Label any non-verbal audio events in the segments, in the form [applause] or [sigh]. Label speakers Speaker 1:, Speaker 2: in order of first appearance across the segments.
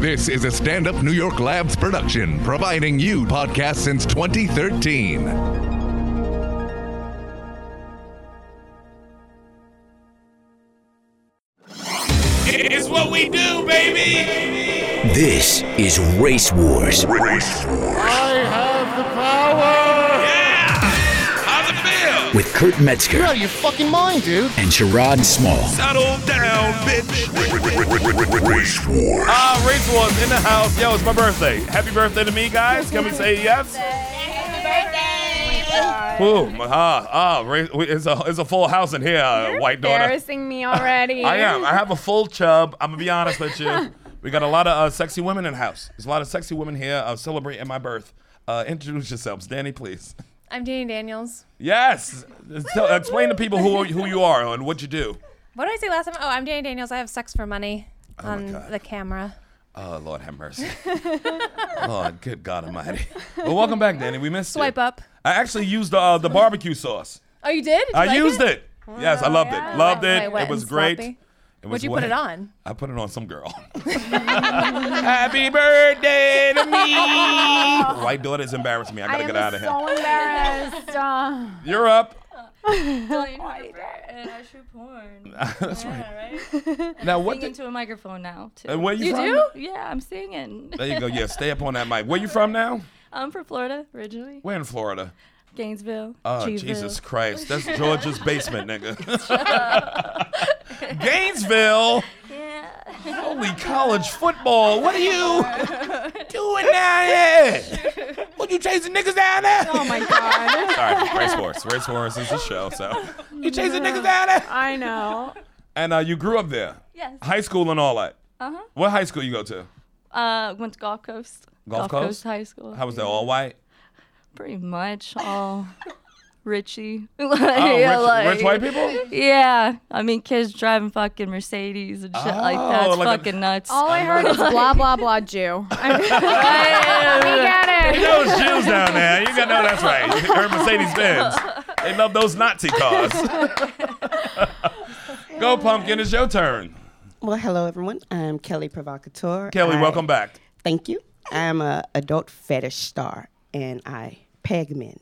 Speaker 1: This is a stand up New York Labs production, providing you podcasts since 2013.
Speaker 2: It's what we do, baby.
Speaker 3: This is Race Wars
Speaker 2: Yeah. How's it feel?
Speaker 3: with Kurt Metzger
Speaker 4: out of your fucking mind, dude.
Speaker 3: and Sherrod Small.
Speaker 2: Settle down, bitch.
Speaker 1: Race War.
Speaker 2: Ah, race wars in the house. Yo, it's my birthday. Happy birthday to me, guys. Can we say yes? Boom. Ah, ah. Race, we- it's a it's a full house in here, uh, white daughter.
Speaker 5: Embarrassing me
Speaker 2: [laughs]
Speaker 5: already.
Speaker 2: I am. I have a full chub. I'm gonna be honest with you. We got a lot of uh, sexy women in the house. There's a lot of sexy women here uh, celebrating my birth. Uh, introduce yourselves, Danny, please.
Speaker 5: I'm Danny Daniels.
Speaker 2: Yes. Tell- explain to people who who you are and what you do.
Speaker 5: What did I say last time? Oh, I'm Danny Daniels. I have sex for money
Speaker 6: Oh
Speaker 5: on
Speaker 2: God.
Speaker 5: the camera.
Speaker 2: Oh, Lord have
Speaker 5: [laughs]
Speaker 2: mercy. Lord, good God Almighty. Well, welcome back, Danny. We missed
Speaker 5: Swipe
Speaker 2: you.
Speaker 5: up.
Speaker 2: I actually used uh, the barbecue sauce.
Speaker 5: Oh, you did? Did you
Speaker 2: I
Speaker 5: like
Speaker 2: used it. Yes, I loved
Speaker 5: yeah.
Speaker 2: it. Loved
Speaker 5: Wet-
Speaker 2: it.
Speaker 5: wet
Speaker 2: It was
Speaker 5: and
Speaker 2: great.
Speaker 5: sloppy.
Speaker 2: It was
Speaker 5: What'd you
Speaker 2: wet.
Speaker 5: put it on?
Speaker 2: I put it on some girl. [laughs] Happy birthday to
Speaker 5: [laughs]
Speaker 2: me. White daughter's embarrassed me. I gotta get out of here.
Speaker 7: So embarrassed. Um,
Speaker 2: You're up.
Speaker 8: and I shoot porn.
Speaker 2: That's right.
Speaker 8: Yeah, right?
Speaker 2: Now what?
Speaker 8: Sing
Speaker 2: Did,
Speaker 8: into a microphone now, too.
Speaker 2: uh, where you,
Speaker 5: You
Speaker 2: from?
Speaker 5: do?
Speaker 8: Yeah,
Speaker 2: [laughs]
Speaker 8: I'm singing.
Speaker 2: There you go. Yeah, stay up on that mic. Where you from now?
Speaker 8: I'm from Florida originally.
Speaker 2: We're in Florida.
Speaker 8: Gainesville.
Speaker 2: Oh,
Speaker 8: Cheeseville.
Speaker 2: Jesus Christ. That's Georgia's basement, nigga. Gainesville?
Speaker 8: Yeah.
Speaker 2: Holy college football. What are you doing down here? What you chasing niggas down there?
Speaker 7: [laughs] oh my god.
Speaker 2: All right, Race Horse. Race Horse is the show, so. You chasing niggas down there?
Speaker 7: I know.
Speaker 2: And uh, you grew up there.
Speaker 8: Yes.
Speaker 2: High school and all that.
Speaker 8: Uh-huh.
Speaker 2: What high school you go to?
Speaker 8: Uh, went to Gulf Coast.
Speaker 2: Gulf
Speaker 8: Coast?
Speaker 2: Coast?
Speaker 8: High School.
Speaker 2: How was that? All white?
Speaker 8: Pretty
Speaker 2: [laughs]
Speaker 8: much all Richie. [laughs]
Speaker 2: Oh,
Speaker 8: Yeah,
Speaker 2: rich,
Speaker 8: like-
Speaker 2: rich white people?
Speaker 8: [laughs] Yeah. I mean, kids driving fucking Mercedes and shit like that.
Speaker 2: Oh,
Speaker 8: It's
Speaker 2: like a-
Speaker 8: fucking nuts.
Speaker 7: All I heard is
Speaker 2: [laughs]
Speaker 7: blah blah blah Jew.
Speaker 5: We get [laughs]
Speaker 2: You
Speaker 5: it.
Speaker 2: know those Jews down there. You gotta know that's right. Her Mercedes Benz. They love those Nazi cars. [laughs] Go, pumpkin. It's your turn.
Speaker 9: Well, hello everyone. I'm Kelly Provocateur.
Speaker 2: Kelly,
Speaker 9: I-
Speaker 2: welcome back.
Speaker 9: Thank you. I'm a adult fetish star, and I peg men.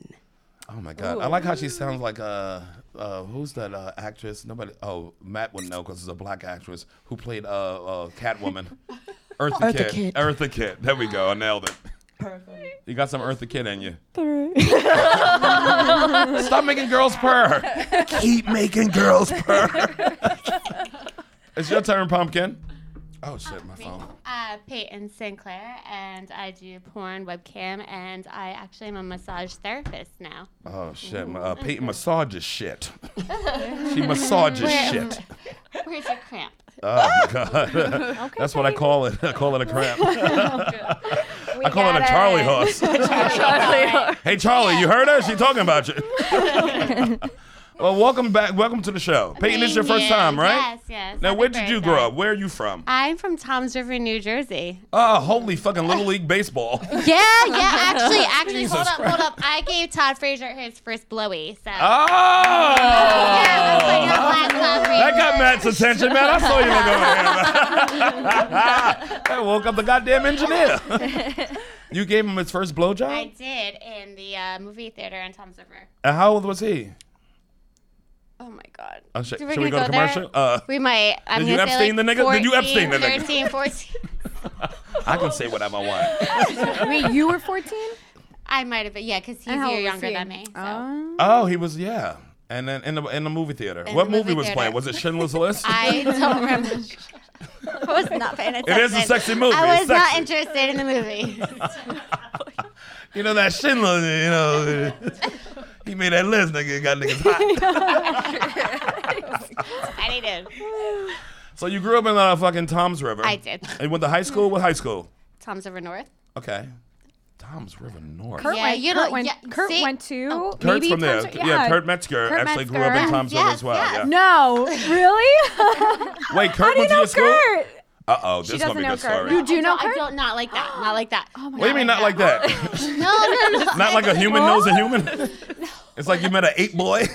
Speaker 2: Oh my God, I like how she sounds like uh, uh who's that uh, actress? Nobody. Oh, Matt would know because it's a black actress who played uh, uh Catwoman. Eartha,
Speaker 9: Eartha
Speaker 2: Kitt.
Speaker 9: Kitt.
Speaker 2: Eartha Kitt. There we go. I nailed it. Perfect. You got some Eartha Kitt in you. [laughs] Stop making girls purr. Keep making girls purr. it's your turn, pumpkin. Oh shit, my phone.
Speaker 6: Uh, Peyton Sinclair, and I do porn, webcam, and I actually am a massage therapist now.
Speaker 2: Oh shit, my,
Speaker 6: Mm-hmm.
Speaker 2: uh, Peyton massages shit. she massages shit.
Speaker 6: Where's your cramp?
Speaker 2: Oh my
Speaker 6: [laughs]
Speaker 2: god. That's what I call it. I call it a cramp. I call it a Charlie horse. hey Charlie, you heard her? She talking about you.
Speaker 6: [laughs]
Speaker 2: well, welcome back. Welcome to the show. Peyton, this is your
Speaker 6: Thank
Speaker 2: first
Speaker 6: you.
Speaker 2: time, right?
Speaker 6: Yes, yes.
Speaker 2: Now,
Speaker 6: I'm
Speaker 2: where
Speaker 6: the
Speaker 2: did
Speaker 6: first
Speaker 2: you grow
Speaker 6: time.
Speaker 2: up? Where are you from?
Speaker 6: I'm from Tom's River, New
Speaker 9: [laughs]
Speaker 6: Jersey.
Speaker 2: Oh, holy fucking Little League Baseball.
Speaker 6: [laughs] Yeah, yeah. Actually, actually,
Speaker 2: Jesus
Speaker 6: hold up, hold up. I gave Todd Frazier his first blowy, so.
Speaker 2: Oh! Ah!
Speaker 6: Yeah, that's like your last Todd
Speaker 2: That got
Speaker 6: Frazier.
Speaker 2: Matt's attention, man. I saw you look over [laughs] here. I woke up the goddamn engineer.
Speaker 6: [laughs]
Speaker 2: you gave him his first
Speaker 6: I
Speaker 2: blowjob?
Speaker 6: did in the uh, movie theater on Tom's River.
Speaker 2: And how old was he?
Speaker 6: Oh my god.
Speaker 2: Oh, shit.
Speaker 6: So
Speaker 2: Should
Speaker 6: we're
Speaker 2: we go to
Speaker 6: gonna go there?
Speaker 2: commercial? Uh,
Speaker 6: We might. I'm
Speaker 2: Did you
Speaker 6: gonna say,
Speaker 2: Epstein
Speaker 6: like,
Speaker 2: the nigga? Did you
Speaker 6: 14,
Speaker 2: Epstein the nigga?
Speaker 6: 13,
Speaker 2: [laughs]
Speaker 6: 14.
Speaker 2: I can say whatever I want.
Speaker 7: Wait, you were 14?
Speaker 6: I might have been, yeah, because he's a
Speaker 7: how
Speaker 6: year
Speaker 7: old was
Speaker 6: younger
Speaker 7: he?
Speaker 6: than me. So.
Speaker 2: Oh, he was, yeah. And then in the, in the movie theater. what
Speaker 6: the
Speaker 2: movie,
Speaker 6: movie
Speaker 2: was
Speaker 6: theater.
Speaker 2: playing? Was it Schindler's List?
Speaker 7: [laughs]
Speaker 6: I don't remember. I was not [laughs] paying attention.
Speaker 2: is a sexy movie.
Speaker 6: I was
Speaker 2: It's
Speaker 6: not
Speaker 2: sexy.
Speaker 6: interested in the movie.
Speaker 2: you know, that Schindler, you know. he made that list, nigga. Got niggas hot.
Speaker 6: [laughs] I needed.
Speaker 2: so you grew up in uh, fucking Tom's River.
Speaker 6: I did.
Speaker 2: And you went to high school? What high school?
Speaker 6: Tom's River North.
Speaker 2: Okay. Tom's River North.
Speaker 7: Kurt
Speaker 6: Yeah,
Speaker 7: went,
Speaker 6: you
Speaker 7: Kurt
Speaker 6: don't-
Speaker 7: went,
Speaker 6: yeah,
Speaker 7: Kurt
Speaker 6: see? Oh.
Speaker 7: went to
Speaker 2: Kurt's
Speaker 7: maybe
Speaker 2: from there.
Speaker 7: Tom's-
Speaker 2: yeah. Kurt Metzger
Speaker 7: Kurt
Speaker 2: actually grew up
Speaker 7: Metzger.
Speaker 2: in Tom's River
Speaker 6: Yes,
Speaker 2: as well.
Speaker 6: yes.
Speaker 2: Yeah.
Speaker 7: No,
Speaker 2: [laughs]
Speaker 7: [laughs] really?
Speaker 2: Wait, Kurt went to your school?
Speaker 7: Kurt.
Speaker 2: Uh oh, this is gonna
Speaker 5: doesn't
Speaker 2: be a
Speaker 5: know
Speaker 2: good
Speaker 5: Kurt.
Speaker 2: story.
Speaker 7: You
Speaker 6: I
Speaker 7: do know
Speaker 6: don't, I
Speaker 7: Kurt?
Speaker 6: don't not like that. Not like
Speaker 5: [gasps]
Speaker 6: that. Oh my
Speaker 2: what do you mean not like that?
Speaker 6: No, no, no.
Speaker 2: [laughs] not like a human knows a human? It's like you met an ape boy.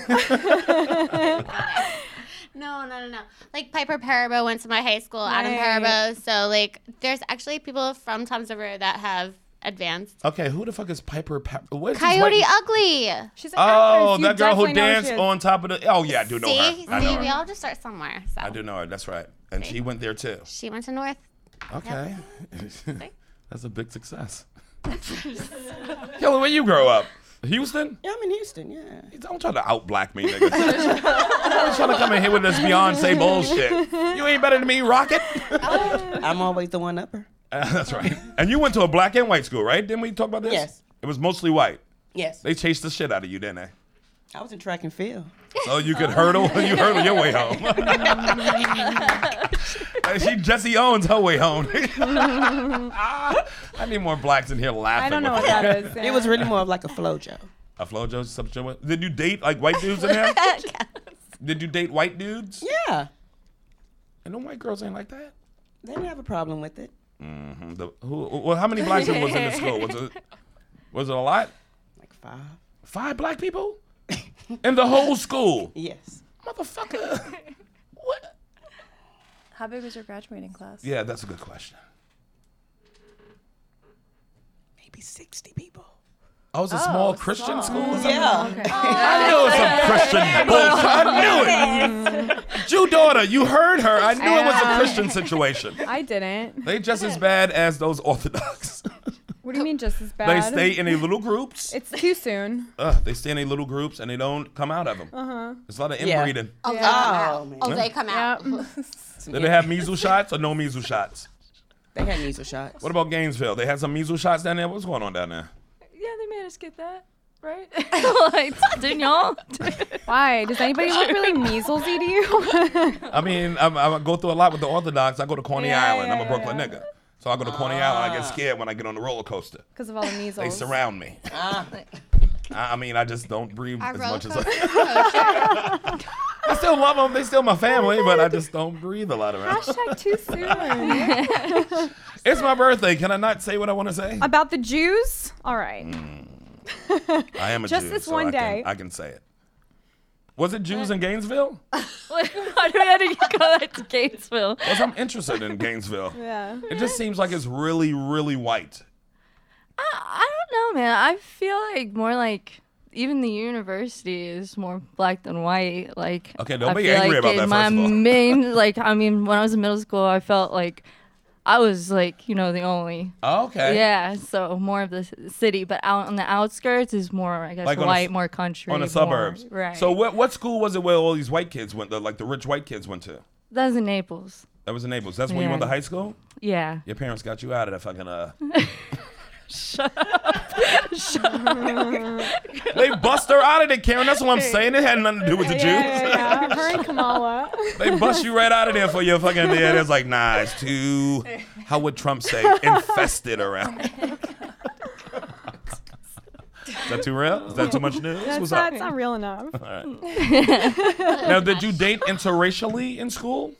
Speaker 2: No, no, no, no. Like Piper Parabo went to my high school, Adam
Speaker 8: Right.
Speaker 2: Parabo. So like, there's actually people from Tom's River that have advanced.
Speaker 6: Okay, who the fuck is Piper? Pa- what is this
Speaker 2: Coyote
Speaker 6: white-
Speaker 2: Ugly.
Speaker 7: She's an
Speaker 6: Oh,
Speaker 7: actress. You
Speaker 6: that girl who
Speaker 7: definitely know
Speaker 6: danced
Speaker 7: she is.
Speaker 6: on top of the. Oh yeah, I do know her.
Speaker 2: See,
Speaker 6: I
Speaker 2: see,
Speaker 6: know
Speaker 2: we
Speaker 6: her.
Speaker 2: all just start somewhere. So
Speaker 6: I do know her. That's right. And she went there too.
Speaker 2: she went to North.
Speaker 6: Okay. [laughs] That's a big success. [laughs] Kelly, where you grow up? Houston?
Speaker 9: Yeah, I'm in Houston. Yeah.
Speaker 6: Don't try to out black me, nigga. Don't try to come in here with this Beyonce bullshit. You ain't better than me, Rocket.
Speaker 9: I'm always the one upper.
Speaker 6: Uh, [laughs] that's right. And you went to a black and white school, right? Didn't we talk about this?
Speaker 9: Yes.
Speaker 6: It was mostly white.
Speaker 9: Yes.
Speaker 6: They chased the shit out of you, didn't
Speaker 7: [laughs]
Speaker 6: they?
Speaker 9: I was in track and field.
Speaker 6: So you could hurdle, [laughs] you hurdle your way
Speaker 7: [laughs]
Speaker 6: home. And she Jesse owns her way home. [laughs] I need more blacks in here laughing.
Speaker 7: I don't know
Speaker 6: with
Speaker 7: what
Speaker 6: me.
Speaker 7: that
Speaker 8: [laughs]
Speaker 7: is.
Speaker 9: It was really more of like a flojo.
Speaker 6: A FloJo substitute? Did you date like white dudes in
Speaker 9: [laughs]
Speaker 6: here? Did you date white dudes?
Speaker 9: Yeah.
Speaker 6: And them white girls ain't like that.
Speaker 9: They didn't have a problem with it.
Speaker 6: Mm, the- who, well, how many blacks was in the school? Was
Speaker 9: [laughs]
Speaker 6: it was it a lot?
Speaker 9: Like five.
Speaker 6: Five black people in the whole
Speaker 9: [laughs]
Speaker 6: school,
Speaker 9: Yes. [laughs]
Speaker 6: motherfucker. What?
Speaker 5: How big was your graduating class?
Speaker 6: Yeah, that's a good question.
Speaker 9: Maybe 60 people.
Speaker 6: I was a small
Speaker 9: Oh,
Speaker 6: Christian school.
Speaker 9: Yeah.
Speaker 6: I knew it was
Speaker 7: [laughs]
Speaker 6: some Christian bullshit. I knew it. Jew daughter, you heard her. I knew it was a Christian situation.
Speaker 7: I didn't.
Speaker 6: They just as bad as those Orthodox.
Speaker 7: What do you mean just
Speaker 6: [laughs]
Speaker 7: as
Speaker 6: They
Speaker 7: bad?
Speaker 6: stay in a little groups.
Speaker 7: It's too soon.
Speaker 6: Ugh, they stay in their little groups and they don't come out of them. Uh-huh. There's a lot of
Speaker 9: Yeah.
Speaker 6: inbreeding.
Speaker 2: Oh, they come out.
Speaker 9: man.
Speaker 2: Oh, they come out.
Speaker 6: Did they have measles shots or no measles shots?
Speaker 9: They had nasal shots.
Speaker 6: What about Gainesville? They had some measles shots down there. What's going on down there?
Speaker 8: Yeah, they made us get that. Right? [laughs] like, didn't y'all? [laughs]
Speaker 7: Why? Does anybody look really measlesy to you?
Speaker 6: I mean, I'm, I go through a lot with the Orthodox. I go to Coney
Speaker 7: Yeah,
Speaker 6: Island. I'm a
Speaker 7: yeah, Ah.
Speaker 6: Brooklyn nigga, so I go to Coney Island. I get scared when I get on the roller coaster.
Speaker 7: Because of all the
Speaker 5: [laughs]
Speaker 6: They
Speaker 7: measles.
Speaker 6: surround me. I, I mean, I just don't breathe
Speaker 2: Our
Speaker 6: as
Speaker 2: roller
Speaker 6: much as
Speaker 8: [laughs]
Speaker 6: I.
Speaker 2: coaster.
Speaker 8: Oh,
Speaker 6: I still love them. They still my family, but I just don't breathe a lot around.
Speaker 7: Hashtag
Speaker 6: [laughs]
Speaker 7: too soon.
Speaker 6: It's my birthday. Can I not say what I want to say?
Speaker 7: About the Jews? All right.
Speaker 6: Mm. I am a
Speaker 7: Just
Speaker 6: Jew,
Speaker 7: this
Speaker 6: so
Speaker 7: one
Speaker 6: I can-
Speaker 7: day.
Speaker 6: I can say it. Was it Jews in Gainesville?
Speaker 8: Why do we have to go back to Gatesville?
Speaker 6: Because I'm interested
Speaker 7: [laughs]
Speaker 6: in Gainesville.
Speaker 7: Yeah.
Speaker 6: It just seems like it's really, really white.
Speaker 8: I don't know, man. I feel like more like even the university is more black than white. Like,
Speaker 6: Okay, don't
Speaker 8: I
Speaker 6: be
Speaker 8: feel
Speaker 6: angry about
Speaker 8: in
Speaker 6: that,
Speaker 8: My
Speaker 6: first of all. [laughs]
Speaker 8: main, like, I mean, when I was in middle school, I felt like I was like, you know, the only.
Speaker 6: Okay.
Speaker 8: Yeah, so more of the c- city, but out on the outskirts is more, I guess,
Speaker 6: Like on a
Speaker 8: white,
Speaker 6: s-
Speaker 8: more country,
Speaker 6: On the
Speaker 8: more-
Speaker 6: suburbs.
Speaker 8: right?
Speaker 6: So what what school was it where all these white kids went? The, like the rich white kids went to.
Speaker 8: that's in Naples.
Speaker 6: That was in Naples. That's when you went to
Speaker 8: Yeah.
Speaker 6: high school.
Speaker 8: Yeah.
Speaker 6: Your parents got you out of that fucking.
Speaker 7: [laughs]
Speaker 6: Uh... Shut up. they bust her out of there, Karen. That's what I'm saying. It had nothing to do with the Jews.
Speaker 7: yeah, yeah. Hurry, Kamala.
Speaker 6: They bust you right out of there for your fucking yeah. It's like, nah, it's too, how would Trump say, infested around. me. Is that too real? Is that too much news?
Speaker 7: That's
Speaker 6: What's
Speaker 7: not,
Speaker 6: up?
Speaker 7: it's not real enough. [laughs]
Speaker 6: Now, did you date interracially in school?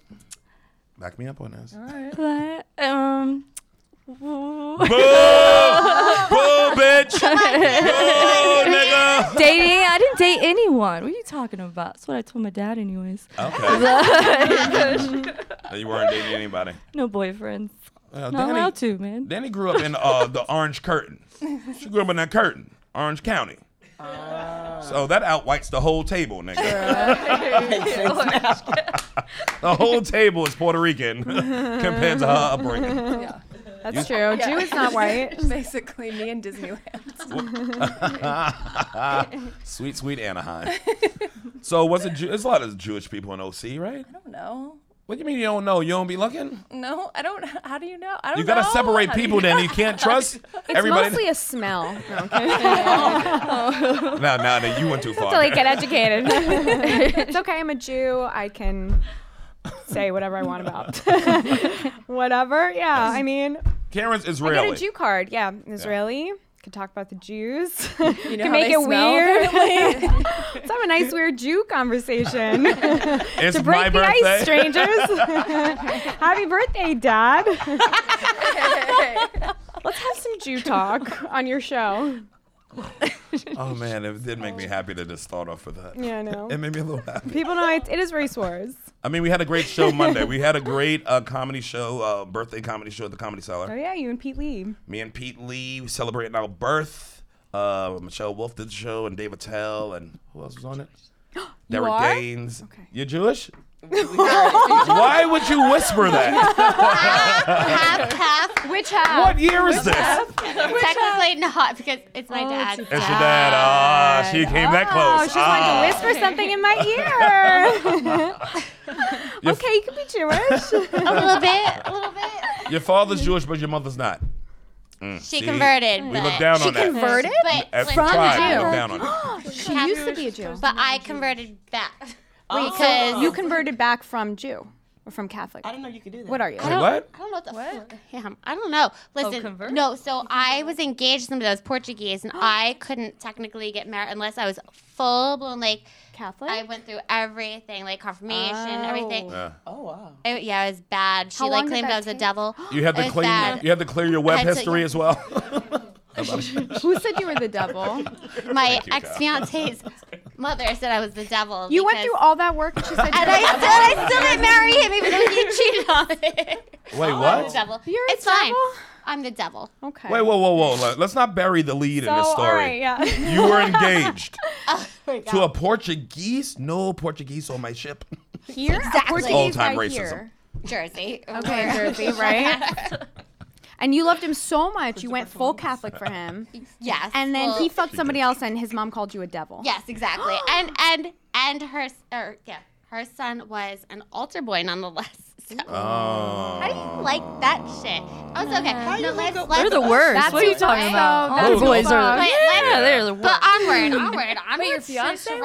Speaker 6: Back me up on this.
Speaker 8: But,
Speaker 6: [laughs]
Speaker 8: um,
Speaker 6: Boo! Boo, bitch! Boo, nigga!
Speaker 8: dating? I didn't date anyone. What are you talking about? That's what I told my dad, anyways.
Speaker 6: Okay. No, you weren't dating anybody.
Speaker 8: No boyfriends.
Speaker 6: Uh,
Speaker 8: Not allowed to, man.
Speaker 6: Danny grew up in uh, the Orange Curtain. She grew up in that curtain, Orange County. So that outwhites the whole table, nigga. [laughs] the whole table is Puerto Rican [laughs] compared to her upbringing.
Speaker 7: That's true. Jew is not white.
Speaker 5: Basically, me and Disneyland.
Speaker 6: Sweet, sweet Anaheim. So was it? Jew- There's a lot of Jewish people in OC, right?
Speaker 5: I don't know.
Speaker 6: What do you mean you don't know? You don't be looking?
Speaker 5: No, I don't. How do you know? I don't
Speaker 6: You gotta
Speaker 5: know.
Speaker 6: separate
Speaker 5: How do you
Speaker 6: people.
Speaker 5: know?
Speaker 6: Then you can't
Speaker 8: [laughs]
Speaker 6: trust everybody.
Speaker 7: Mostly
Speaker 6: [laughs]
Speaker 7: a smell. No, okay.
Speaker 6: No, no, no. You went too far.
Speaker 7: Till they
Speaker 6: [laughs]
Speaker 7: get educated. it's okay. I'm a Jew. I can say whatever I
Speaker 6: [laughs]
Speaker 7: want about. [laughs] whatever. Yeah. I mean,
Speaker 6: Karen's
Speaker 7: get
Speaker 6: Israeli.
Speaker 7: a Jew card. Yeah. Israeli. Can talk about the Jews.
Speaker 5: [laughs] You know
Speaker 7: can
Speaker 5: how
Speaker 7: make
Speaker 5: they
Speaker 7: it
Speaker 5: smell, [laughs]
Speaker 7: weird.
Speaker 5: apparently?
Speaker 7: Let's have a nice weird Jew conversation.
Speaker 6: it's
Speaker 7: to break
Speaker 6: my
Speaker 7: the
Speaker 6: birthday.
Speaker 7: ice, strangers. Happy birthday,
Speaker 5: [laughs]
Speaker 7: Dad. Let's have some Jew talk on your show.
Speaker 2: Oh man, it did make me happy to just start off with that.
Speaker 7: Yeah, I know.
Speaker 2: It made me a little happy.
Speaker 7: People know it, it is race wars.
Speaker 2: I mean, we had a great show Monday. We had a great uh, comedy show, uh, birthday comedy show at the Comedy Cellar.
Speaker 7: Oh yeah, you and Pete Lee.
Speaker 2: Me and Pete Lee we celebrating our birth. Uh, Michelle Wolf did the show, and Dave Attell, and who else was on it? Derek
Speaker 7: are?
Speaker 2: Gaines.
Speaker 7: Okay.
Speaker 2: You're
Speaker 7: [laughs]
Speaker 2: Jewish? Why would you whisper that?
Speaker 9: half, half.
Speaker 7: Which half?
Speaker 2: What year is this?
Speaker 9: Technically not because it's my dad's.
Speaker 2: It's your dad. Ah, she came that close.
Speaker 7: Oh, she's
Speaker 2: Ah.
Speaker 7: wanting to whisper something
Speaker 2: [laughs]
Speaker 7: in my
Speaker 9: [laughs]
Speaker 7: ear. okay, you can be Jewish.
Speaker 9: A little bit, a little bit.
Speaker 2: Your father's Jewish, but your mother's not. Mm, see?
Speaker 9: She converted.
Speaker 2: We
Speaker 9: but
Speaker 2: look down on that.
Speaker 7: converted?
Speaker 9: But
Speaker 2: As
Speaker 9: when-
Speaker 2: tribe, we look down on it.
Speaker 7: she used to be a Jew.
Speaker 9: But I converted [laughs] back because
Speaker 7: You converted back from Jew or from Catholic.
Speaker 10: I didn't know you could do that.
Speaker 7: What are you?
Speaker 2: Wait, what?
Speaker 9: I don't know what the fuck I am. I don't know. Listen,
Speaker 8: convert?
Speaker 9: no. So I was engaged to somebody that was Portuguese, and I couldn't technically get married unless I was full blown like.
Speaker 7: Catholic?
Speaker 9: I went through everything, like confirmation, everything.
Speaker 2: Yeah.
Speaker 10: Oh wow.
Speaker 9: I- yeah, it was bad. She
Speaker 7: How long
Speaker 9: like
Speaker 7: did
Speaker 9: claimed
Speaker 7: that
Speaker 9: I was a
Speaker 7: take?
Speaker 9: devil.
Speaker 2: You had
Speaker 9: It
Speaker 2: to
Speaker 9: was
Speaker 2: clean.
Speaker 9: bad.
Speaker 2: You had to clear your web
Speaker 9: I had to-
Speaker 2: history as well.
Speaker 7: Who said you were the
Speaker 9: [laughs]
Speaker 7: devil?
Speaker 9: My
Speaker 2: you, Kat.
Speaker 9: ex fiance's mother said I was the devil.
Speaker 7: You went
Speaker 9: because-
Speaker 7: through all that work and she said
Speaker 9: [laughs] And I still, I still didn't marry him, even though he cheated on me. [laughs]
Speaker 2: Wait,
Speaker 9: I'm the
Speaker 2: what?
Speaker 9: devil.
Speaker 7: You're a
Speaker 9: it's fine.
Speaker 7: devil?
Speaker 9: I'm the devil.
Speaker 7: Okay.
Speaker 2: Wait, whoa, whoa, whoa! Let- Let's not bury the lead
Speaker 7: so,
Speaker 2: in this
Speaker 7: All
Speaker 2: story.
Speaker 7: right, Oh yeah.
Speaker 2: You were
Speaker 7: [laughs]
Speaker 2: engaged to a Portuguese. No Portuguese on my ship.
Speaker 7: Here?
Speaker 9: [laughs] Exactly.
Speaker 7: Portuguese
Speaker 2: Old-time
Speaker 7: by
Speaker 2: racism.
Speaker 7: here.
Speaker 9: Jersey. Um,
Speaker 7: Okay, Jersey, right?
Speaker 9: [laughs]
Speaker 7: and you loved him so much, you went full Catholic for him.
Speaker 9: Yes.
Speaker 7: And then
Speaker 9: well,
Speaker 7: he fucked somebody else, and his mom called you a devil.
Speaker 9: Yes, exactly. and and and her s- or yeah, her son was an altar boy nonetheless. [laughs] So. How do you like that shit? I was okay. No, let's, let's,
Speaker 8: They're the worst.
Speaker 7: That's
Speaker 8: what are you
Speaker 7: who-
Speaker 8: talking about?
Speaker 7: so that's
Speaker 8: Those
Speaker 7: who
Speaker 8: boys are.
Speaker 9: But,
Speaker 7: fucked.
Speaker 8: Yeah, they're the worst.
Speaker 9: but onward, onward, onward. Wait, your
Speaker 5: fiancé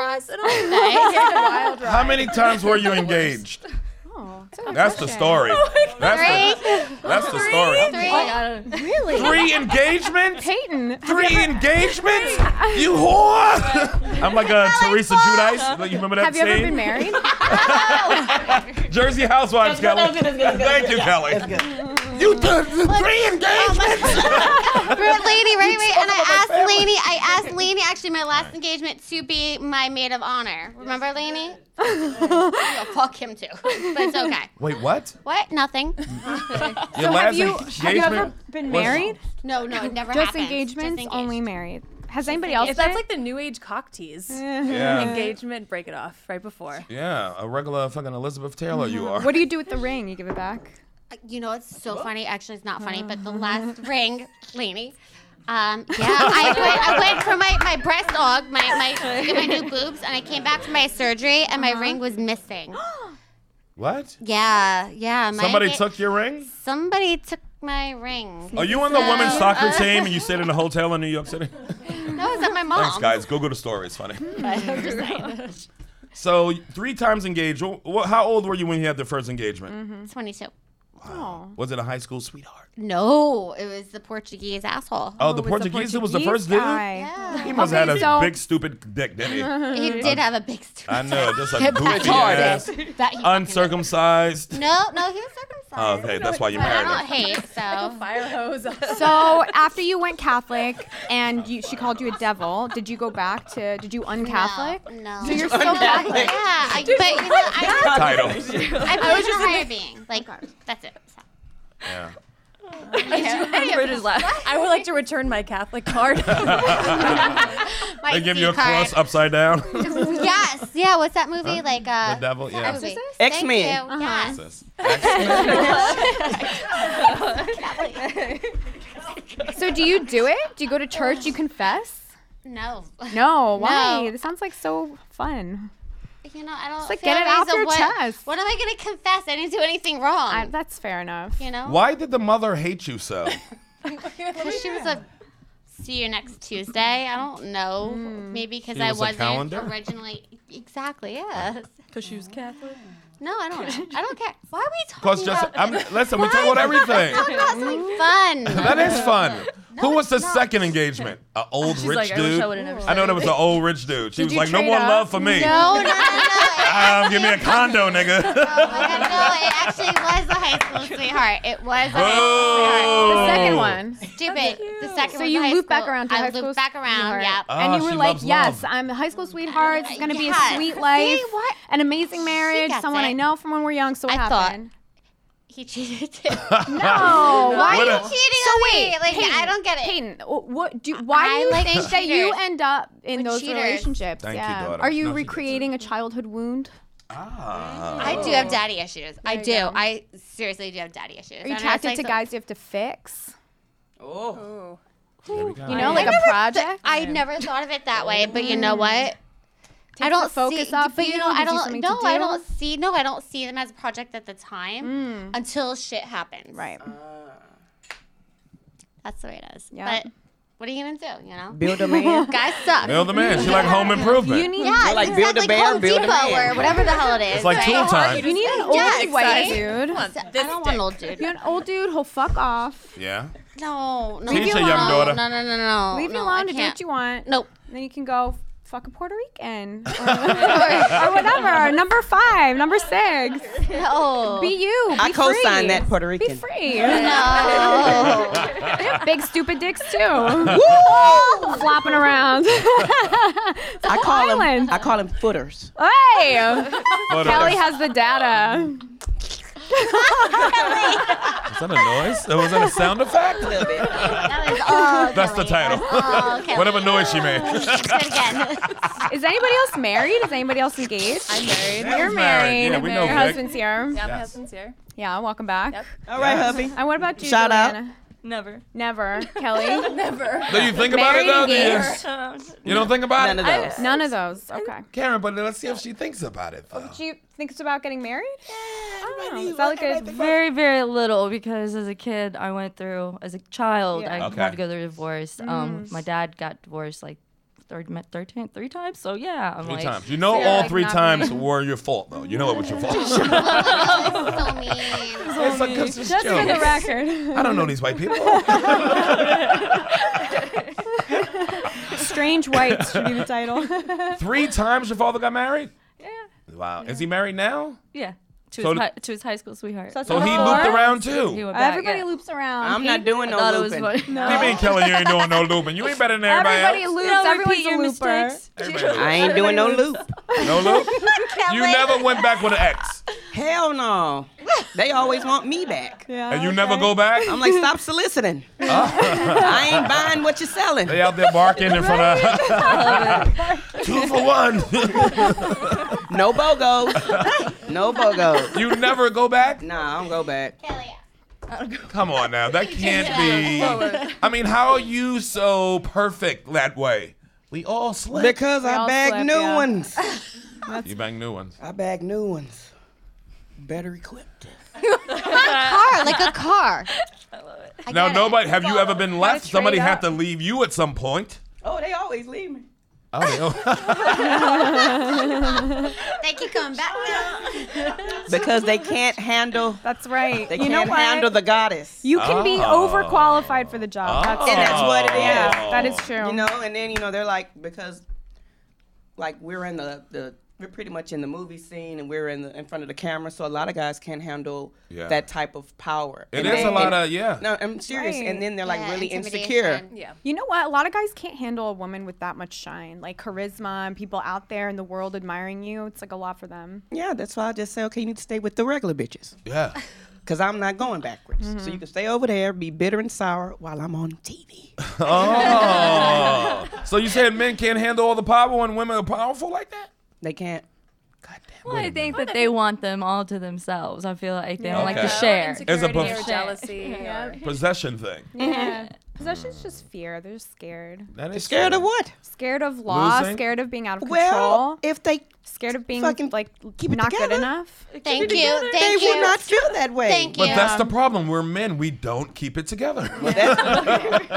Speaker 2: How many times were you engaged?
Speaker 7: [laughs] Oh,
Speaker 2: That's the story. That's the,
Speaker 9: Three,
Speaker 2: that's the story.
Speaker 7: Oh
Speaker 9: three.
Speaker 2: Three
Speaker 7: [laughs]
Speaker 2: engagements.
Speaker 7: Peyton.
Speaker 2: Three
Speaker 7: [laughs]
Speaker 2: engagements? You whore! I'm like uh, Teresa Judice. Like, You remember that
Speaker 7: Have you ever
Speaker 2: scene?
Speaker 7: been married?
Speaker 2: Jersey Housewives, Kelly. Thank you, Kelly. You took three engagements.
Speaker 9: For Lainey, right? Wait, and I
Speaker 2: [laughs]
Speaker 9: asked Lainey, I asked Lainey actually my last engagement to be my maid of honor. Remember Lainey? [laughs] yeah, fuck him too. [laughs] But it's okay.
Speaker 2: Wait, what?
Speaker 9: What? Nothing.
Speaker 2: Your
Speaker 7: So have
Speaker 2: last
Speaker 7: you,
Speaker 2: [laughs] engagement?
Speaker 7: have you ever been
Speaker 2: was-
Speaker 7: married?
Speaker 9: No, no, it never
Speaker 7: Just
Speaker 9: happens.
Speaker 7: engagements, Oh
Speaker 9: engaged.
Speaker 7: only married. Has anybody else?
Speaker 5: If that's like the new age cock tease,
Speaker 2: Yeah.
Speaker 5: engagement, break it off right before.
Speaker 2: Yeah, a regular fucking Elizabeth Taylor you are.
Speaker 7: Mm, what do you do with the ring? You give it back?
Speaker 9: You know, it's so funny. Actually, it's not funny,
Speaker 7: Uh.
Speaker 9: but
Speaker 7: [laughs]
Speaker 9: the last ring, Lainey. Um, yeah, I went, I went for my, my breast dog, my, my, to get my new boobs, and I came back from my surgery, and
Speaker 7: Uh-huh.
Speaker 9: my ring was missing. [gasps]
Speaker 2: What?
Speaker 9: Yeah, yeah. My
Speaker 2: Somebody
Speaker 9: enga-
Speaker 2: took your ring?
Speaker 9: Somebody took
Speaker 7: [laughs]
Speaker 9: my ring.
Speaker 2: Are you on the women's
Speaker 9: Um,
Speaker 2: soccer
Speaker 9: uh,
Speaker 2: team and you sit in a hotel in New York City?
Speaker 9: No, it's at my mom.
Speaker 2: Thanks, guys. Google the story. It's
Speaker 7: [laughs]
Speaker 2: funny. So, three times engaged. Wh- wh- How old were you when you had the first engagement?
Speaker 9: 22.
Speaker 7: Mm-hmm.
Speaker 2: Was it a high school sweetheart?
Speaker 9: No, it was the Portuguese asshole.
Speaker 2: Oh,
Speaker 7: Oh,
Speaker 2: the
Speaker 7: it was the
Speaker 2: Portuguese, it was the
Speaker 7: Portuguese
Speaker 2: first dude?
Speaker 7: guy.
Speaker 9: Yeah.
Speaker 2: He must
Speaker 7: Okay,
Speaker 2: have had a
Speaker 7: so-
Speaker 2: big, stupid dick, didn't he?
Speaker 7: [laughs]
Speaker 9: He
Speaker 7: Mm-hmm.
Speaker 9: did have a big stupid.
Speaker 2: I know, just a
Speaker 9: That
Speaker 2: goofy
Speaker 9: he
Speaker 2: ass,
Speaker 9: did. That he fucking
Speaker 2: uncircumcised.
Speaker 9: did. No, no, he was circumcised.
Speaker 2: Okay, that's why you
Speaker 7: [laughs]
Speaker 9: But I
Speaker 2: married
Speaker 9: don't
Speaker 2: him.
Speaker 9: hate, [laughs] so.
Speaker 5: Fire hose.
Speaker 7: So after you went Catholic and you, she called you a devil, did you go back to? Did you un-Catholic?
Speaker 9: No.
Speaker 7: So you're still Catholic.
Speaker 9: Yeah, I, but you know, I,
Speaker 7: [laughs]
Speaker 2: Title.
Speaker 9: I, I was just higher being. Like, that's it. So.
Speaker 2: Yeah.
Speaker 8: Bridges left.
Speaker 5: I would like to return my
Speaker 2: [laughs]
Speaker 5: Catholic card.
Speaker 9: My
Speaker 2: They give you a
Speaker 9: SD card.
Speaker 2: cross upside down. [laughs]
Speaker 9: Yes, yeah. What's that movie? Like, uh,
Speaker 2: the devil, yeah.
Speaker 9: movie?
Speaker 10: X-Men.
Speaker 9: Thank you,
Speaker 7: Uh-huh.
Speaker 9: Yes. [laughs] [laughs]
Speaker 7: So do you do it? Do you go to church? You confess?
Speaker 9: No.
Speaker 7: No. Why?
Speaker 9: No.
Speaker 7: This sounds like so fun.
Speaker 9: You know, I don't
Speaker 7: like,
Speaker 9: feel
Speaker 7: get it
Speaker 9: there's
Speaker 7: off
Speaker 9: a
Speaker 7: your
Speaker 9: what,
Speaker 7: chest.
Speaker 9: What am I gonna confess? I didn't do anything wrong.
Speaker 7: I, that's fair enough.
Speaker 9: you know,
Speaker 2: Why did the mother hate you so?
Speaker 9: 'Cause she was a. See you next Tuesday. I don't know.
Speaker 7: Mm.
Speaker 9: Maybe because
Speaker 2: She
Speaker 9: I
Speaker 2: was a
Speaker 9: wasn't
Speaker 2: calendar?
Speaker 9: originally. Exactly. Yes.
Speaker 5: Because she was Catholic.
Speaker 9: No, I don't. know. I don't care. Why are we talking
Speaker 2: Cause just,
Speaker 9: about?
Speaker 2: I'm, listen, we talk about everything.
Speaker 9: Talk
Speaker 7: [laughs]
Speaker 9: about something fun.
Speaker 2: That is fun. Who was the second engagement? An old rich
Speaker 8: like, I wish I
Speaker 2: dude.
Speaker 8: would've never
Speaker 2: I know
Speaker 8: said
Speaker 2: there was an old rich dude. She was
Speaker 7: you
Speaker 2: like, no
Speaker 7: trade
Speaker 2: more
Speaker 7: up?
Speaker 2: love for me.
Speaker 6: Oh,
Speaker 9: No, no, no, no.
Speaker 2: Um, give me a condo,
Speaker 8: [laughs]
Speaker 2: nigga.
Speaker 9: Oh my God, no, it actually was a high school sweetheart. It was a high school sweetheart.
Speaker 2: Oh.
Speaker 7: The second one.
Speaker 9: Stupid. The
Speaker 6: second
Speaker 7: So
Speaker 6: was
Speaker 7: you
Speaker 6: high
Speaker 7: looped back
Speaker 6: school.
Speaker 7: around to
Speaker 6: I
Speaker 7: high
Speaker 6: looped
Speaker 7: school
Speaker 6: back around.
Speaker 7: sweetheart.
Speaker 6: Yeah.
Speaker 2: Ah,
Speaker 7: and you
Speaker 2: she
Speaker 7: were like,
Speaker 2: loves
Speaker 7: "Yes,
Speaker 2: love.
Speaker 7: I'm a high school sweetheart. It's gonna
Speaker 6: Yes.
Speaker 7: be a sweet
Speaker 6: See,
Speaker 7: life,
Speaker 6: what?
Speaker 7: an amazing marriage,
Speaker 6: gets
Speaker 7: someone
Speaker 6: it.
Speaker 7: I know from when we we're young." So what
Speaker 6: I thought-
Speaker 7: happened?
Speaker 6: He cheated
Speaker 2: [laughs]
Speaker 6: too.
Speaker 7: No, why
Speaker 2: What
Speaker 7: you
Speaker 2: a-
Speaker 6: cheating on me? Like I don't get it.
Speaker 7: Peyton, wh- what do why
Speaker 6: I
Speaker 7: do you
Speaker 6: like
Speaker 7: think that you
Speaker 6: cheaters.
Speaker 7: end up in
Speaker 6: With
Speaker 7: those
Speaker 6: cheaters.
Speaker 7: relationships?
Speaker 2: Thank you,
Speaker 7: yeah.
Speaker 2: daughter.
Speaker 7: Are you
Speaker 2: No, she gets it.
Speaker 7: recreating a childhood wound?
Speaker 6: I do have daddy issues. I do. I seriously do have daddy issues.
Speaker 7: Are
Speaker 6: And I
Speaker 7: you
Speaker 6: was
Speaker 7: attracted
Speaker 6: like,
Speaker 7: to
Speaker 6: so-
Speaker 7: guys you have to fix?
Speaker 2: Here Oh. we go.
Speaker 7: You know, like a project.
Speaker 6: I never thought of it that way, but you know what? I
Speaker 7: your
Speaker 6: don't
Speaker 7: Mm. focus
Speaker 6: see,
Speaker 7: off
Speaker 6: but you
Speaker 7: you,
Speaker 6: know, I
Speaker 7: gives you
Speaker 6: don't.
Speaker 7: something to
Speaker 6: No, I
Speaker 7: do.
Speaker 6: don't see. No, I don't see them as a project at the time until shit happens.
Speaker 7: Mm.
Speaker 9: Uh.
Speaker 7: Right.
Speaker 6: That's the way it is.
Speaker 7: Yeah.
Speaker 6: But what are you gonna do? You know,
Speaker 9: Build a man.
Speaker 6: [laughs] guys suck.
Speaker 9: [laughs]
Speaker 2: Build the man. She like home improvement.
Speaker 7: You need
Speaker 6: yeah,
Speaker 9: Like
Speaker 6: it's
Speaker 9: Build a
Speaker 6: exactly
Speaker 9: Bear,
Speaker 6: Home
Speaker 9: Build a
Speaker 6: Depot
Speaker 9: Man.
Speaker 6: or whatever the hell it is.
Speaker 2: it's like tool time.
Speaker 7: you need an old
Speaker 6: Yes.
Speaker 7: white
Speaker 6: Exciting.
Speaker 7: dude.
Speaker 4: Come on,
Speaker 6: I
Speaker 4: this
Speaker 6: don't
Speaker 4: dick.
Speaker 6: want an old dude.
Speaker 7: You're an old dude. He'll fuck off.
Speaker 2: yeah.
Speaker 6: No, no.
Speaker 2: Teach
Speaker 6: no,
Speaker 2: a
Speaker 6: no,
Speaker 2: young daughter.
Speaker 6: No, no, no, no.
Speaker 7: Leave
Speaker 6: Oh, no,
Speaker 7: you alone
Speaker 6: I
Speaker 7: to do
Speaker 6: can't.
Speaker 7: what you want.
Speaker 6: Nope.
Speaker 7: Then you can go fuck a Puerto
Speaker 6: [laughs]
Speaker 7: Rican or, or whatever. Number five, number six.
Speaker 6: No.
Speaker 7: Be you. Be
Speaker 9: I co-sign
Speaker 7: free.
Speaker 9: that Puerto
Speaker 7: Be
Speaker 9: Rican.
Speaker 7: free. [laughs]
Speaker 6: no.
Speaker 7: Big stupid dicks too. Flopping around. [laughs]
Speaker 9: I call him.
Speaker 7: Island.
Speaker 9: I call him footers.
Speaker 7: hey,
Speaker 2: What a-
Speaker 7: Kelly has the data.
Speaker 2: Is that a noise? That was that a sound effect?
Speaker 6: That
Speaker 2: [laughs]
Speaker 6: was all
Speaker 2: That's the
Speaker 6: Kelly.
Speaker 2: title.
Speaker 6: All Kelly.
Speaker 2: Whatever noise she made.
Speaker 6: Do it again.
Speaker 7: Is anybody else married? Is anybody else engaged? I'm married. You're
Speaker 2: Sam's
Speaker 7: married.
Speaker 2: Yeah, we know
Speaker 7: Your
Speaker 2: Vic.
Speaker 7: husband's here.
Speaker 4: Yeah, my husband's here.
Speaker 7: Yeah, welcome back.
Speaker 9: All right, hubby.
Speaker 7: And what about you,
Speaker 9: Shout out.
Speaker 7: Joanna?
Speaker 4: Never.
Speaker 7: [laughs] Never. Kelly?
Speaker 4: Never.
Speaker 2: Do you think about it
Speaker 7: Married
Speaker 2: though? Do you-
Speaker 7: engaged.
Speaker 2: You don't think about
Speaker 9: None
Speaker 2: it?
Speaker 9: of those.
Speaker 7: None of those. Okay.
Speaker 2: Karen, but let's see if she thinks about it though.
Speaker 7: Do you think it's about getting married?
Speaker 9: Everybody
Speaker 7: Oh,
Speaker 9: needs
Speaker 7: is that like
Speaker 9: one,
Speaker 7: a
Speaker 9: everybody-
Speaker 8: Very, very little because as a kid, I went through, as a child,
Speaker 7: Yeah.
Speaker 8: I
Speaker 2: Okay.
Speaker 8: had to go through divorce. Um, my dad got divorced like third, ma- third time, three times. So yeah, I'm
Speaker 2: Three
Speaker 8: like,
Speaker 2: times. [laughs] You know
Speaker 7: Yeah,
Speaker 2: all
Speaker 7: like
Speaker 2: three
Speaker 7: not
Speaker 2: times were your fault though. You know it was your fault.
Speaker 6: so mean.
Speaker 2: it's like it's just
Speaker 7: [laughs] Just for the
Speaker 2: joke.
Speaker 7: record,
Speaker 2: I don't know these white people.
Speaker 7: [laughs] strange whites should be the title.
Speaker 2: Three times your father got married? Yeah. Wow. Is he married now?
Speaker 8: yeah, to,
Speaker 2: So
Speaker 8: his
Speaker 2: d-
Speaker 8: hi- to his high school sweetheart.
Speaker 7: [laughs] that's
Speaker 2: So he
Speaker 7: Before?
Speaker 2: looped around
Speaker 8: He
Speaker 2: too.
Speaker 8: went back,
Speaker 7: Everybody
Speaker 8: yeah.
Speaker 7: loops around.
Speaker 9: I'm not
Speaker 7: Pete.
Speaker 9: doing
Speaker 8: I thought
Speaker 9: no
Speaker 8: it was
Speaker 9: looping.
Speaker 8: funny.
Speaker 2: You mean Kelly, you ain't doing no looping. You ain't better than everybody,
Speaker 7: Everybody
Speaker 2: else.
Speaker 7: loops.
Speaker 8: Don't
Speaker 7: Everyone's
Speaker 8: repeat
Speaker 7: a
Speaker 8: your
Speaker 7: looper.
Speaker 8: mistakes.
Speaker 2: Everybody
Speaker 9: [laughs] I ain't doing no loop.
Speaker 2: loop. No loop? You never went back with an ex.
Speaker 9: Hell no. [laughs] They always want me back.
Speaker 7: Yeah.
Speaker 2: And you never go back?
Speaker 9: I'm like, stop soliciting. [laughs] I ain't buying what you're selling.
Speaker 2: They out there barking in front [laughs] of two for one.
Speaker 9: No bogos. [laughs] No
Speaker 2: [laughs]
Speaker 9: bogos.
Speaker 2: you never go back?
Speaker 9: Nah, I don't go back.
Speaker 6: Kelly.
Speaker 2: Come on now, that can't be. I mean, how are you so perfect that way? We all slip.
Speaker 9: Because I
Speaker 7: all
Speaker 9: bag
Speaker 7: slip,
Speaker 9: new
Speaker 7: yeah.
Speaker 9: ones.
Speaker 2: You bang new ones.
Speaker 9: I bag new ones. Better equipped.
Speaker 6: Car, like a car. I
Speaker 2: Now,
Speaker 6: get it.
Speaker 2: nobody. Have you ever been left?
Speaker 7: trade
Speaker 2: Somebody had
Speaker 7: up.
Speaker 2: to leave you at some point.
Speaker 9: Oh, they always leave me.
Speaker 2: Oh, yeah.
Speaker 6: [laughs] They keep coming back now.
Speaker 9: Because they can't handle.
Speaker 7: That's right.
Speaker 9: They
Speaker 7: you know
Speaker 9: can't
Speaker 7: what?
Speaker 9: handle the goddess.
Speaker 7: you can be
Speaker 2: Oh.
Speaker 7: overqualified for the job. That's
Speaker 9: And
Speaker 7: it.
Speaker 9: that's what it is.
Speaker 7: Yeah, that is true.
Speaker 9: You know, and then you know they're like because, like we're in the the we're pretty much in the movie scene and we're in the in front of the camera, so a lot of guys can't handle
Speaker 2: Yeah.
Speaker 9: that type of power.
Speaker 2: It
Speaker 9: And
Speaker 2: is
Speaker 9: they-
Speaker 2: a lot
Speaker 9: and-
Speaker 2: of yeah.
Speaker 9: No, I'm serious.
Speaker 7: Right.
Speaker 9: And then they're like
Speaker 6: Yeah,
Speaker 9: really insecure.
Speaker 6: intimidation.
Speaker 4: Yeah.
Speaker 7: You know what? A lot of guys can't handle a woman with that much shine, like charisma and people out there in the world admiring you. It's like a lot for them.
Speaker 9: Yeah, that's why I just say, okay, you need to stay with the regular bitches.
Speaker 2: Yeah.
Speaker 9: Cause I'm not going backwards. So you can stay over there, be bitter and sour while I'm on
Speaker 2: [laughs]
Speaker 9: TV.
Speaker 2: Oh. So you said men can't handle all the power and women are powerful like that?
Speaker 9: They can't.
Speaker 8: Well, I think that they want them all to themselves. I feel like they don't like
Speaker 2: Okay.
Speaker 8: to share.
Speaker 2: As a
Speaker 4: Insecurity or
Speaker 2: buff-
Speaker 4: jealousy. or-
Speaker 2: Possession thing.
Speaker 7: Yeah. Possession's just fear. They're just scared.
Speaker 2: That is
Speaker 9: Scared of
Speaker 2: true.
Speaker 9: what?
Speaker 7: Scared of law,
Speaker 2: Losing?
Speaker 7: scared of being out of control,
Speaker 9: Well, if they
Speaker 7: scared of being
Speaker 9: fucking
Speaker 7: like
Speaker 9: keep it
Speaker 7: not good
Speaker 9: together.
Speaker 7: enough.
Speaker 6: Thank you.
Speaker 9: they
Speaker 6: Thank
Speaker 9: will
Speaker 6: you.
Speaker 9: not feel that way.
Speaker 6: Thank you.
Speaker 2: But that's the problem. We're men. We don't keep it together.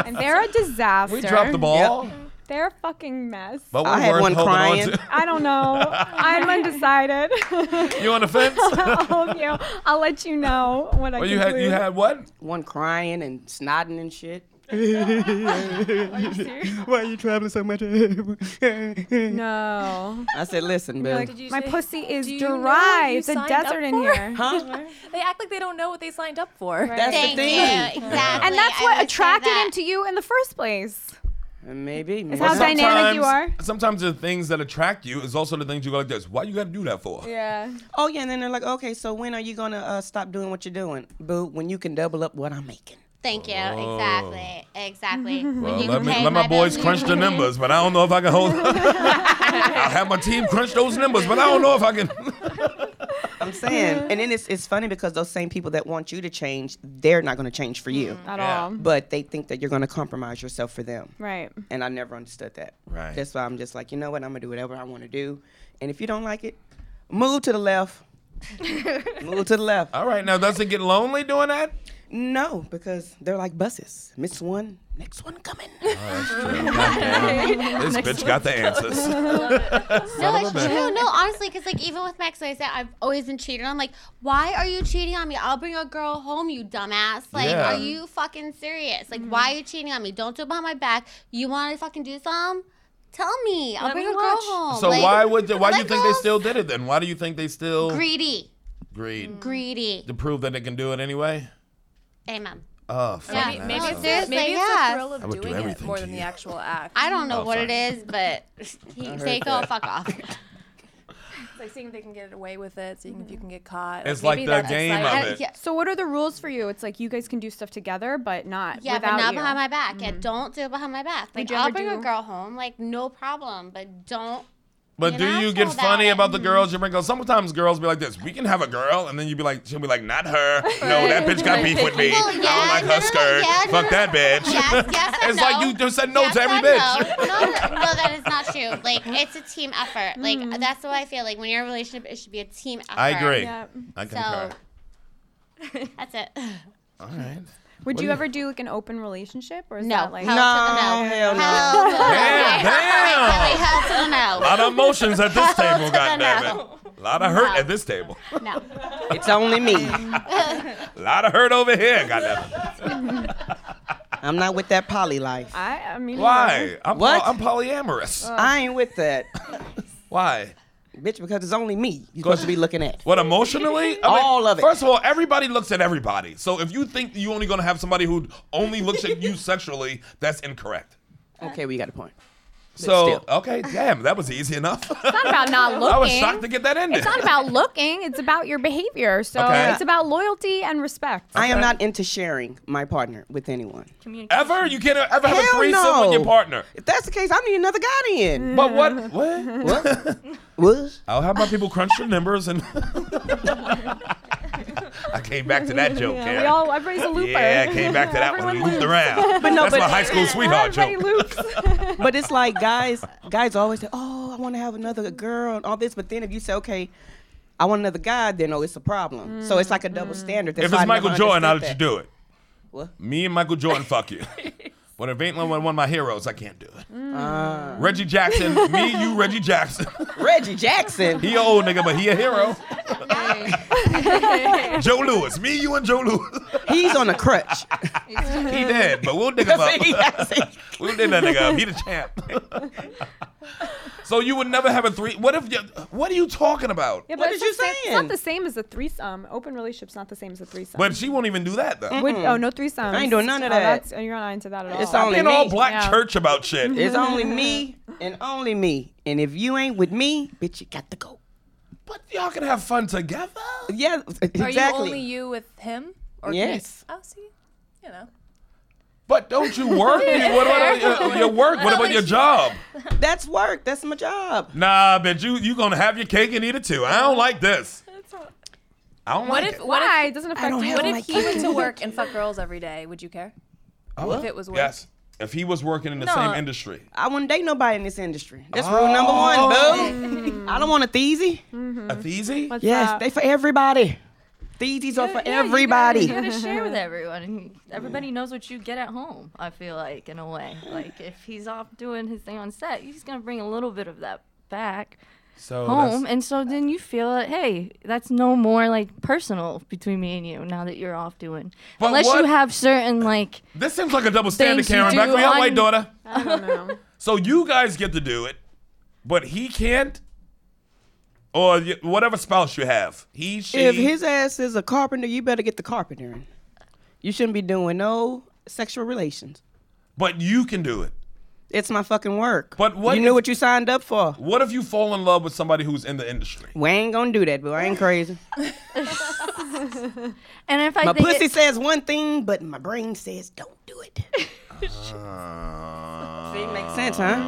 Speaker 7: And they're
Speaker 9: [laughs]
Speaker 7: a
Speaker 2: [laughs]
Speaker 7: disaster.
Speaker 2: we drop the ball.
Speaker 7: They're a fucking mess.
Speaker 2: But we're
Speaker 9: I had
Speaker 2: worth
Speaker 9: one
Speaker 2: holding
Speaker 9: crying.
Speaker 2: on to. [laughs]
Speaker 7: I don't know. I'm undecided.
Speaker 2: You on the fence?
Speaker 7: [laughs] All of you. I'll let you know what I
Speaker 2: well, you
Speaker 7: conclude.
Speaker 2: had you had what?
Speaker 9: One crying and snotting and shit. Why are you traveling so much? no.
Speaker 7: No.
Speaker 9: I said, listen, babe.
Speaker 5: Did you
Speaker 7: My
Speaker 5: say-
Speaker 7: pussy is
Speaker 5: Do you know what
Speaker 7: dry.
Speaker 5: you
Speaker 7: It's a
Speaker 5: signed up
Speaker 7: desert in
Speaker 5: for? [laughs]
Speaker 7: here.
Speaker 9: huh?
Speaker 5: They act like they don't know what they signed up for.
Speaker 9: That's
Speaker 6: Thank
Speaker 9: the
Speaker 6: you.
Speaker 9: thing.
Speaker 6: Exactly.
Speaker 7: And that's
Speaker 6: I
Speaker 7: what
Speaker 6: always say
Speaker 7: attracted
Speaker 6: that.
Speaker 7: him to you in the first place.
Speaker 9: Maybe. maybe.
Speaker 7: how
Speaker 9: not.
Speaker 7: dynamic you
Speaker 2: Sometimes-
Speaker 7: are.
Speaker 2: Sometimes the things that attract you is also the things you go like this. Why you gotta do that for?
Speaker 7: Yeah.
Speaker 9: Oh yeah, and then they're like, okay, so when are you gonna uh, stop doing what you're doing, boo? When you can double up what I'm making.
Speaker 6: Thank you. Exactly.
Speaker 5: [laughs]
Speaker 6: Exactly. When
Speaker 2: Well,
Speaker 6: you
Speaker 2: let me
Speaker 6: pay
Speaker 2: let my boys
Speaker 6: bills,
Speaker 2: crunch the numbers, but I don't know if I can hold. I'll have my team crunch those numbers, but I don't know if I can. [laughs]
Speaker 9: I'm saying, and then it's it's funny because those same people that want you to change, they're not gonna change for you,
Speaker 7: At
Speaker 2: Yeah.
Speaker 7: all.
Speaker 9: but they think that you're gonna compromise yourself for them.
Speaker 7: Right.
Speaker 9: And I never understood that.
Speaker 2: Right.
Speaker 9: That's why I'm just like, you know what? I'm gonna do whatever I want to do, and if you don't like it, move to
Speaker 6: [laughs]
Speaker 9: the left. move to the left.
Speaker 2: All right, now does it get lonely doing
Speaker 9: [laughs]
Speaker 2: that?
Speaker 9: No, because they're like buses. Miss one, next one coming.
Speaker 2: This bitch got the
Speaker 9: [laughs]
Speaker 2: answers.
Speaker 6: No, it's true. No, honestly, because like even with Max, like I said I've always been cheated on. Like, why are you cheating on me? I'll bring a girl home, you dumbass. Like,
Speaker 2: Yeah.
Speaker 6: are you fucking serious? Like, why are you cheating on me? Don't do it behind my back. You want to fucking do some? Tell me. I'll bring a girl home.
Speaker 2: So
Speaker 6: Like,
Speaker 2: why would they, why do you
Speaker 6: let
Speaker 2: think they
Speaker 6: girls-
Speaker 2: still did it then? Why do you think they still
Speaker 6: greedy?
Speaker 2: greed
Speaker 6: Greedy.
Speaker 2: to prove that they can do it anyway?
Speaker 6: Amen.
Speaker 2: Oh, fuck
Speaker 6: Yeah.
Speaker 2: that.
Speaker 6: No,
Speaker 5: Maybe it's,
Speaker 6: seriously,
Speaker 5: maybe it's
Speaker 6: yes.
Speaker 5: the thrill
Speaker 2: I
Speaker 5: of
Speaker 2: would do
Speaker 5: doing it
Speaker 2: everything
Speaker 5: more
Speaker 2: to
Speaker 5: than the
Speaker 2: you.
Speaker 5: actual act.
Speaker 6: I don't know what
Speaker 2: Oh, sorry.
Speaker 6: it is, but
Speaker 2: [laughs]
Speaker 6: [laughs] he, they go fuck
Speaker 9: [laughs]
Speaker 6: off.
Speaker 5: It's like seeing if they can get away with it, seeing if you can get caught.
Speaker 2: It's like the
Speaker 5: Maybe that's
Speaker 2: game of
Speaker 5: exciting.
Speaker 2: it.
Speaker 6: yeah,
Speaker 7: So what are the rules for you? It's like you guys can do stuff together, but not
Speaker 6: yeah,
Speaker 7: without
Speaker 6: but not
Speaker 7: you.
Speaker 6: behind my back.
Speaker 5: Mm-hmm.
Speaker 6: Yeah, don't do it behind my back. Like
Speaker 7: you
Speaker 6: I'll
Speaker 7: ever
Speaker 6: bring a
Speaker 7: do-
Speaker 6: girl home, like no problem, but don't.
Speaker 2: But
Speaker 6: You're
Speaker 2: do
Speaker 6: an
Speaker 2: you
Speaker 6: asshole
Speaker 2: get
Speaker 6: about
Speaker 2: funny
Speaker 6: it.
Speaker 2: about the girls you bring? Cause sometimes girls be like this. We can have a girl, and then you be like, she'll be like, not her. No, that bitch got beef with me.
Speaker 6: Well,
Speaker 2: I
Speaker 6: yeah,
Speaker 2: don't like
Speaker 6: no, no,
Speaker 2: her
Speaker 6: no,
Speaker 2: skirt.
Speaker 6: yeah, no,
Speaker 2: Fuck
Speaker 6: no.
Speaker 2: that bitch.
Speaker 6: Yes, Oh, yes, and
Speaker 2: it's like
Speaker 6: no.
Speaker 2: you just said no
Speaker 6: Yes
Speaker 2: to every [laughs]
Speaker 6: and
Speaker 2: bitch.
Speaker 6: No. No, th- no, that is not true. Like it's a team effort. Like that's what I feel. Like when you're in a relationship, it should be a team effort.
Speaker 2: I agree.
Speaker 7: Yeah.
Speaker 2: I
Speaker 6: So
Speaker 2: concur.
Speaker 6: that's
Speaker 9: [laughs]
Speaker 6: it.
Speaker 2: All right. What
Speaker 7: Would
Speaker 2: do
Speaker 7: you
Speaker 2: you-
Speaker 7: ever do like an open relationship or is
Speaker 6: No.
Speaker 7: that like
Speaker 6: hell to the no.
Speaker 9: hell no.
Speaker 6: Hell to the no.
Speaker 2: Damn,
Speaker 6: Really,
Speaker 2: damn.
Speaker 6: hell to the
Speaker 2: A
Speaker 6: no.
Speaker 2: lot of emotions at this
Speaker 9: [laughs]
Speaker 2: table, goddammit.
Speaker 6: no.
Speaker 2: A lot of hurt at this table.
Speaker 6: No.
Speaker 9: It's only me.
Speaker 2: A lot of hurt over here, goddammit.
Speaker 9: I'm not with that poly life.
Speaker 7: I I mean
Speaker 2: Why? I'm,
Speaker 9: What? Uh.
Speaker 2: I'm polyamorous.
Speaker 9: I ain't with that,
Speaker 2: Why?
Speaker 9: bitch, because it's only me you're supposed to be looking at.
Speaker 2: What emotionally? I mean,
Speaker 9: All of it.
Speaker 2: First of all, everybody looks at everybody. So if you think you only gonna have somebody who only looks at you sexually, that's incorrect.
Speaker 9: Okay, we got a point.
Speaker 2: So
Speaker 9: still.
Speaker 2: okay, damn, that was easy enough.
Speaker 7: It's not
Speaker 6: [laughs]
Speaker 7: about
Speaker 2: [laughs]
Speaker 7: not
Speaker 2: I was
Speaker 7: looking.
Speaker 2: shocked to get that in there.
Speaker 7: It's not about looking, it's about your behavior. So
Speaker 2: Okay.
Speaker 7: it's about loyalty and respect.
Speaker 9: I am not into sharing my partner with anyone.
Speaker 2: Ever you can't ever have a
Speaker 9: Hell
Speaker 2: threesome
Speaker 9: no.
Speaker 2: with your partner.
Speaker 9: If that's the case, I need another guy in.
Speaker 2: But what? What?
Speaker 9: What? what?
Speaker 2: I'll have my people crunch the numbers and. [laughs] I came back to
Speaker 7: [laughs]
Speaker 2: that joke, Karen.
Speaker 7: We all everybody's a looper.
Speaker 2: yeah, I came back to that one and
Speaker 7: Everyone
Speaker 2: looped around.
Speaker 9: But no,
Speaker 2: that's
Speaker 9: but-
Speaker 2: my high school sweetheart
Speaker 7: Everybody
Speaker 2: joke.
Speaker 7: loops. [laughs]
Speaker 9: But it's like guys, guys always say, "Oh, I want to have another girl and all this," but then if you say, "Okay, I want another guy," then oh, it's a problem. so it's like a
Speaker 5: Mm-hmm.
Speaker 9: double standard. That's
Speaker 2: If
Speaker 9: why I
Speaker 2: it's Michael
Speaker 9: never
Speaker 2: Jordan, I'll let you
Speaker 9: understood
Speaker 2: do it.
Speaker 9: What?
Speaker 2: Me and Michael Jordan, fuck you. But if ain't one one of my heroes, I can't do it.
Speaker 7: Mm.
Speaker 2: Uh. Reggie Jackson, me, you, Reggie Jackson.
Speaker 9: that. Reggie Jackson.
Speaker 2: He a old nigga, but he a hero. [laughs] Joe Lewis, me, you, and Joe Lewis. [laughs]
Speaker 9: He's on a crutch. [laughs]
Speaker 2: He dead, but we'll dig him [laughs]
Speaker 9: He
Speaker 2: up.
Speaker 9: has it.
Speaker 2: we'll dig that nigga up. He the champ. so you would never have a three. What if? You, what are you talking about?
Speaker 7: Yeah,
Speaker 9: What
Speaker 7: it's
Speaker 9: did you
Speaker 7: the same- It's
Speaker 9: saying?
Speaker 7: not the same as a threesome. Open relationship's not the same as a threesome.
Speaker 2: But she won't even do that though.
Speaker 7: Would- oh no threesomes.
Speaker 9: I ain't doing none of
Speaker 7: Oh,
Speaker 9: that.
Speaker 7: that's- oh, you're not into that at all.
Speaker 9: It's
Speaker 2: I'm
Speaker 9: only
Speaker 2: in all
Speaker 9: me.
Speaker 2: black
Speaker 7: Yeah.
Speaker 2: church about shit.
Speaker 9: It's only me and only me. And if you ain't with me, bitch, you got to go.
Speaker 2: But y'all can have fun together.
Speaker 9: Yeah,
Speaker 5: Are
Speaker 9: exactly.
Speaker 5: you only you with him? Or
Speaker 9: Yes.
Speaker 5: Oh, see, you know.
Speaker 2: But don't you work? what about your, your work? What about your job?
Speaker 9: That's work. That's my job.
Speaker 2: Nah, bitch, you you gonna have your cake and eat it too. I don't like this. I don't
Speaker 5: What
Speaker 2: like
Speaker 5: if?
Speaker 2: it.
Speaker 5: What if?
Speaker 7: Why? It doesn't affect
Speaker 9: don't
Speaker 7: you.
Speaker 9: have
Speaker 5: What
Speaker 9: Oh my
Speaker 5: if he went to work and [laughs] fucked girls every day? Would you care?
Speaker 9: Oh.
Speaker 5: if it was work.
Speaker 2: Yes, if he was working in the
Speaker 5: No.
Speaker 2: same industry.
Speaker 9: I wouldn't date nobody in this industry. That's rule number
Speaker 2: Oh.
Speaker 9: one,
Speaker 5: Mm.
Speaker 9: boo. I don't want a thiesy.
Speaker 2: That's easy.
Speaker 9: Yes,
Speaker 6: Uh,
Speaker 7: that?
Speaker 9: they for everybody. Theesies are for everybody.
Speaker 8: You gotta share with everyone. and Everybody knows what you get at home. I feel like, in a way, like if he's off doing his thing on set, he's gonna bring a little bit of that back.
Speaker 6: So
Speaker 8: home,
Speaker 6: that's-
Speaker 8: and so then you feel like, hey, that's no more like personal between me and you now that you're off doing.
Speaker 6: But
Speaker 8: Unless
Speaker 6: what-
Speaker 8: you have certain like,
Speaker 6: this seems like a double standard,
Speaker 8: Things you
Speaker 6: Karen.
Speaker 8: do
Speaker 6: Back me up,
Speaker 8: on-
Speaker 6: white daughter.
Speaker 7: I don't know.
Speaker 6: [laughs] So you guys get to do it, but he can't, or y- whatever spouse you have. He, she.
Speaker 9: If his ass is a carpenter, you better get the carpenter in. You shouldn't be doing no sexual relations.
Speaker 6: but you can do it.
Speaker 9: It's my fucking work.
Speaker 6: But what
Speaker 9: you knew
Speaker 6: if-
Speaker 9: what you signed up for.
Speaker 6: What if you fall in love with somebody who's in the industry?
Speaker 9: We ain't gonna do that, boo. I ain't crazy.
Speaker 8: and if I
Speaker 9: My
Speaker 8: think it-
Speaker 9: pussy says one thing, but my brain says don't do
Speaker 6: [laughs]
Speaker 9: it.
Speaker 6: Uh,
Speaker 9: See, makes sense,
Speaker 6: [laughs]
Speaker 9: huh?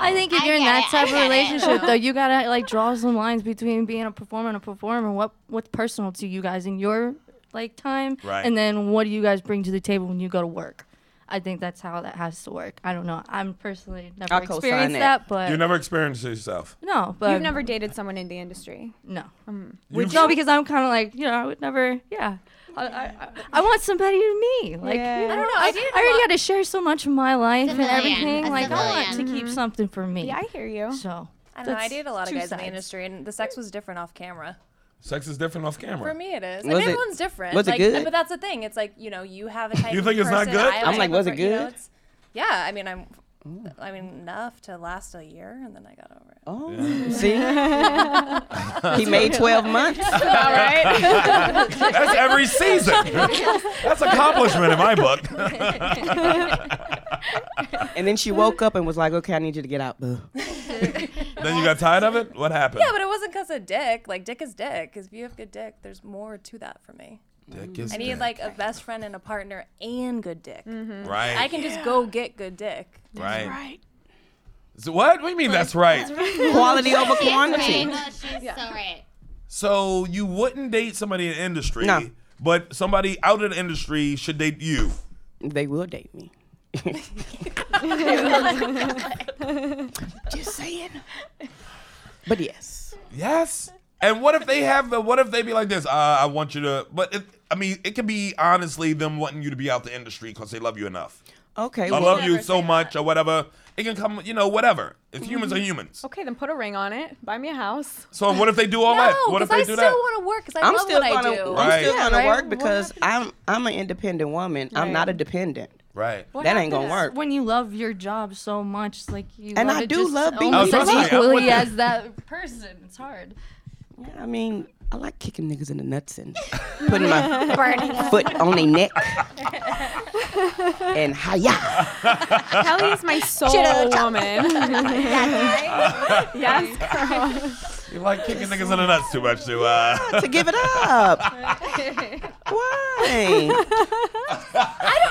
Speaker 8: I think if
Speaker 2: I
Speaker 8: you're in
Speaker 2: get
Speaker 8: that
Speaker 2: it, I
Speaker 8: type of
Speaker 2: get it.
Speaker 8: relationship, though, you gotta like draw some lines between being a performer and a performer. What what's personal to you guys in your like time,
Speaker 6: Right.
Speaker 8: and then what do you guys bring to the table when you go to work? I think that's how that has to work. I don't know. I'm personally never
Speaker 9: I'll co-sign
Speaker 8: experienced
Speaker 9: that.
Speaker 8: that, but
Speaker 6: You never experienced it yourself.
Speaker 8: no, but
Speaker 7: You've never dated someone in the industry.
Speaker 8: no,
Speaker 6: You've-
Speaker 8: no, because I'm kind of like you know I would never, yeah. I, I, I- I want somebody to me. Like
Speaker 7: Yeah.
Speaker 8: I don't know.
Speaker 5: I
Speaker 8: I,
Speaker 5: did
Speaker 8: I already
Speaker 5: wa-
Speaker 8: got to share so much of my life
Speaker 2: Civilian,
Speaker 8: and everything.
Speaker 2: a
Speaker 8: Like I want to
Speaker 2: civilian.
Speaker 6: Mm-hmm.
Speaker 8: keep something for me.
Speaker 7: Yeah, I hear you.
Speaker 8: so
Speaker 5: I don't know. I
Speaker 8: that's
Speaker 5: dated a lot of
Speaker 8: two
Speaker 5: guys in the
Speaker 8: sides.
Speaker 5: industry, and the sex was different off camera.
Speaker 6: Sex is different off
Speaker 5: For
Speaker 6: camera.
Speaker 5: me, it is.
Speaker 9: Was
Speaker 5: Like
Speaker 9: it-
Speaker 5: everyone's different.
Speaker 9: was it
Speaker 5: like,
Speaker 9: good?
Speaker 5: But that's the thing. It's like you know, you have a
Speaker 9: [laughs]
Speaker 5: type.
Speaker 6: You
Speaker 5: of
Speaker 6: think it's not
Speaker 5: person,
Speaker 6: good?
Speaker 5: I have a
Speaker 9: I'm
Speaker 5: type
Speaker 9: like,
Speaker 5: of
Speaker 9: was it
Speaker 5: per- you know,
Speaker 9: good?
Speaker 5: it's- yeah, I mean, I'm. I mean, enough to last a year, and then I got over it.
Speaker 9: Oh, see, he made
Speaker 6: [laughs]
Speaker 9: twelve months.
Speaker 7: All right.
Speaker 6: That's every
Speaker 5: [laughs]
Speaker 6: season. That's accomplishment in my book.
Speaker 9: And then she woke up and was like, "Okay, I need you to get out." Boo.
Speaker 6: then you got tired of it? What happened?
Speaker 5: Yeah, but it wasn't because of dick. Like, dick is dick. 'Cause if you have good dick, there's more to that for me.
Speaker 6: Dick is
Speaker 5: I need
Speaker 6: dick.
Speaker 5: like a best friend and a partner and good dick.
Speaker 6: right.
Speaker 5: I can just go get good dick.
Speaker 6: right. right. So what? What do you mean that's right?
Speaker 9: Quality over quantity.
Speaker 2: Right. She's so right.
Speaker 6: So you wouldn't date somebody in the industry,
Speaker 9: No.
Speaker 6: but somebody out of the industry should date you.
Speaker 9: They will date me. [laughs] Just saying. But yes,
Speaker 6: Yes. And what if they have the? What if they be like this? Uh, I want you to. But it, I mean, it could be honestly them wanting you to be out the industry because they love you enough.
Speaker 9: okay.
Speaker 6: I
Speaker 9: well,
Speaker 6: love
Speaker 5: never
Speaker 6: you so
Speaker 5: say Mm-hmm.
Speaker 6: much, or whatever. It can come, you know, whatever. If humans are humans.
Speaker 7: okay, then put a ring on it. Buy me
Speaker 2: [laughs]
Speaker 7: a house.
Speaker 6: So what if they do all
Speaker 5: No,
Speaker 6: that? What if
Speaker 5: because
Speaker 6: they do
Speaker 5: I still
Speaker 6: that?
Speaker 5: want to work because I
Speaker 9: I'm
Speaker 5: love
Speaker 9: still
Speaker 5: what
Speaker 9: gonna,
Speaker 5: I do.
Speaker 6: Right.
Speaker 9: I'm still
Speaker 7: Yeah,
Speaker 9: gonna
Speaker 7: right?
Speaker 9: work because I'm I'm an independent woman. I'm not a dependent.
Speaker 6: right.
Speaker 9: that ain't gonna work.
Speaker 8: when you love your job so much, like you
Speaker 9: And
Speaker 8: love
Speaker 9: I
Speaker 8: it
Speaker 9: do
Speaker 8: just
Speaker 9: love being
Speaker 2: Oh,
Speaker 8: almost
Speaker 6: with
Speaker 8: as
Speaker 6: people. I
Speaker 8: equally
Speaker 6: wouldn't-
Speaker 8: as that person. It's
Speaker 9: [laughs]
Speaker 8: hard.
Speaker 9: Yeah, I mean, I like kicking niggas in the nuts and putting
Speaker 5: [laughs]
Speaker 9: my foot on their neck and hiya.
Speaker 7: Kelly is my soul
Speaker 2: [laughs]
Speaker 7: woman. [laughs] yes.
Speaker 6: You like kicking niggas in the nuts too much to uh
Speaker 9: to give it
Speaker 5: [laughs]
Speaker 9: up. Why?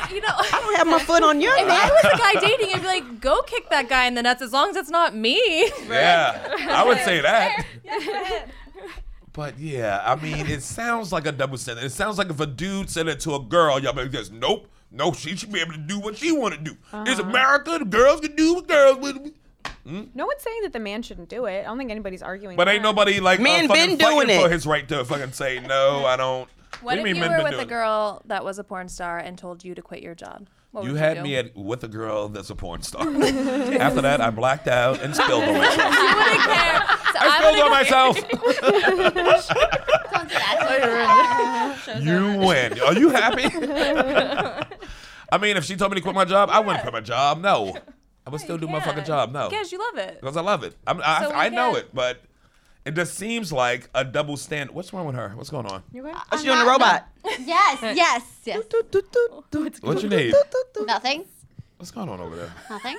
Speaker 5: You know,
Speaker 9: I don't have my foot on your
Speaker 5: if [laughs] I
Speaker 9: neck.
Speaker 5: was a guy dating, I'd be like, go kick that guy in the nuts as long as it's not me.
Speaker 6: Yeah. I would say
Speaker 5: [laughs]
Speaker 6: that. But yeah, I mean, it sounds like a double standard. It sounds like if a dude said it to a girl, y'all be like this, nope, no, she should be able to do what she want to do. It's
Speaker 5: Uh-huh.
Speaker 6: America, the girls can do what girls would.
Speaker 7: No one's saying that the man shouldn't do it. I don't think anybody's arguing.
Speaker 6: But ain't
Speaker 7: that.
Speaker 6: nobody like uh,
Speaker 9: Men
Speaker 6: fucking
Speaker 9: been doing
Speaker 6: fighting for
Speaker 9: it.
Speaker 6: his right to fucking say no. I don't.
Speaker 5: What
Speaker 6: do
Speaker 5: if
Speaker 6: mean
Speaker 5: you
Speaker 6: men
Speaker 5: were
Speaker 6: been
Speaker 5: with a
Speaker 6: doing it?
Speaker 5: girl that was a porn star and told you to quit your job? What
Speaker 6: You
Speaker 5: would
Speaker 6: had
Speaker 5: do?
Speaker 6: me at with a girl that's a porn star.
Speaker 5: [laughs]
Speaker 6: After that, I blacked out and spilled on myself.
Speaker 5: You wouldn't care. So
Speaker 6: I
Speaker 5: I'm
Speaker 6: spilled on
Speaker 5: gonna go-
Speaker 6: myself.
Speaker 5: [laughs]
Speaker 2: Don't do
Speaker 6: You win.
Speaker 2: that.
Speaker 6: Are you happy?
Speaker 5: [laughs]
Speaker 6: I mean, if she told me to quit my job, I wouldn't quit my job. No, I would still do my fucking
Speaker 5: can't.
Speaker 6: job. No,
Speaker 5: Yes, you love it.
Speaker 6: because I love it. I'm, I,
Speaker 5: So we
Speaker 6: I know
Speaker 5: can't-
Speaker 6: it, but it just seems like a double stand. What's wrong with her? What's going on?
Speaker 7: You guys-
Speaker 9: She on the robot.
Speaker 2: Yes, yes, yes.
Speaker 6: What you need?
Speaker 2: Nothing.
Speaker 6: What's going on over there?
Speaker 2: Nothing.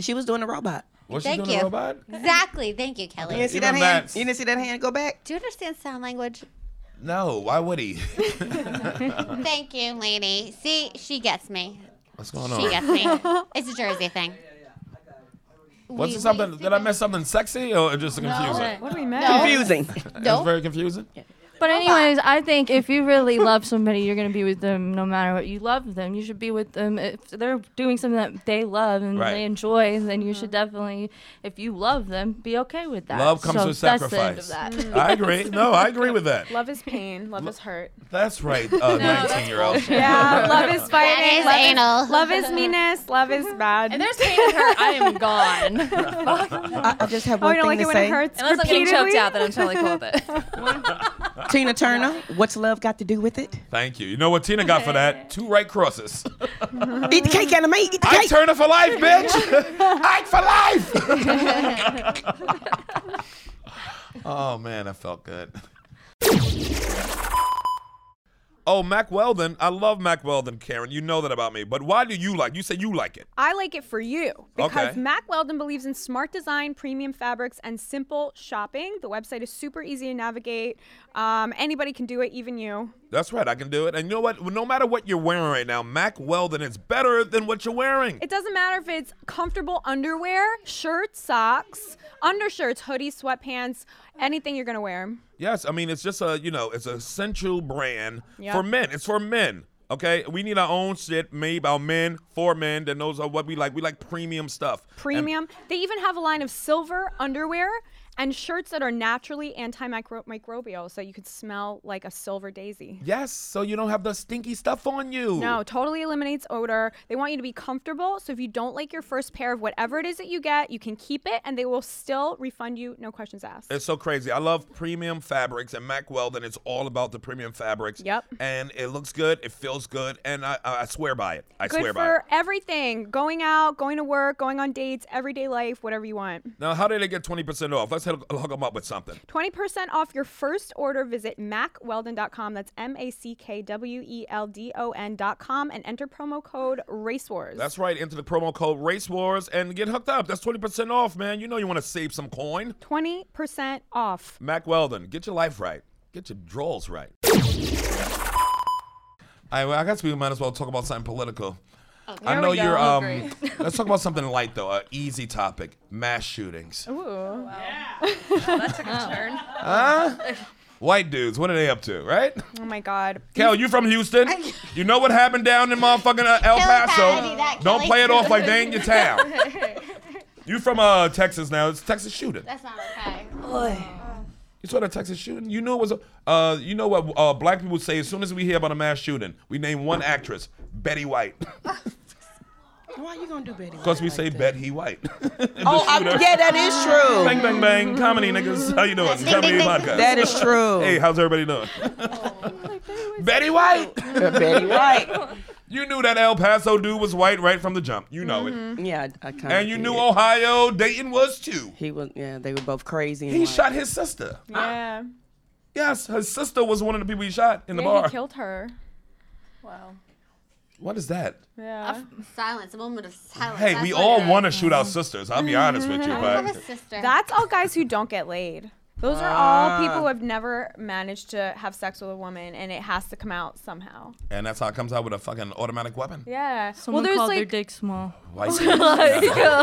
Speaker 9: She was doing the robot.
Speaker 6: What's she
Speaker 2: Thank
Speaker 6: doing,
Speaker 2: you.
Speaker 6: robot?
Speaker 2: Exactly. Thank you,
Speaker 9: You
Speaker 2: Kelly.
Speaker 9: didn't see
Speaker 6: Even
Speaker 9: that hand?
Speaker 6: that's-
Speaker 9: You didn't see that hand go back?
Speaker 2: Do you understand sound language?
Speaker 6: No, why would he?
Speaker 2: [laughs] Thank you, lady. See, she gets me.
Speaker 6: What's going
Speaker 2: She
Speaker 6: on?
Speaker 2: gets me. It's a Jersey thing.
Speaker 6: What's
Speaker 2: We-
Speaker 6: it something?
Speaker 2: we-
Speaker 6: Did I miss something sexy or just confusing?
Speaker 7: What do we met?
Speaker 2: No.
Speaker 9: Confusing.
Speaker 6: It's
Speaker 2: No.
Speaker 6: very confusing.
Speaker 8: But anyways, I think if you really love somebody, you're gonna be with them no matter what. You love them, you should be with them. If they're doing something that they love and
Speaker 2: Right.
Speaker 8: they enjoy, then you should
Speaker 9: Mm-hmm.
Speaker 8: definitely, if you love them, be okay with that.
Speaker 2: Love comes
Speaker 8: So
Speaker 2: with
Speaker 8: that's
Speaker 2: sacrifice.
Speaker 8: The
Speaker 9: Mm-hmm.
Speaker 8: end of that.
Speaker 2: [laughs] I agree. No, I agree with that.
Speaker 7: Love is pain. Love
Speaker 2: [laughs]
Speaker 7: is hurt.
Speaker 2: That's right,
Speaker 8: [laughs]
Speaker 2: uh, 19 year old.
Speaker 7: Yeah, [laughs] love is fighting.
Speaker 6: is
Speaker 7: love
Speaker 6: anal.
Speaker 7: Is, love
Speaker 5: [laughs]
Speaker 7: is meanness. Love is bad.
Speaker 5: If Mm-hmm. there's pain in her, I am
Speaker 6: [laughs]
Speaker 5: gone. [laughs]
Speaker 9: I, I just have
Speaker 7: oh,
Speaker 9: one
Speaker 7: you don't like
Speaker 9: thing to
Speaker 7: it when
Speaker 9: say.
Speaker 7: it hurts
Speaker 5: Unless I'm getting
Speaker 7: repeatedly.
Speaker 5: choked out, then I'm totally [laughs] cool with it.
Speaker 9: Tina Turner, what's love got to do with it?
Speaker 2: Thank you. You know what Tina got for
Speaker 5: [laughs]
Speaker 2: that? Two right crosses.
Speaker 9: Eat the cake, anime. Eat the
Speaker 2: I
Speaker 9: cake.
Speaker 2: Turner for [laughs] life, bitch. Ike for life. [laughs] oh man, that felt good. Oh, Mac Weldon. I love Mac Weldon, Karen. You know that about me. But why do you like? You say you like it.
Speaker 7: I like it for you because
Speaker 2: Okay.
Speaker 7: Mac Weldon believes in smart design, premium fabrics, and simple shopping. The website is super easy to navigate. Um, anybody can do it, even you.
Speaker 2: That's right. I can do it. And you know what? No matter what you're wearing right now, Mac Weldon is better than what you're wearing.
Speaker 7: It doesn't matter if it's comfortable underwear, shirts, socks, undershirts, hoodies, sweatpants, anything you're gonna wear.
Speaker 2: Yes, I mean it's just a you know it's a central brand
Speaker 7: Yep.
Speaker 2: for men. It's for men. Okay, we need our own shit made by men for men that knows what we like. We like premium stuff. And-
Speaker 7: Premium. they even have a line of silver underwear and shirts that are naturally antimicrobial, so you could smell like a silver daisy.
Speaker 2: yes, so you don't have the stinky stuff on you.
Speaker 7: No, totally eliminates odor. They want you to be comfortable. So if you don't like your first pair of whatever it is that you get, you can keep it and they will still refund you, no questions asked.
Speaker 2: It's so crazy. I love premium fabrics and Mack Weldon. It's all about the premium fabrics.
Speaker 7: Yep.
Speaker 2: And it looks good. It feels good. And I, I I swear by it. I
Speaker 7: Good
Speaker 2: swear by it.
Speaker 7: for everything going out, going to work, going on dates, everyday life, whatever you want.
Speaker 2: Now, how did they get 20% off? Let's hook, hook them up with something.
Speaker 7: 20% off your first order. Visit macweldon.com. That's M A C K W E L D O N.com and enter promo code RACEWARS.
Speaker 2: That's right. Enter the promo code Race Wars and get hooked up. That's 20% off, man. You know you want to save some coin.
Speaker 7: 20% off.
Speaker 2: Mac Weldon, get your life right. Get your drawers right. I, I guess we might as well talk about something political. I know you're. Um, [laughs] let's talk about something light though, an easy topic: mass shootings.
Speaker 5: Turn.
Speaker 2: White dudes, what are they up to, right?
Speaker 7: Oh my God.
Speaker 2: Kel, you from Houston? You know what happened down in motherfucking uh, El
Speaker 6: Kelly
Speaker 2: Paso?
Speaker 6: Patty, that
Speaker 2: Don't
Speaker 6: Kelly.
Speaker 2: play it off like they in your town. You from uh, Texas now? It's Texas shooting.
Speaker 6: That's not okay.
Speaker 2: You saw that Texas shooting. You know it was uh you know what uh black people say as soon as we hear about a mass shooting, we name one actress Betty White
Speaker 9: Why are you gonna do Betty?
Speaker 2: because we say Betty White.
Speaker 9: Oh, I- yeah, that is true.
Speaker 2: bang bang bang, comedy niggas. How you doing? comedy
Speaker 6: bing, bing.
Speaker 2: podcast.
Speaker 9: That is true.
Speaker 2: hey, how's everybody doing? [laughs] Betty White.
Speaker 9: [laughs] Betty White.
Speaker 2: You knew that El Paso dude was white right from the jump. You know it.
Speaker 9: Yeah, I, I kind
Speaker 2: And you knew Ohio Dayton was too.
Speaker 9: He was. Yeah, they were both crazy. And
Speaker 2: He
Speaker 9: white.
Speaker 2: shot his sister.
Speaker 7: Yeah.
Speaker 2: Yes, his sister was one of the people he shot in the
Speaker 7: yeah,
Speaker 2: bar.
Speaker 7: he killed her.
Speaker 5: Wow.
Speaker 2: what is that?
Speaker 7: Yeah.
Speaker 6: Silence. A moment of silence. Oh,
Speaker 2: Hey,
Speaker 6: That's
Speaker 2: we
Speaker 6: what
Speaker 2: all
Speaker 6: it is. Mm-hmm.
Speaker 2: want to shoot our sisters. I'll be honest with you,
Speaker 6: I have
Speaker 2: but
Speaker 6: a sister.
Speaker 7: That's all guys who don't get laid. Those are all people who
Speaker 2: Ah.
Speaker 7: have never managed to have sex with a woman, and it has to come out somehow.
Speaker 2: and that's how it comes out with a fucking
Speaker 6: [laughs]
Speaker 2: automatic weapon.
Speaker 7: Yeah.
Speaker 8: Someone
Speaker 7: well, there's
Speaker 8: called their
Speaker 7: like
Speaker 8: dick small.
Speaker 2: White yeah.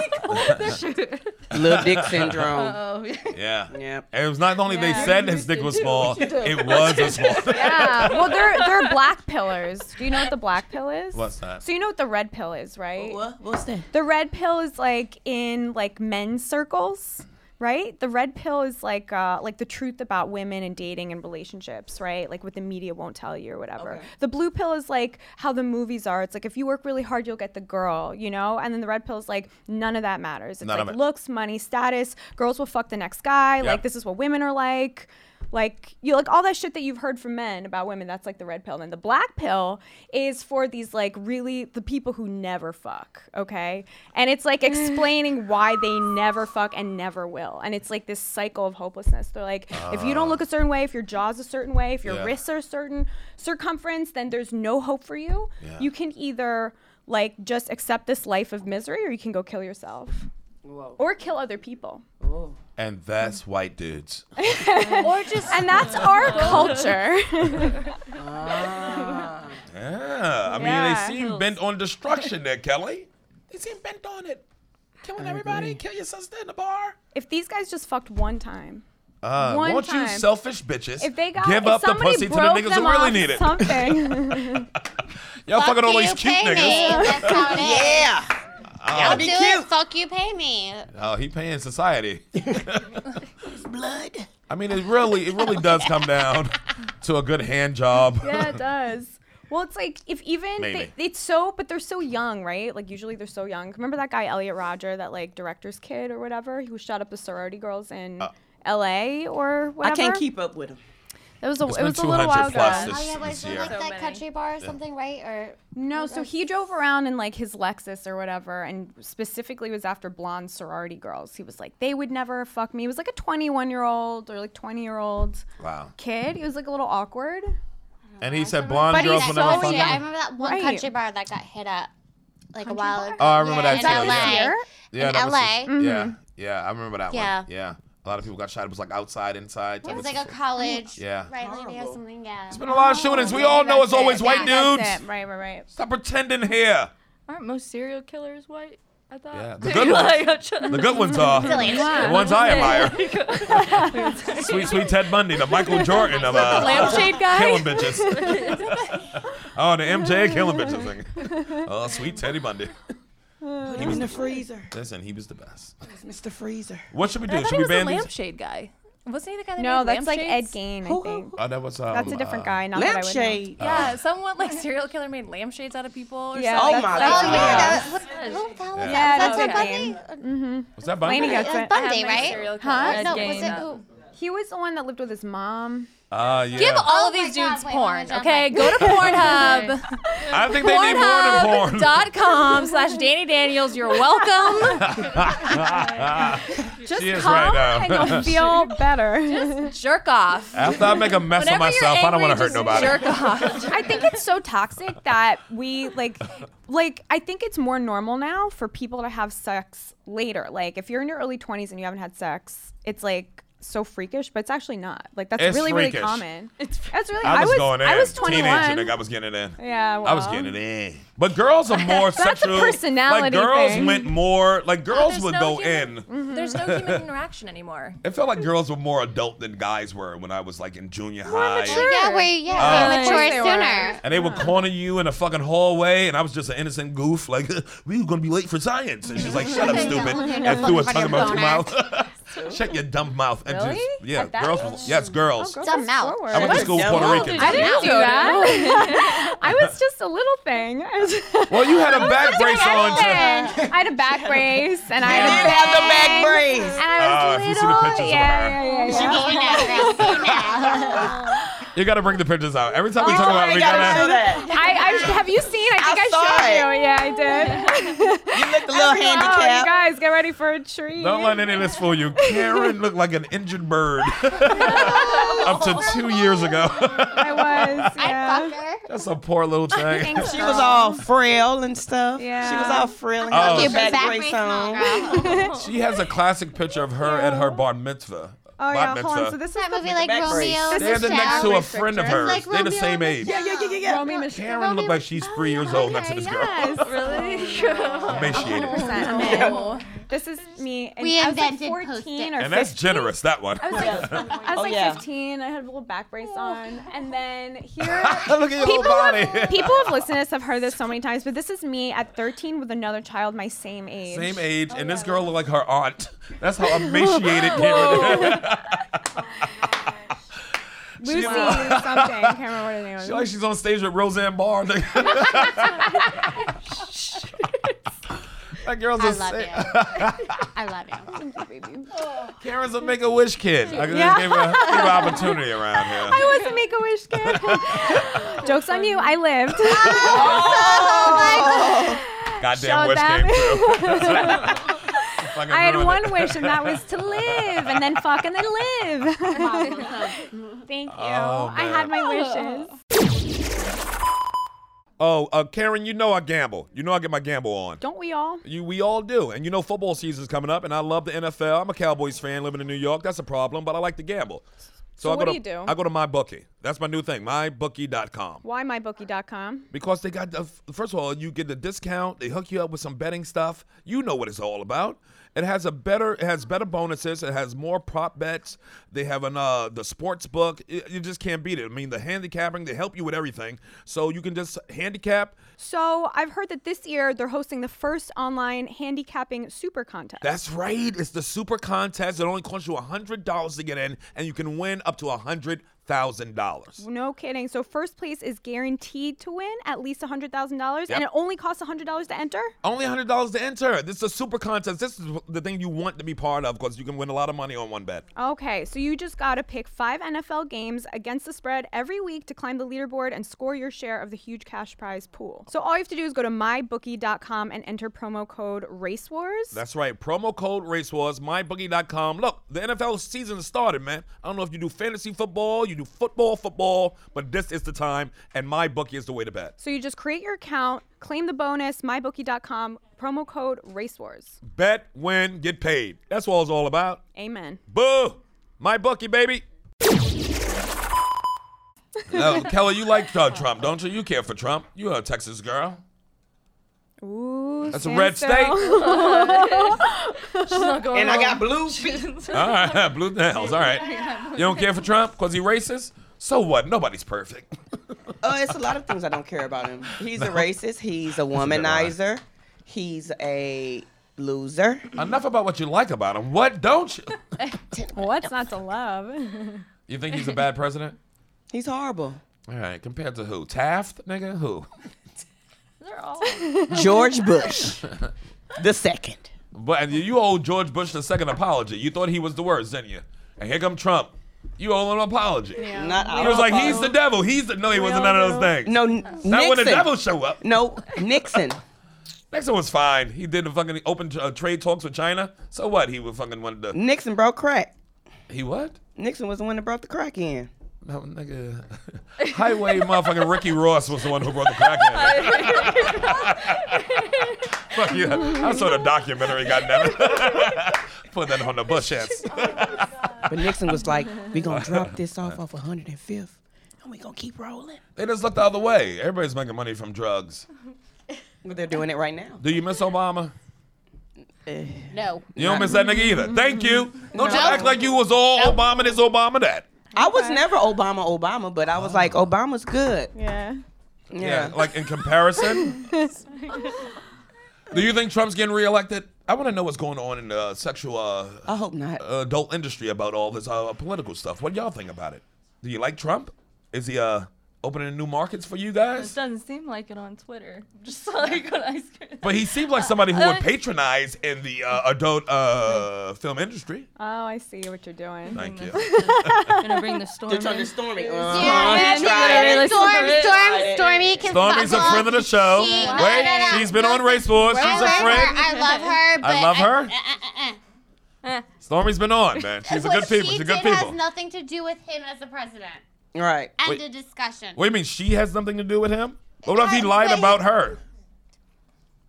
Speaker 9: Little Dick [laughs] syndrome.
Speaker 2: yeah.
Speaker 9: Yep.
Speaker 2: And it was not only they said his dick was small, it was a small. [laughs]
Speaker 7: yeah. Well, they're they're black pillars. Do you know what the black pill is?
Speaker 2: What's that?
Speaker 7: So you know what the red pill is, right?
Speaker 9: What? What's that?
Speaker 7: The red pill is like in like men's circles, right? The red pill is like uh, like the truth about women and dating and relationships, right? Like what the media won't tell you or whatever. The blue pill is like how the movies are. It's like if you work really hard, you'll get the girl, you know. And then the red pill is like none of that matters. It's
Speaker 2: None of
Speaker 7: like
Speaker 2: it.
Speaker 7: looks, money, status. Girls will fuck the next guy. Like this is what women are like. Like you like all that shit that you've heard from men about women. That's like the red pill. And then the black pill is for these like really the people who never fuck. Okay, and it's
Speaker 2: [sighs]
Speaker 7: like explaining why they never fuck and never will. And it's like this cycle of hopelessness. They're like, if you don't look a certain way, if your jaw's a certain way, if your
Speaker 2: Uh. Yeah.
Speaker 7: wrists are a certain circumference, then there's no hope for you.
Speaker 2: Yeah.
Speaker 7: You can either like just accept this life of misery, or you can go kill yourself or kill other people.
Speaker 2: And that's white dudes.
Speaker 7: Or just and that's
Speaker 9: [laughs]
Speaker 7: our culture. [laughs]
Speaker 2: Yeah. I mean,
Speaker 7: Yeah.
Speaker 2: they seem bent on destruction there, Kelly. They seem bent on it. Killing everybody, kill your sister in the bar.
Speaker 7: if these guys just fucked one time.
Speaker 2: Uh,
Speaker 7: One
Speaker 2: won't you
Speaker 7: time.
Speaker 2: selfish bitches
Speaker 7: if they got
Speaker 2: give
Speaker 7: if
Speaker 2: up the
Speaker 7: somebody
Speaker 2: pussy to the
Speaker 7: broke
Speaker 2: niggas
Speaker 7: them
Speaker 2: who really
Speaker 7: off
Speaker 2: need it?
Speaker 7: Something.
Speaker 2: [laughs]
Speaker 7: [laughs]
Speaker 2: Y'all
Speaker 6: Fuck
Speaker 2: fucking all
Speaker 6: you,
Speaker 2: these cute
Speaker 6: pay me.
Speaker 2: niggas.
Speaker 6: That's how it is.
Speaker 9: Yeah. Gotta
Speaker 6: I'll
Speaker 9: be
Speaker 6: do
Speaker 9: cute.
Speaker 6: it. Fuck you, pay me.
Speaker 2: Oh, he paying society. blood. I mean, it really, it really does come down to a good hand job.
Speaker 7: yeah, it does. Well, it's like if even they,
Speaker 2: Maybe.
Speaker 7: it's so, but they're so young, right? Like usually they're so young. Remember that guy Elliot Roger, that like director's kid or whatever, who shot up the sorority girls in
Speaker 2: Uh,
Speaker 7: L.A. or whatever.
Speaker 9: I can't keep up with him.
Speaker 7: It was a
Speaker 2: It's
Speaker 7: it
Speaker 2: been
Speaker 7: was a little
Speaker 2: 200
Speaker 7: while
Speaker 2: plus
Speaker 7: ago.
Speaker 2: this-
Speaker 6: Oh yeah,
Speaker 2: It's
Speaker 6: was it
Speaker 2: easier.
Speaker 6: like
Speaker 2: So
Speaker 6: that country bar or something, right? Or
Speaker 7: No, so he drove around in like his Lexus or whatever, and specifically was after blonde sorority girls. He was like, they would never fuck me. He was like a 21 year old or like 20 year old
Speaker 2: Wow.
Speaker 7: kid. He was like a little awkward.
Speaker 2: And he said blonde
Speaker 6: But
Speaker 2: girls
Speaker 6: he's
Speaker 2: will
Speaker 6: so
Speaker 2: never
Speaker 6: young.
Speaker 2: fuck
Speaker 6: I
Speaker 2: him.
Speaker 6: remember that one
Speaker 7: Right.
Speaker 6: country bar that got hit up like a while ago.
Speaker 2: Oh, I remember
Speaker 6: yeah,
Speaker 2: that too,
Speaker 6: In
Speaker 2: yeah.
Speaker 6: LA.
Speaker 7: Here?
Speaker 2: Yeah,
Speaker 6: in
Speaker 2: that was
Speaker 6: LA.
Speaker 2: just- Yeah, yeah, I remember that
Speaker 6: Yeah.
Speaker 2: one. Yeah, a lot of people got shot. It was like outside, inside. type
Speaker 6: It
Speaker 2: of
Speaker 6: was like a
Speaker 2: situation.
Speaker 6: college.
Speaker 2: Yeah.
Speaker 6: Right, lady or something. Yeah.
Speaker 2: There's been a lot of shootings. We all know it's always white
Speaker 7: Yeah,
Speaker 2: dudes.
Speaker 7: that's it. Right, right, right.
Speaker 2: Stop pretending here.
Speaker 8: Aren't most serial killers white? I thought.
Speaker 2: Yeah, the good
Speaker 7: [laughs]
Speaker 2: The good
Speaker 6: [laughs]
Speaker 2: ones are the ones I admire.
Speaker 7: [laughs]
Speaker 2: sweet, sweet Ted Bundy, the Michael Jordan of uh,
Speaker 7: Lampshade guy?
Speaker 2: killing bitches.
Speaker 8: [laughs]
Speaker 2: [laughs] oh, the MJ killing bitches. thing. Oh, sweet Teddy Bundy.
Speaker 9: Put him in the freezer.
Speaker 2: Listen, he was the best.
Speaker 9: It's Mr. Freezer.
Speaker 2: What should we
Speaker 5: I
Speaker 2: do?
Speaker 5: thought
Speaker 2: Should
Speaker 5: he
Speaker 2: we
Speaker 5: was the
Speaker 2: ban these?
Speaker 5: lampshade guy. Wasn't he the guy that
Speaker 7: No,
Speaker 5: made
Speaker 7: that's like Ed
Speaker 5: lampshades?
Speaker 7: Gain, I
Speaker 9: Who-
Speaker 7: think.
Speaker 2: Oh, that was um,
Speaker 7: That's a different
Speaker 2: uh,
Speaker 7: guy. Not that I would know.
Speaker 9: Lampshade.
Speaker 5: Yeah, someone like serial killer made lampshades out of people or
Speaker 7: Yeah,
Speaker 5: something.
Speaker 9: Oh
Speaker 7: that's-
Speaker 6: Oh
Speaker 7: that's-
Speaker 9: my God.
Speaker 6: yeah, that was, what the hell was
Speaker 7: Yeah,
Speaker 6: that?
Speaker 7: that's
Speaker 6: Was
Speaker 7: Ed
Speaker 6: that
Speaker 7: Gain.
Speaker 6: Bundy?
Speaker 2: Was that Bunny?
Speaker 7: Lainey
Speaker 6: It
Speaker 7: gets
Speaker 6: was
Speaker 7: it.
Speaker 6: Bundy,
Speaker 5: my
Speaker 6: right?
Speaker 5: serial
Speaker 7: Huh?
Speaker 5: killer.
Speaker 6: No,
Speaker 8: Ed
Speaker 6: was it
Speaker 8: Gain.
Speaker 6: who?
Speaker 7: He was the one that lived with his mom.
Speaker 2: Ah, yeah.
Speaker 5: Give all
Speaker 6: Oh
Speaker 5: of these
Speaker 6: my God,
Speaker 5: dudes
Speaker 6: wait,
Speaker 5: porn,
Speaker 6: hold on,
Speaker 5: okay?
Speaker 6: John, [laughs]
Speaker 5: Go
Speaker 7: [laughs]
Speaker 5: to Pornhub.
Speaker 2: I think they need more than porn.
Speaker 5: Pornhub.com slash Danny Daniels. You're welcome.
Speaker 2: she is
Speaker 5: calm
Speaker 2: right now.
Speaker 7: And
Speaker 2: [laughs]
Speaker 7: you'll feel better.
Speaker 5: Jerk off.
Speaker 2: After I make a mess
Speaker 5: Whenever
Speaker 2: of myself,
Speaker 5: you're angry,
Speaker 2: I don't want to hurt
Speaker 5: just
Speaker 2: nobody.
Speaker 5: Jerk off.
Speaker 7: I think it's so toxic that we like like I think it's more normal now for people to have sex later. Like if you're in your early 20s and you haven't had sex, it's like so freakish, but it's actually not. Like that's
Speaker 2: It's
Speaker 7: really
Speaker 2: freakish.
Speaker 7: really common. It's that's really
Speaker 2: I was, going in.
Speaker 7: I was
Speaker 2: Teenager,
Speaker 7: 21.
Speaker 2: nigga, I was getting it in.
Speaker 7: yeah, well,
Speaker 2: I was getting it in. But girls are more
Speaker 7: That's a
Speaker 2: sexual. like
Speaker 7: personality
Speaker 2: girls
Speaker 7: thing.
Speaker 2: went more like girls
Speaker 5: there's
Speaker 2: would
Speaker 5: no
Speaker 2: go
Speaker 5: human-
Speaker 2: in.
Speaker 4: Mm-hmm.
Speaker 5: There's no human interaction anymore.
Speaker 2: It felt like girls were more adult than guys were when I was like in junior high.
Speaker 6: Yeah, we
Speaker 2: Uh,
Speaker 6: yeah, we
Speaker 7: of
Speaker 6: mature
Speaker 7: course they were.
Speaker 6: sooner.
Speaker 2: And they would corner you in a fucking hallway, and I was just an innocent goof, like, [laughs] we were gonna be late for science. And she's like, shut up, stupid. And threw a
Speaker 6: Fucking
Speaker 2: tongue about your
Speaker 6: boner.
Speaker 2: mouth. [laughs] Shut your dumb mouth. And
Speaker 7: Really?
Speaker 2: just, yeah,
Speaker 7: At that
Speaker 2: girls.
Speaker 7: age?
Speaker 2: Yes, girls.
Speaker 7: girls
Speaker 6: Dumb
Speaker 7: are
Speaker 6: mouth.
Speaker 7: forward.
Speaker 2: I went to school with Puerto Ricans.
Speaker 7: I didn't do that. [laughs] I was just a little thing.
Speaker 2: [laughs]
Speaker 7: I was-
Speaker 2: Well, you had a back brace on. too.
Speaker 7: I had a
Speaker 6: [laughs]
Speaker 7: back brace and I
Speaker 9: I
Speaker 7: had
Speaker 9: didn't
Speaker 7: a
Speaker 9: have the back
Speaker 7: bang,
Speaker 9: brace.
Speaker 7: And I
Speaker 2: Ah,
Speaker 7: was
Speaker 2: if you see the
Speaker 7: little.
Speaker 2: pictures of
Speaker 7: yeah,
Speaker 2: her.
Speaker 7: yeah, yeah, yeah.
Speaker 6: You know, girl, you know.
Speaker 2: You gotta bring the pictures out. Every time we talk about it, we
Speaker 9: gotta
Speaker 2: gotta.
Speaker 9: show that.
Speaker 7: I, I have you seen? I think I,
Speaker 9: saw
Speaker 7: showed
Speaker 9: it.
Speaker 7: you. Yeah, I did.
Speaker 9: [laughs] You look a little
Speaker 7: Oh, you
Speaker 9: handicapped.
Speaker 7: guys, get ready for a treat.
Speaker 2: Don't let any of this fool you. Karen looked like an injured [laughs] bird up to two years ago.
Speaker 7: I was. Yeah.
Speaker 6: Fuck her.
Speaker 2: [laughs] That's a poor little thing.
Speaker 7: Thanks,
Speaker 9: She
Speaker 7: girl.
Speaker 9: was all frail and stuff.
Speaker 7: Yeah.
Speaker 9: She was all frail and
Speaker 2: Oh,
Speaker 9: had
Speaker 2: she-
Speaker 9: her back,
Speaker 6: Back
Speaker 9: brace
Speaker 6: brace on,
Speaker 9: on.
Speaker 6: girl.
Speaker 2: She has a classic picture of her at her bar mitzvah.
Speaker 7: Oh
Speaker 2: bat
Speaker 7: yeah, hold on. So
Speaker 2: mitzvah.
Speaker 7: this is
Speaker 6: That
Speaker 7: the
Speaker 6: movie, like
Speaker 9: back brace.
Speaker 6: Romeo and
Speaker 2: Standing next to
Speaker 6: Michelle.
Speaker 2: a friend of hers.
Speaker 6: like
Speaker 2: They're the
Speaker 6: Romeo
Speaker 2: same
Speaker 6: and
Speaker 2: age.
Speaker 9: Yeah, yeah, yeah, yeah, yeah.
Speaker 7: Romy Michelle.
Speaker 2: Karen looked like she's three years old next to this girl.
Speaker 7: Yes, really.
Speaker 2: [laughs] Emaciated.
Speaker 7: [laughs]
Speaker 5: No.
Speaker 7: This is me. And
Speaker 6: We
Speaker 7: I was like
Speaker 6: invented
Speaker 7: 14 or
Speaker 2: And that's
Speaker 7: 15.
Speaker 2: generous, that one.
Speaker 7: I was
Speaker 9: Oh,
Speaker 7: like
Speaker 9: yeah.
Speaker 7: 15. I had a little back brace on, and
Speaker 2: [laughs]
Speaker 7: then here.
Speaker 2: Look at your whole Oh, body.
Speaker 7: People have listened to this. I've heard
Speaker 2: [laughs]
Speaker 7: this so many times, but this is me at 13 with another child my same age.
Speaker 2: Same age, and this girl looked like her aunt. That's how emaciated [laughs] Karen is.
Speaker 7: [laughs] Lucy something. I can't remember what her name was.
Speaker 2: She like she's on stage with Roseanne Barr. [laughs]
Speaker 7: [laughs]
Speaker 2: that girl's
Speaker 6: I
Speaker 2: a
Speaker 6: love
Speaker 2: sa-
Speaker 6: you.
Speaker 2: [laughs]
Speaker 6: I love you.
Speaker 2: Karen's a make a wish kid. I could just
Speaker 7: Yeah.
Speaker 2: give her, give her opportunity around here.
Speaker 7: I was a Make a Wish kid.
Speaker 2: [laughs]
Speaker 7: Joke's on you. I lived.
Speaker 2: Goddamn
Speaker 7: [laughs] Showed
Speaker 2: wish
Speaker 7: them.
Speaker 2: came true. Fucking
Speaker 7: I had
Speaker 2: ruined
Speaker 7: one
Speaker 2: it.
Speaker 7: wish, and that was to live, and then fuck, and then live. [laughs] Thank you.
Speaker 2: Oh,
Speaker 7: I had my wishes.
Speaker 2: Oh, uh, Karen, you know I gamble. You know I get my gamble on.
Speaker 7: Don't we all?
Speaker 2: You, we all do. And you know football season's coming up, and I love the NFL. I'm a Cowboys fan living in New York. That's a problem, but I like to gamble. So, I go
Speaker 7: what
Speaker 2: to,
Speaker 7: do you do?
Speaker 2: I go to MyBookie. That's my new thing, mybookie.com.
Speaker 7: WhyMyBookie.com.
Speaker 2: Because they got the, first of all, you get the discount. They hook you up with some betting stuff. You know what it's all about. It has a better, it has better bonuses. It has more prop bets. They have an uh the sports book. Y- you just can't beat it. I mean, the handicapping they help you with everything, so you can just handicap.
Speaker 7: So I've heard that this year they're hosting the first online handicapping super contest.
Speaker 2: That's right. It's the super contest. It only costs you hundred dollars to get in, and you can win up to a hundred thousand dollars.
Speaker 7: no kidding. So first place is guaranteed to win at least hundred thousand dollars,
Speaker 2: Yep.
Speaker 7: and it only costs hundred dollars to enter.
Speaker 2: Only hundred dollars to enter. This is a super contest. This is the thing you want to be part of because you can win a lot of money on one bet.
Speaker 7: Okay, so you just gotta pick five NFL games against the spread every week to climb the leaderboard and score your share of the huge cash prize pool. So all you have to do is go to mybookie.com and enter promo code RaceWars.
Speaker 2: That's right. Promo code RaceWars, mybookie.com. Look, the NFL season started, man. I don't know if you do fantasy football, you do football, football, but this is the time, and MyBookie is the way to bet.
Speaker 7: so you just create your account, claim the bonus, mybookie.com, promo code RaceWars.
Speaker 2: Bet, win, get paid. That's what it's all about.
Speaker 7: Amen.
Speaker 2: Boo! MyBookie, baby. now, Oh, Kelly, you like uh, Trump, don't you? You care for Trump. You're a Texas girl.
Speaker 7: Ooh,
Speaker 2: That's a red state.
Speaker 8: She's not going
Speaker 9: And I got
Speaker 8: home.
Speaker 9: blue
Speaker 8: [laughs]
Speaker 2: All right, [laughs] blue nails. All right. You don't care for Trump because he racist? So what? Nobody's perfect.
Speaker 9: Uh, it's a lot of things I don't care about him.
Speaker 2: [laughs]
Speaker 9: He's a racist. He's a womanizer. He's a loser.
Speaker 2: Enough about what you like about him. What don't you?
Speaker 7: What's not to love?
Speaker 2: You think he's a bad president?
Speaker 9: He's horrible.
Speaker 2: All right, compared to who? Taft, nigga, who?
Speaker 8: They're all
Speaker 9: [laughs] George Bush, [laughs] the second.
Speaker 2: But and you owe George Bush the second apology. You thought he was the worst, didn't you? And here come Trump. You owe him an apology.
Speaker 9: Not
Speaker 2: He was like, he's the devil. He's the no. He wasn't none of those things.
Speaker 9: no n-
Speaker 2: Not when the
Speaker 9: Nixon.
Speaker 2: devil show up.
Speaker 9: no Nixon.
Speaker 2: Nixon was fine. He did the fucking open uh, trade talks with China. So what? He was fucking wanted to.
Speaker 9: Nixon broke crack.
Speaker 2: He what?
Speaker 9: Nixon was the one that brought the crack in.
Speaker 2: No, nigga. [laughs] Highway motherfucking Ricky Ross was the one who brought the crack in. Fuck yeah. I saw the documentary, goddammit. [laughs] Put that on the bush ass.
Speaker 9: But Nixon was like, we gonna drop this off off 105th, and we gonna keep rolling.
Speaker 2: They just looked the other way. Everybody's making money from drugs.
Speaker 9: But they're doing it right now.
Speaker 2: Do you miss Obama?
Speaker 6: No.
Speaker 2: You don't miss that nigga either. Thank you. Don't you act like you was all Obama this, Obama that.
Speaker 9: I was never Obama, Obama, but I was like,
Speaker 6: Oh.
Speaker 9: Obama's good.
Speaker 7: [laughs] Yeah.
Speaker 9: Yeah.
Speaker 2: Like in comparison. Do you think Trump's getting reelected? I want to know what's going on in the sexual uh,
Speaker 9: I hope not.
Speaker 2: adult industry about all this uh, political stuff. What y'all think about it? Do you like Trump? Is he uh, opening new markets for you
Speaker 8: It
Speaker 2: guys?
Speaker 8: doesn't seem like it
Speaker 7: [laughs]
Speaker 8: on Twitter. Just like on ice cream.
Speaker 2: But he seems like somebody who would
Speaker 8: Uh,
Speaker 2: patronize in the uh, adult uh, film industry.
Speaker 7: Oh, I see what you're doing.
Speaker 2: Thank you.
Speaker 8: [laughs] gonna bring the storm. in.
Speaker 9: Stormy. Uh-huh.
Speaker 6: Yeah,
Speaker 8: tried.
Speaker 6: Storm,
Speaker 8: Listen to
Speaker 6: Storm, Stormy can
Speaker 2: Stormy's a
Speaker 6: fuck
Speaker 2: friend of the
Speaker 6: off.
Speaker 2: show.
Speaker 6: She- no,
Speaker 2: Wait,
Speaker 6: no, no,
Speaker 2: she's been
Speaker 6: no,
Speaker 2: on Race Wars.
Speaker 6: I
Speaker 2: She's a
Speaker 6: love
Speaker 2: friend.
Speaker 6: her. I love her. But
Speaker 2: I love her.
Speaker 6: uh, uh, uh.
Speaker 2: [laughs] Stormy's been on, man. She's a
Speaker 6: What
Speaker 2: good people.
Speaker 6: She
Speaker 2: She's a
Speaker 6: did
Speaker 2: good
Speaker 6: has
Speaker 2: people.
Speaker 6: nothing to do with him as a president.
Speaker 9: Right.
Speaker 6: End
Speaker 2: Wait.
Speaker 6: of discussion.
Speaker 2: What do you mean? She has something to do with him? What if he
Speaker 6: Uh,
Speaker 2: lied
Speaker 6: but he-
Speaker 2: about her?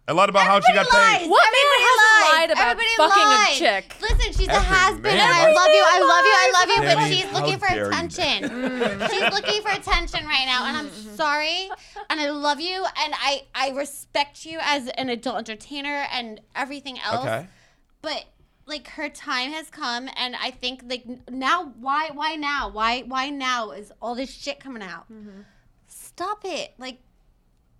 Speaker 2: A lot about how she got
Speaker 6: Everybody
Speaker 2: paid.
Speaker 6: lies.
Speaker 4: What
Speaker 6: Everybody
Speaker 4: man hasn't
Speaker 6: lies.
Speaker 4: lied about
Speaker 6: Everybody
Speaker 4: fucking a
Speaker 6: lies.
Speaker 4: chick?
Speaker 6: Listen, she's a
Speaker 2: Every
Speaker 6: has been, and
Speaker 2: man
Speaker 6: I
Speaker 2: lies.
Speaker 6: love you. I love you. I love you, but
Speaker 2: Danny,
Speaker 6: she's looking
Speaker 2: how
Speaker 6: for
Speaker 2: dare you.
Speaker 6: attention. she's looking for attention right now,
Speaker 9: [laughs]
Speaker 6: and I'm sorry, and I love you, and I I respect you as an adult entertainer and everything else.
Speaker 2: Okay.
Speaker 6: But like her time has come, and I think like n- now, why why now? Why why now is all this shit coming out? Stop it, like.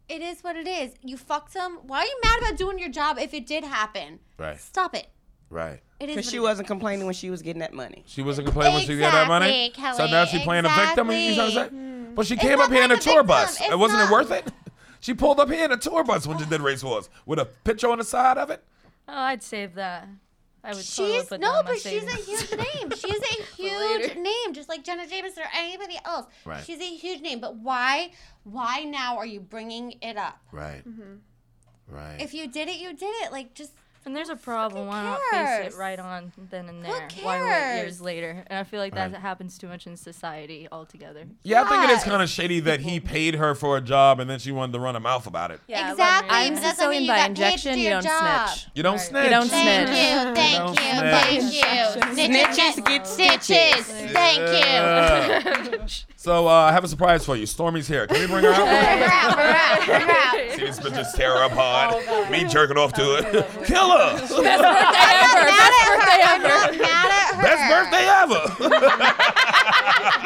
Speaker 6: It is what it is. You fucked him. Why are you mad about doing your job if it did happen?
Speaker 2: Right.
Speaker 6: Stop it.
Speaker 2: Right.
Speaker 6: It is.
Speaker 9: Because
Speaker 6: what
Speaker 9: she
Speaker 6: it is.
Speaker 9: wasn't complaining when she was getting that money.
Speaker 2: She wasn't complaining when she got that money.
Speaker 6: Exactly,
Speaker 2: so now she's
Speaker 6: Kelly,
Speaker 2: playing a victim. and You know what I'm
Speaker 6: exactly.
Speaker 2: saying? But she came
Speaker 6: not
Speaker 2: up here in a
Speaker 6: playing the
Speaker 2: tour bus.
Speaker 6: victim,
Speaker 2: And
Speaker 6: it's
Speaker 2: wasn't it
Speaker 6: not.
Speaker 2: worth it? [laughs] She pulled up here in a tour bus when she did race wars with a picture on the side of it.
Speaker 8: Oh, I'd save that. I would. totally
Speaker 6: She's
Speaker 8: put that
Speaker 6: no,
Speaker 8: in my
Speaker 6: but she's a
Speaker 8: savings.
Speaker 6: huge name. She's
Speaker 2: [laughs]
Speaker 6: a huge name, just like Jenna Jameson or anybody else.
Speaker 2: Right.
Speaker 6: She's a huge name. But why, why now are you bringing it up?
Speaker 2: Right. Right.
Speaker 6: If you did it, you did it. Like just
Speaker 8: And there's a problem. Why not face
Speaker 6: cares?
Speaker 8: it right on then and there? Why wait years
Speaker 6: cares?
Speaker 8: later? And I feel like that happens too much in society altogether.
Speaker 2: yeah, I think it is kind of shady that he paid her for a job and then she wanted to run her mouth about it.
Speaker 4: Yeah, I love
Speaker 6: exactly.
Speaker 4: I'm
Speaker 6: but that doesn't mean
Speaker 4: Sicilian
Speaker 6: you
Speaker 4: by
Speaker 6: got paid to
Speaker 4: injection.
Speaker 6: do
Speaker 4: You
Speaker 6: your
Speaker 4: don't
Speaker 6: job.
Speaker 4: snitch.
Speaker 2: You don't snitch.
Speaker 4: You don't
Speaker 6: Thank
Speaker 4: snitch. [laughs]
Speaker 6: you, thank you, thank
Speaker 2: don't
Speaker 6: you. Snitches get stitches. Thank you.
Speaker 2: Yeah. So uh, I have a surprise for you. Stormy's here. Can we bring
Speaker 6: [laughs]
Speaker 2: her out?
Speaker 6: We're out, we're out, we're out.
Speaker 2: See, this bitch is tear up
Speaker 6: Oh,
Speaker 2: hard. Me jerking off to it. Kill
Speaker 6: [laughs]
Speaker 2: her.
Speaker 8: Best birthday ever.
Speaker 6: Mad at her.
Speaker 8: Best birthday
Speaker 6: I'm
Speaker 8: ever.
Speaker 6: not mad at her.
Speaker 2: Best birthday ever. [laughs]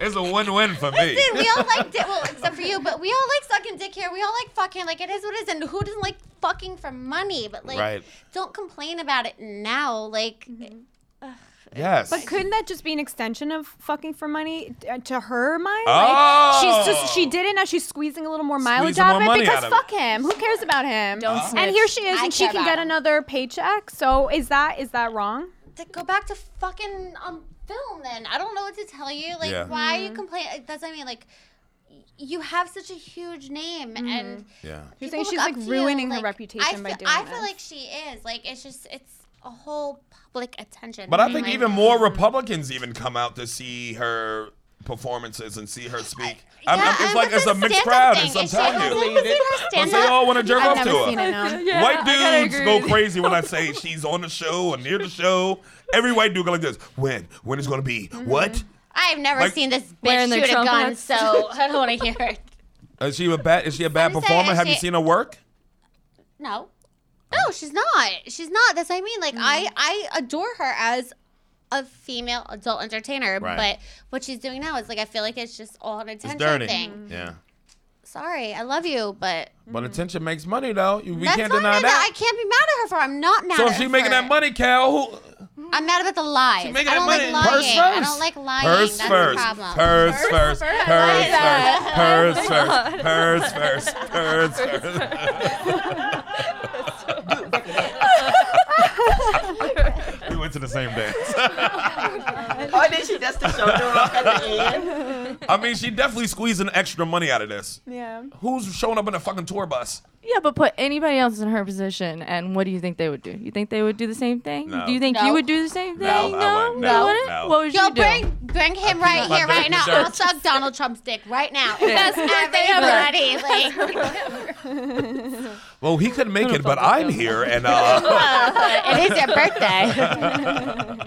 Speaker 2: it's a win-win for me.
Speaker 6: Dude, we all like dick. Well, except for you, but we all like sucking dick here. We all like fucking. Like it is what it is. And who doesn't like fucking for money? But like,
Speaker 2: Right.
Speaker 6: don't complain about it now. Like,
Speaker 2: Yes.
Speaker 7: But couldn't that just be an extension of fucking for money uh, to her mind?
Speaker 2: Oh.
Speaker 7: Like, she's just she did it now. She's squeezing a little more mileage
Speaker 2: Squeezing
Speaker 7: out
Speaker 2: more
Speaker 7: of it
Speaker 2: money
Speaker 7: because
Speaker 2: out of Uh-huh.
Speaker 7: fuck him. Who cares about him? Don't And here she is,
Speaker 6: I
Speaker 7: and she
Speaker 6: care
Speaker 7: can
Speaker 6: about
Speaker 7: get
Speaker 6: him.
Speaker 7: another paycheck. So is that is that wrong?
Speaker 6: to go back to fucking um film. Then I don't know what to tell you. Like,
Speaker 2: Yeah.
Speaker 6: why you complain? like, That's what I mean. Like, y- you have such a huge name, and
Speaker 2: yeah.
Speaker 6: people
Speaker 7: You're saying she's
Speaker 6: look up
Speaker 7: like
Speaker 6: to you,
Speaker 7: ruining her
Speaker 6: like,
Speaker 7: reputation
Speaker 6: I feel,
Speaker 7: by doing
Speaker 6: I
Speaker 7: this.
Speaker 6: feel like she is. Like, it's just it's a whole public attention.
Speaker 2: But I
Speaker 6: thing,
Speaker 2: think
Speaker 6: like-
Speaker 2: even more Republicans even come out to see her performances and see her speak. I'm,
Speaker 6: Yeah,
Speaker 2: I'm, it's
Speaker 6: and
Speaker 2: like
Speaker 6: with
Speaker 2: it's
Speaker 6: the
Speaker 2: a mixed
Speaker 6: stand-up
Speaker 2: crowd.
Speaker 6: thing,
Speaker 2: It's, I'm
Speaker 6: and she
Speaker 2: telling
Speaker 6: hasn't
Speaker 2: you.
Speaker 6: even seen her
Speaker 2: Once they
Speaker 6: stand-up.
Speaker 2: all want to jerk off
Speaker 4: I've
Speaker 2: to
Speaker 4: never
Speaker 2: her.
Speaker 4: seen it. No.
Speaker 8: [laughs] Yeah, I gotta
Speaker 2: white dudes
Speaker 8: agree
Speaker 2: go
Speaker 8: with you.
Speaker 2: crazy when I say she's on the show or near the show. Every white dude go like this. When? When is it gonna be? What?
Speaker 6: I've never
Speaker 2: Like-
Speaker 6: seen this
Speaker 8: Wearing
Speaker 6: bitch
Speaker 8: their
Speaker 6: shoot a
Speaker 8: Trump
Speaker 6: gun,
Speaker 8: hats.
Speaker 6: so I don't want to hear it.
Speaker 2: [laughs] Is she a bad? Is she a bad
Speaker 6: I'm saying
Speaker 2: performer? Have you
Speaker 6: she-
Speaker 2: seen her work?
Speaker 6: No. No, she's not. She's not. That's what I mean. Like I,
Speaker 2: Mm.
Speaker 6: I adore her as a female adult entertainer,
Speaker 2: Right.
Speaker 6: but what she's doing now is like I feel like it's just all an attention thing.
Speaker 2: Mm. Yeah.
Speaker 6: Sorry, I love you, but Mm-hmm.
Speaker 2: But attention makes money, though. You, we
Speaker 6: that's
Speaker 2: can't
Speaker 6: what
Speaker 2: deny
Speaker 6: I'm mad at. I
Speaker 2: that.
Speaker 6: can't be mad at her for. it. I'm not mad.
Speaker 2: So
Speaker 6: at
Speaker 2: if
Speaker 6: her
Speaker 2: she's making
Speaker 6: for
Speaker 2: that
Speaker 6: it.
Speaker 2: money, Cal, who?
Speaker 6: I'm mad about the lies.
Speaker 2: making
Speaker 6: I
Speaker 2: that
Speaker 6: don't
Speaker 2: money.
Speaker 6: like lying.
Speaker 2: Purse
Speaker 6: I
Speaker 2: first.
Speaker 6: don't like lying.
Speaker 2: Purse
Speaker 6: that's
Speaker 2: first,
Speaker 6: the problem.
Speaker 2: purse first, purse first, purse [laughs] first, purse first, purse first. [laughs] We went to the same dance.
Speaker 4: Oh, did she dust the shoulder off at
Speaker 9: [laughs]
Speaker 4: the end?
Speaker 2: I mean, she definitely squeezing extra money out of this.
Speaker 7: Yeah.
Speaker 2: Who's showing up in a fucking tour bus?
Speaker 8: Yeah, but put anybody else in her position, and what do you think they would do? You think they would do the same thing?
Speaker 2: No.
Speaker 8: Do you think
Speaker 6: No.
Speaker 8: you would do the same
Speaker 2: No,
Speaker 8: thing?
Speaker 2: I
Speaker 8: no,
Speaker 2: wouldn't. No,
Speaker 8: wouldn't?
Speaker 2: no.
Speaker 8: What would
Speaker 6: Yo,
Speaker 8: you do?
Speaker 6: bring bring him right
Speaker 2: my
Speaker 6: here,
Speaker 2: dick
Speaker 6: right
Speaker 2: in
Speaker 6: now.
Speaker 2: the
Speaker 6: I'll
Speaker 2: dirt.
Speaker 6: suck Donald Trump's dick right
Speaker 9: [laughs]
Speaker 6: now.
Speaker 8: Best birthday ever.
Speaker 6: Everybody, like,
Speaker 2: Well, he couldn't make it, but
Speaker 6: [laughs]
Speaker 2: I'm here, and uh, [laughs]
Speaker 6: it is your
Speaker 9: [laughs]
Speaker 6: birthday.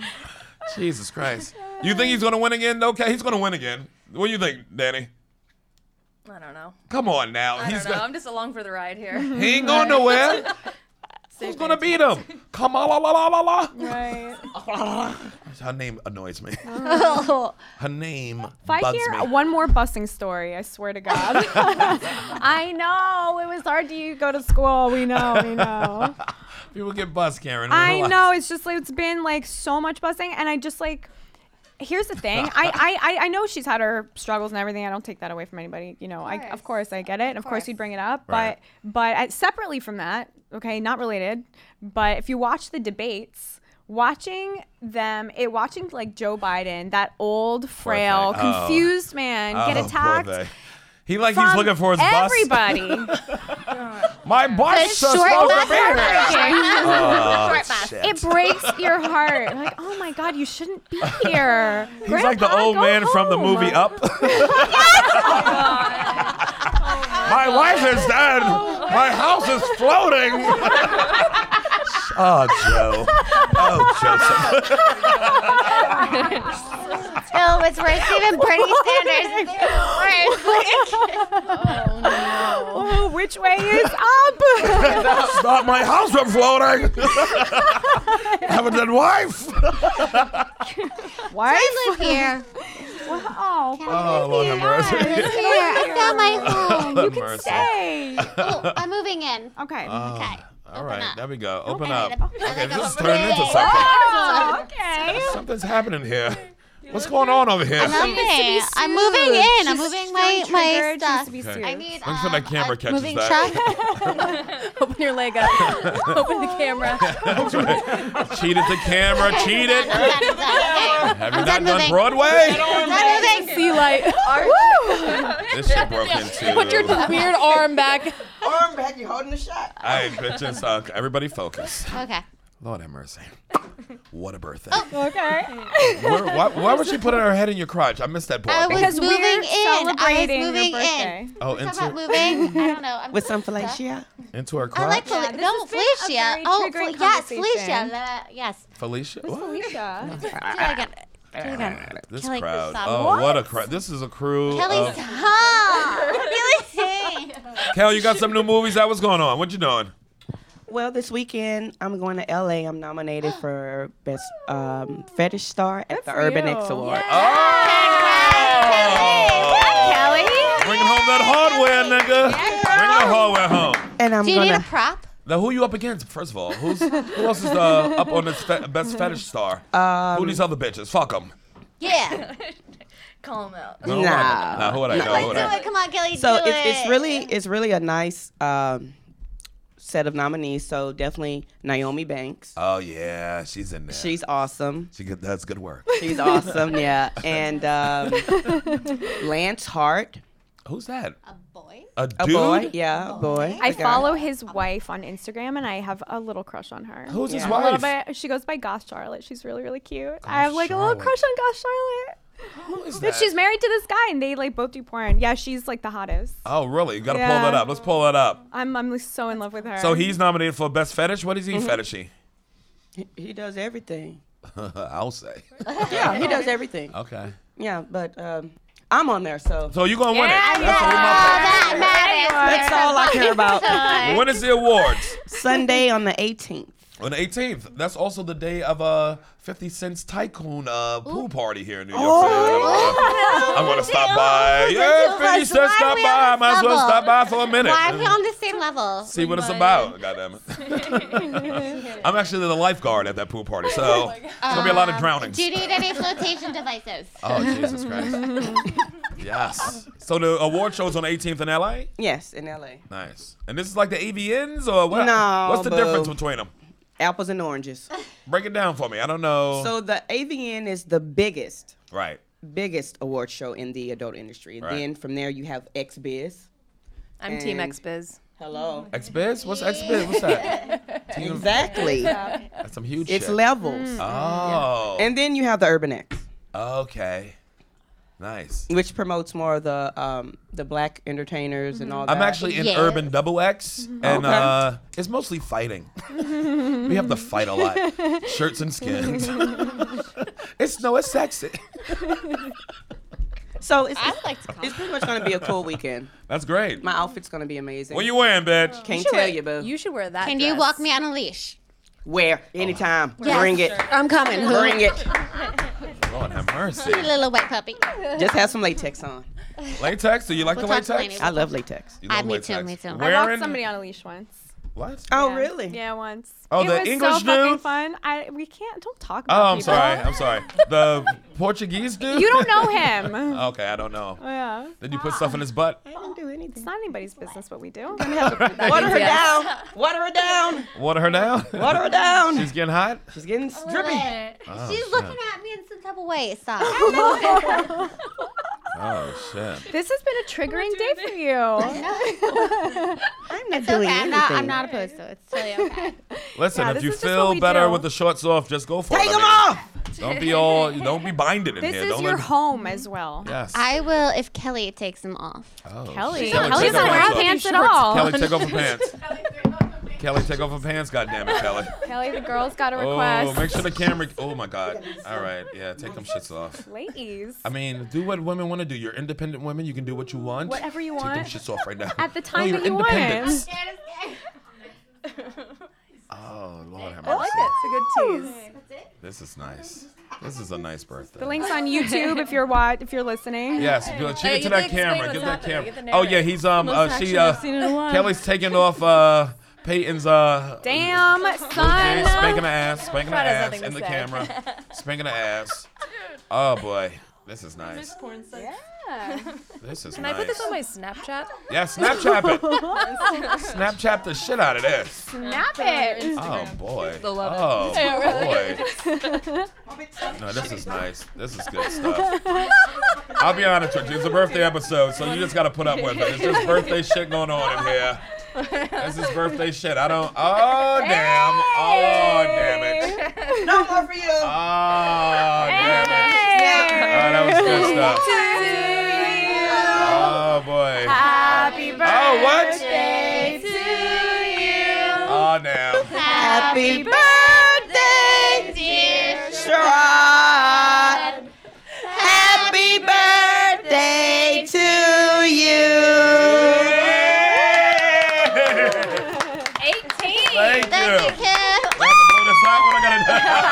Speaker 2: Jesus Christ. You think he's gonna win again? Okay, he's gonna win again. What do you think, Danny?
Speaker 5: I don't know.
Speaker 2: Come on now.
Speaker 5: I
Speaker 2: he's
Speaker 5: don't know.
Speaker 2: got-
Speaker 5: I'm just along for the
Speaker 6: [laughs]
Speaker 5: ride here. [laughs]
Speaker 2: He ain't going nowhere. Who's gonna beat him? Come on, la la la la la.
Speaker 6: [laughs]
Speaker 7: Right.
Speaker 2: Her name annoys me.
Speaker 6: Oh.
Speaker 2: Her name
Speaker 7: If I
Speaker 2: bugs
Speaker 7: hear
Speaker 2: me.
Speaker 7: one more busing story, I swear to God.
Speaker 6: [laughs]
Speaker 7: [laughs] I know it was hard to you go to school. We know, we know.
Speaker 2: People get buzzed, Karen.
Speaker 7: I
Speaker 2: Relax.
Speaker 7: know. It's just like it's been like so much busing, and I just like. Here's the thing. I, I I- I know she's had her struggles and everything. I don't take that away from anybody. You know, I of course I get it. and Of course,
Speaker 6: course.
Speaker 7: you'd bring it up,
Speaker 2: Right.
Speaker 7: but but I, separately from that, okay, not related. But if you watch the debates. Watching them, it watching like Joe Biden, that old, frail,
Speaker 2: thing. Oh.
Speaker 7: confused man,
Speaker 2: Oh,
Speaker 7: get
Speaker 2: poor
Speaker 7: attacked.
Speaker 2: thing. He like
Speaker 7: from
Speaker 2: he's looking for his bus.
Speaker 7: everybody.
Speaker 2: [laughs] My bus is
Speaker 6: short
Speaker 2: supposed to
Speaker 6: bus
Speaker 2: be here.
Speaker 7: [laughs]
Speaker 2: Oh,
Speaker 6: Short bus.
Speaker 7: it breaks your heart. Like, oh my God, you
Speaker 2: [laughs]
Speaker 7: shouldn't be here.
Speaker 2: He's like the old man from the movie Up. My wife is dead. My house is floating. oh, Joe. Oh, Joseph.
Speaker 6: Oh, it's worse
Speaker 7: [laughs]
Speaker 6: even Bernie Sanders. It's worse.
Speaker 7: Oh, which way is
Speaker 6: [laughs]
Speaker 7: [laughs] up?
Speaker 2: Stop my house from floating. Have a dead wife.
Speaker 7: Why?
Speaker 6: I live
Speaker 7: [laughs]
Speaker 6: here.
Speaker 7: Oh,
Speaker 2: Oh, Lord have mercy.
Speaker 6: Here, I found my
Speaker 2: [laughs]
Speaker 6: home.
Speaker 2: You can
Speaker 7: hey.
Speaker 6: Oh, I'm moving in.
Speaker 7: Okay.
Speaker 2: Uh-huh.
Speaker 6: Okay.
Speaker 2: All right,
Speaker 6: up.
Speaker 2: there we go. Open
Speaker 6: Okay,
Speaker 2: up.
Speaker 6: the-
Speaker 2: Okay,
Speaker 6: the-
Speaker 2: this is
Speaker 6: the-
Speaker 2: turning into something.
Speaker 7: Oh, okay.
Speaker 2: Something's happening here. What's going on over here?
Speaker 6: I'm
Speaker 2: Make
Speaker 6: moving. I'm moving in. I'm moving my my stuff. I
Speaker 7: I
Speaker 6: need.
Speaker 2: sure that
Speaker 6: um,
Speaker 2: camera
Speaker 6: a
Speaker 2: catches
Speaker 6: moving
Speaker 2: that.
Speaker 6: truck.
Speaker 4: Open your leg
Speaker 6: [laughs]
Speaker 4: up. Open the camera.
Speaker 2: Cheated the
Speaker 6: [laughs]
Speaker 2: camera. Cheated.
Speaker 6: I'm done, I'm done. Okay.
Speaker 2: Have you
Speaker 6: I'm
Speaker 2: not
Speaker 6: done
Speaker 2: done
Speaker 6: moving.
Speaker 2: Broadway?
Speaker 6: I'm done moving.
Speaker 4: Sea light.
Speaker 2: This shit broke into.
Speaker 4: Put your weird arm back.
Speaker 9: Arm back, you holding the shot.
Speaker 2: All right, bitches. Uh, everybody focus.
Speaker 6: [laughs] Okay.
Speaker 2: Lord have mercy. What a birthday.
Speaker 7: Okay.
Speaker 2: Where, why, why would she put her head in your crotch? I missed that
Speaker 6: I
Speaker 2: part.
Speaker 6: was
Speaker 7: Because
Speaker 6: moving
Speaker 7: we're
Speaker 6: in.
Speaker 7: celebrating
Speaker 6: I was
Speaker 7: your
Speaker 6: moving
Speaker 7: birthday.
Speaker 6: in.
Speaker 2: oh,
Speaker 6: Talk about
Speaker 2: into,
Speaker 6: moving. I don't know. I'm
Speaker 9: With some
Speaker 6: stuck.
Speaker 9: fellatio.
Speaker 2: into her
Speaker 6: I
Speaker 2: crotch?
Speaker 6: like
Speaker 7: Yeah,
Speaker 6: Felicia.
Speaker 7: this
Speaker 6: no,
Speaker 7: has been a
Speaker 6: Oh, Felicia.
Speaker 7: very
Speaker 6: Oh,
Speaker 7: triggering
Speaker 6: Fel- yes,
Speaker 7: [laughs] conversation.
Speaker 6: Felicia. Uh, yes.
Speaker 2: Felicia? What?
Speaker 7: Alicia.
Speaker 6: Do that again.
Speaker 2: This
Speaker 6: Kelly
Speaker 2: crowd.
Speaker 6: Kusawa.
Speaker 2: Oh, what, a crowd. This is a crew.
Speaker 6: Kelly,
Speaker 2: of-
Speaker 6: stop. Really sick.
Speaker 2: Kel, you got some new movies out? What's going on? What you doing?
Speaker 9: Well, this weekend I'm going to LA. I'm nominated for best um, fetish star at the Urban X Award.
Speaker 2: Oh! Bringing home that hardware, nigga. Bring the hardware home.
Speaker 9: And I'm
Speaker 6: Do you need a
Speaker 9: gonna
Speaker 6: prop?
Speaker 2: Now, who you up against? First of all, who's who else is uh, up on this fe- best fetish star? who these other bitches? Fuck them.
Speaker 6: Yeah.
Speaker 5: Call him out.
Speaker 2: No,
Speaker 9: Nah.
Speaker 2: Nah, who would I know? Who would I
Speaker 6: Do it. Come on, Kelly.
Speaker 9: so
Speaker 6: do
Speaker 9: it's, it's
Speaker 6: it.
Speaker 9: really it's really a nice um, set of nominees. So definitely Naomi Banks.
Speaker 2: Oh yeah, she's in there.
Speaker 9: She's
Speaker 2: [laughs]
Speaker 9: awesome.
Speaker 2: she good. That's good
Speaker 9: [laughs]
Speaker 2: work.
Speaker 9: She's awesome. Yeah.
Speaker 2: [laughs]
Speaker 9: And um, Lance Hart,
Speaker 2: Who's that?
Speaker 6: a boy.
Speaker 2: A
Speaker 9: a
Speaker 2: dude.
Speaker 9: boy. Yeah, a boy.
Speaker 7: I
Speaker 9: Okay.
Speaker 7: follow his wife on Instagram, and I have a little crush on her.
Speaker 2: Who's his
Speaker 7: A
Speaker 9: Yeah.
Speaker 7: little
Speaker 2: wife?
Speaker 7: bit. She goes by Goss Charlotte. She's really, really cute. I have like a little
Speaker 2: Charlotte.
Speaker 7: crush on Goss Charlotte.
Speaker 2: Who is
Speaker 7: But
Speaker 2: that?
Speaker 7: she's married to this guy, and they like both do porn. Yeah, she's like the hottest.
Speaker 2: oh really? You gotta pull
Speaker 7: Yeah.
Speaker 2: that up. Let's pull that up.
Speaker 7: I'm, I'm like, so in love with her.
Speaker 2: So
Speaker 6: Um,
Speaker 2: he's nominated for best fetish. What is he
Speaker 9: Mm-hmm.
Speaker 2: fetishy?
Speaker 9: He, he does everything.
Speaker 2: [laughs] I'll say.
Speaker 9: Yeah, he does everything.
Speaker 2: Okay.
Speaker 9: Yeah, but um, I'm on
Speaker 2: [laughs]
Speaker 9: there, so
Speaker 2: So you gonna win it? That's
Speaker 6: All
Speaker 2: what
Speaker 6: that matters.
Speaker 9: that's all I care [laughs] about.
Speaker 2: we about- When is the awards?
Speaker 9: Sunday on the 18th.
Speaker 2: On the 18th. That's also the day of uh, 50 Cent's Tycoon uh, pool party here in New York
Speaker 6: Oh,
Speaker 2: City. I'm going to stop by. Yeah, 50 Cent stop by. I might as well stop by for a minute.
Speaker 6: Why are we on the same level?
Speaker 2: [laughs] See what it's about,
Speaker 6: [laughs]
Speaker 2: goddamn it. I'm actually the lifeguard at that pool party, so it's gonna be a lot of drownings.
Speaker 6: Do you need any flotation devices?
Speaker 2: Oh Jesus Christ! yes. So the award show's on the 18th in LA.
Speaker 9: Yes, in LA.
Speaker 2: Nice. And this is like the AVNs or what?
Speaker 9: No,
Speaker 2: What's the
Speaker 9: boo.
Speaker 2: difference between them?
Speaker 9: Apples and oranges.
Speaker 2: Break it down for me. I don't know.
Speaker 9: So the AVN is the biggest,
Speaker 2: right.
Speaker 9: biggest award show in the adult industry.
Speaker 2: Right.
Speaker 9: Then from there you have XBiz.
Speaker 5: I'm Team
Speaker 9: And-
Speaker 5: X Biz.
Speaker 9: Hello.
Speaker 6: Mm-hmm.
Speaker 2: XBiz? What's XBiz? What's that?
Speaker 9: Exactly.
Speaker 2: That's some huge
Speaker 9: It's
Speaker 2: shit.
Speaker 9: levels.
Speaker 2: oh.
Speaker 9: And then you have the Urban X,
Speaker 2: okay. Nice.
Speaker 9: which promotes more of the um, the black entertainers
Speaker 6: Mm-hmm.
Speaker 9: and all that.
Speaker 2: I'm actually in
Speaker 6: Yes.
Speaker 2: Urban Double X,
Speaker 6: Mm-hmm.
Speaker 2: and
Speaker 9: Okay.
Speaker 2: uh, it's mostly fighting. we have to fight
Speaker 6: [laughs]
Speaker 2: a lot, shirts and skins. it's no,
Speaker 6: [laughs]
Speaker 2: it's [laughs] sexy.
Speaker 9: so it's,
Speaker 6: I'd like to come. Mm-hmm.
Speaker 9: it's pretty much gonna be a cool weekend.
Speaker 2: That's great.
Speaker 9: My outfit's gonna be amazing.
Speaker 2: What you wearing, bitch?
Speaker 9: Can't
Speaker 5: should
Speaker 9: tell
Speaker 5: wear-
Speaker 9: you, boo.
Speaker 5: You should wear that.
Speaker 6: Can you
Speaker 5: dress.
Speaker 6: walk me on a leash?
Speaker 9: Where? Anytime. Bring it.
Speaker 5: I'm coming.
Speaker 9: Bring it.
Speaker 2: Lord have mercy.
Speaker 6: You little white puppy.
Speaker 9: Just have some latex on.
Speaker 2: Latex? Do you like
Speaker 6: We'll
Speaker 2: the
Speaker 6: talk to
Speaker 2: latex?
Speaker 6: Lainey.
Speaker 9: I love latex.
Speaker 2: You love
Speaker 6: Ah, me too, me too. I walked
Speaker 7: I walked
Speaker 2: Wearing
Speaker 7: somebody on a leash once.
Speaker 2: what?
Speaker 9: Oh,
Speaker 7: Yeah.
Speaker 9: really?
Speaker 7: Yeah, once.
Speaker 2: Oh,
Speaker 7: it
Speaker 2: the
Speaker 7: was
Speaker 2: English
Speaker 7: so fucking
Speaker 2: dude?
Speaker 7: fun. I we can't. Don't talk
Speaker 2: Oh,
Speaker 7: about.
Speaker 2: I'm
Speaker 7: people.
Speaker 2: sorry. I'm sorry. The Portuguese dude?
Speaker 7: You
Speaker 2: [laughs]
Speaker 7: don't know him.
Speaker 2: Okay, I don't know.
Speaker 7: yeah.
Speaker 2: Then you put stuff in his butt.
Speaker 9: I didn't do anything.
Speaker 7: It's not anybody's business what we do.
Speaker 9: Water her down. [laughs] Water her down.
Speaker 2: Water her
Speaker 7: [laughs]
Speaker 2: down.
Speaker 9: Water her
Speaker 2: [laughs]
Speaker 9: down.
Speaker 2: She's getting hot.
Speaker 9: She's getting
Speaker 6: Oh,
Speaker 9: drippy.
Speaker 6: She's looking at me in some type of way. Stop.
Speaker 2: Oh shit.
Speaker 7: This has been a triggering day for
Speaker 2: [laughs]
Speaker 7: you.
Speaker 9: I'm not
Speaker 6: okay,
Speaker 9: doing
Speaker 6: I'm
Speaker 9: anything.
Speaker 6: not, I'm not opposed to it. It's totally okay.
Speaker 2: Listen,
Speaker 7: Yeah,
Speaker 2: if
Speaker 7: this
Speaker 2: you
Speaker 7: is just what
Speaker 2: feel
Speaker 7: we
Speaker 2: better
Speaker 7: do.
Speaker 2: with the shorts off, just go for it.
Speaker 9: Take
Speaker 2: I
Speaker 9: them
Speaker 2: mean,
Speaker 9: off.
Speaker 2: Don't be all. Don't be binded in
Speaker 7: This
Speaker 2: here.
Speaker 7: is
Speaker 2: don't
Speaker 7: your
Speaker 2: let-
Speaker 7: home
Speaker 2: Mm-hmm.
Speaker 7: as well.
Speaker 2: Yes.
Speaker 6: I will if Kelly takes them off.
Speaker 2: Oh,
Speaker 7: Kelly,
Speaker 2: shit.
Speaker 7: Kelly's
Speaker 2: take
Speaker 7: not
Speaker 2: off
Speaker 7: wearing
Speaker 2: your
Speaker 7: pants at
Speaker 2: shorts.
Speaker 7: all.
Speaker 2: Kelly, take off
Speaker 7: [laughs]
Speaker 2: her pants. Kelly, take off her pants. God damn it, Kelly.
Speaker 7: Kelly, the girls got a
Speaker 2: Oh,
Speaker 7: request.
Speaker 2: make sure the camera. Oh my God. All right. Yeah, take them shits off.
Speaker 7: Ladies,
Speaker 2: I mean, do what women want to do. You're independent women. You can do what you want.
Speaker 7: whatever you
Speaker 2: Take them
Speaker 7: want
Speaker 2: shits off right
Speaker 5: [laughs]
Speaker 2: now.
Speaker 7: at the
Speaker 2: no,
Speaker 7: time
Speaker 2: you're
Speaker 7: that you
Speaker 2: independent.
Speaker 7: want.
Speaker 2: [laughs] Oh Lord, have
Speaker 7: I like
Speaker 2: mercy.
Speaker 7: it. It's a good tease.
Speaker 2: This is nice. This is a nice birthday.
Speaker 7: The link's on YouTube if you're watch, if you're listening.
Speaker 2: Yes, go check
Speaker 5: Hey,
Speaker 2: it to
Speaker 5: you
Speaker 2: that
Speaker 5: can explain
Speaker 2: camera. Get
Speaker 5: what's
Speaker 2: that
Speaker 5: happening.
Speaker 2: camera.
Speaker 5: Get the
Speaker 2: Oh yeah,
Speaker 5: narrative.
Speaker 2: he's um uh, she uh Kelly's taking off uh Peyton's uh
Speaker 7: Damn,
Speaker 2: Okay,
Speaker 7: son.
Speaker 2: spanking her ass, spanking her
Speaker 5: Fred has
Speaker 2: ass
Speaker 5: nothing
Speaker 2: in
Speaker 5: to
Speaker 2: the
Speaker 5: say.
Speaker 2: camera,
Speaker 5: [laughs]
Speaker 2: spanking her ass. Oh boy, this is nice. This is
Speaker 5: Can I
Speaker 2: nice.
Speaker 5: put this on my Snapchat?
Speaker 2: yeah, Snapchat
Speaker 7: [laughs]
Speaker 2: it. Snapchat the shit out of this.
Speaker 7: Snap it.
Speaker 2: Oh boy.
Speaker 7: [laughs]
Speaker 2: Oh boy. No, this is nice. This is good stuff. I'll be honest with you. It's a birthday episode, so you just gotta put up with it. It's just birthday shit going on in here. This is birthday shit. I don't. Oh damn. Oh damn it.
Speaker 9: No more for you.
Speaker 2: Oh damn it. Oh, that was good stuff. Oh boy.
Speaker 7: Happy birthday.
Speaker 2: Oh what? Oh damn.
Speaker 9: Happy birthday, dear Sherrod.
Speaker 2: you.
Speaker 6: Thank you, Kim.
Speaker 2: Do I have to blow this out? What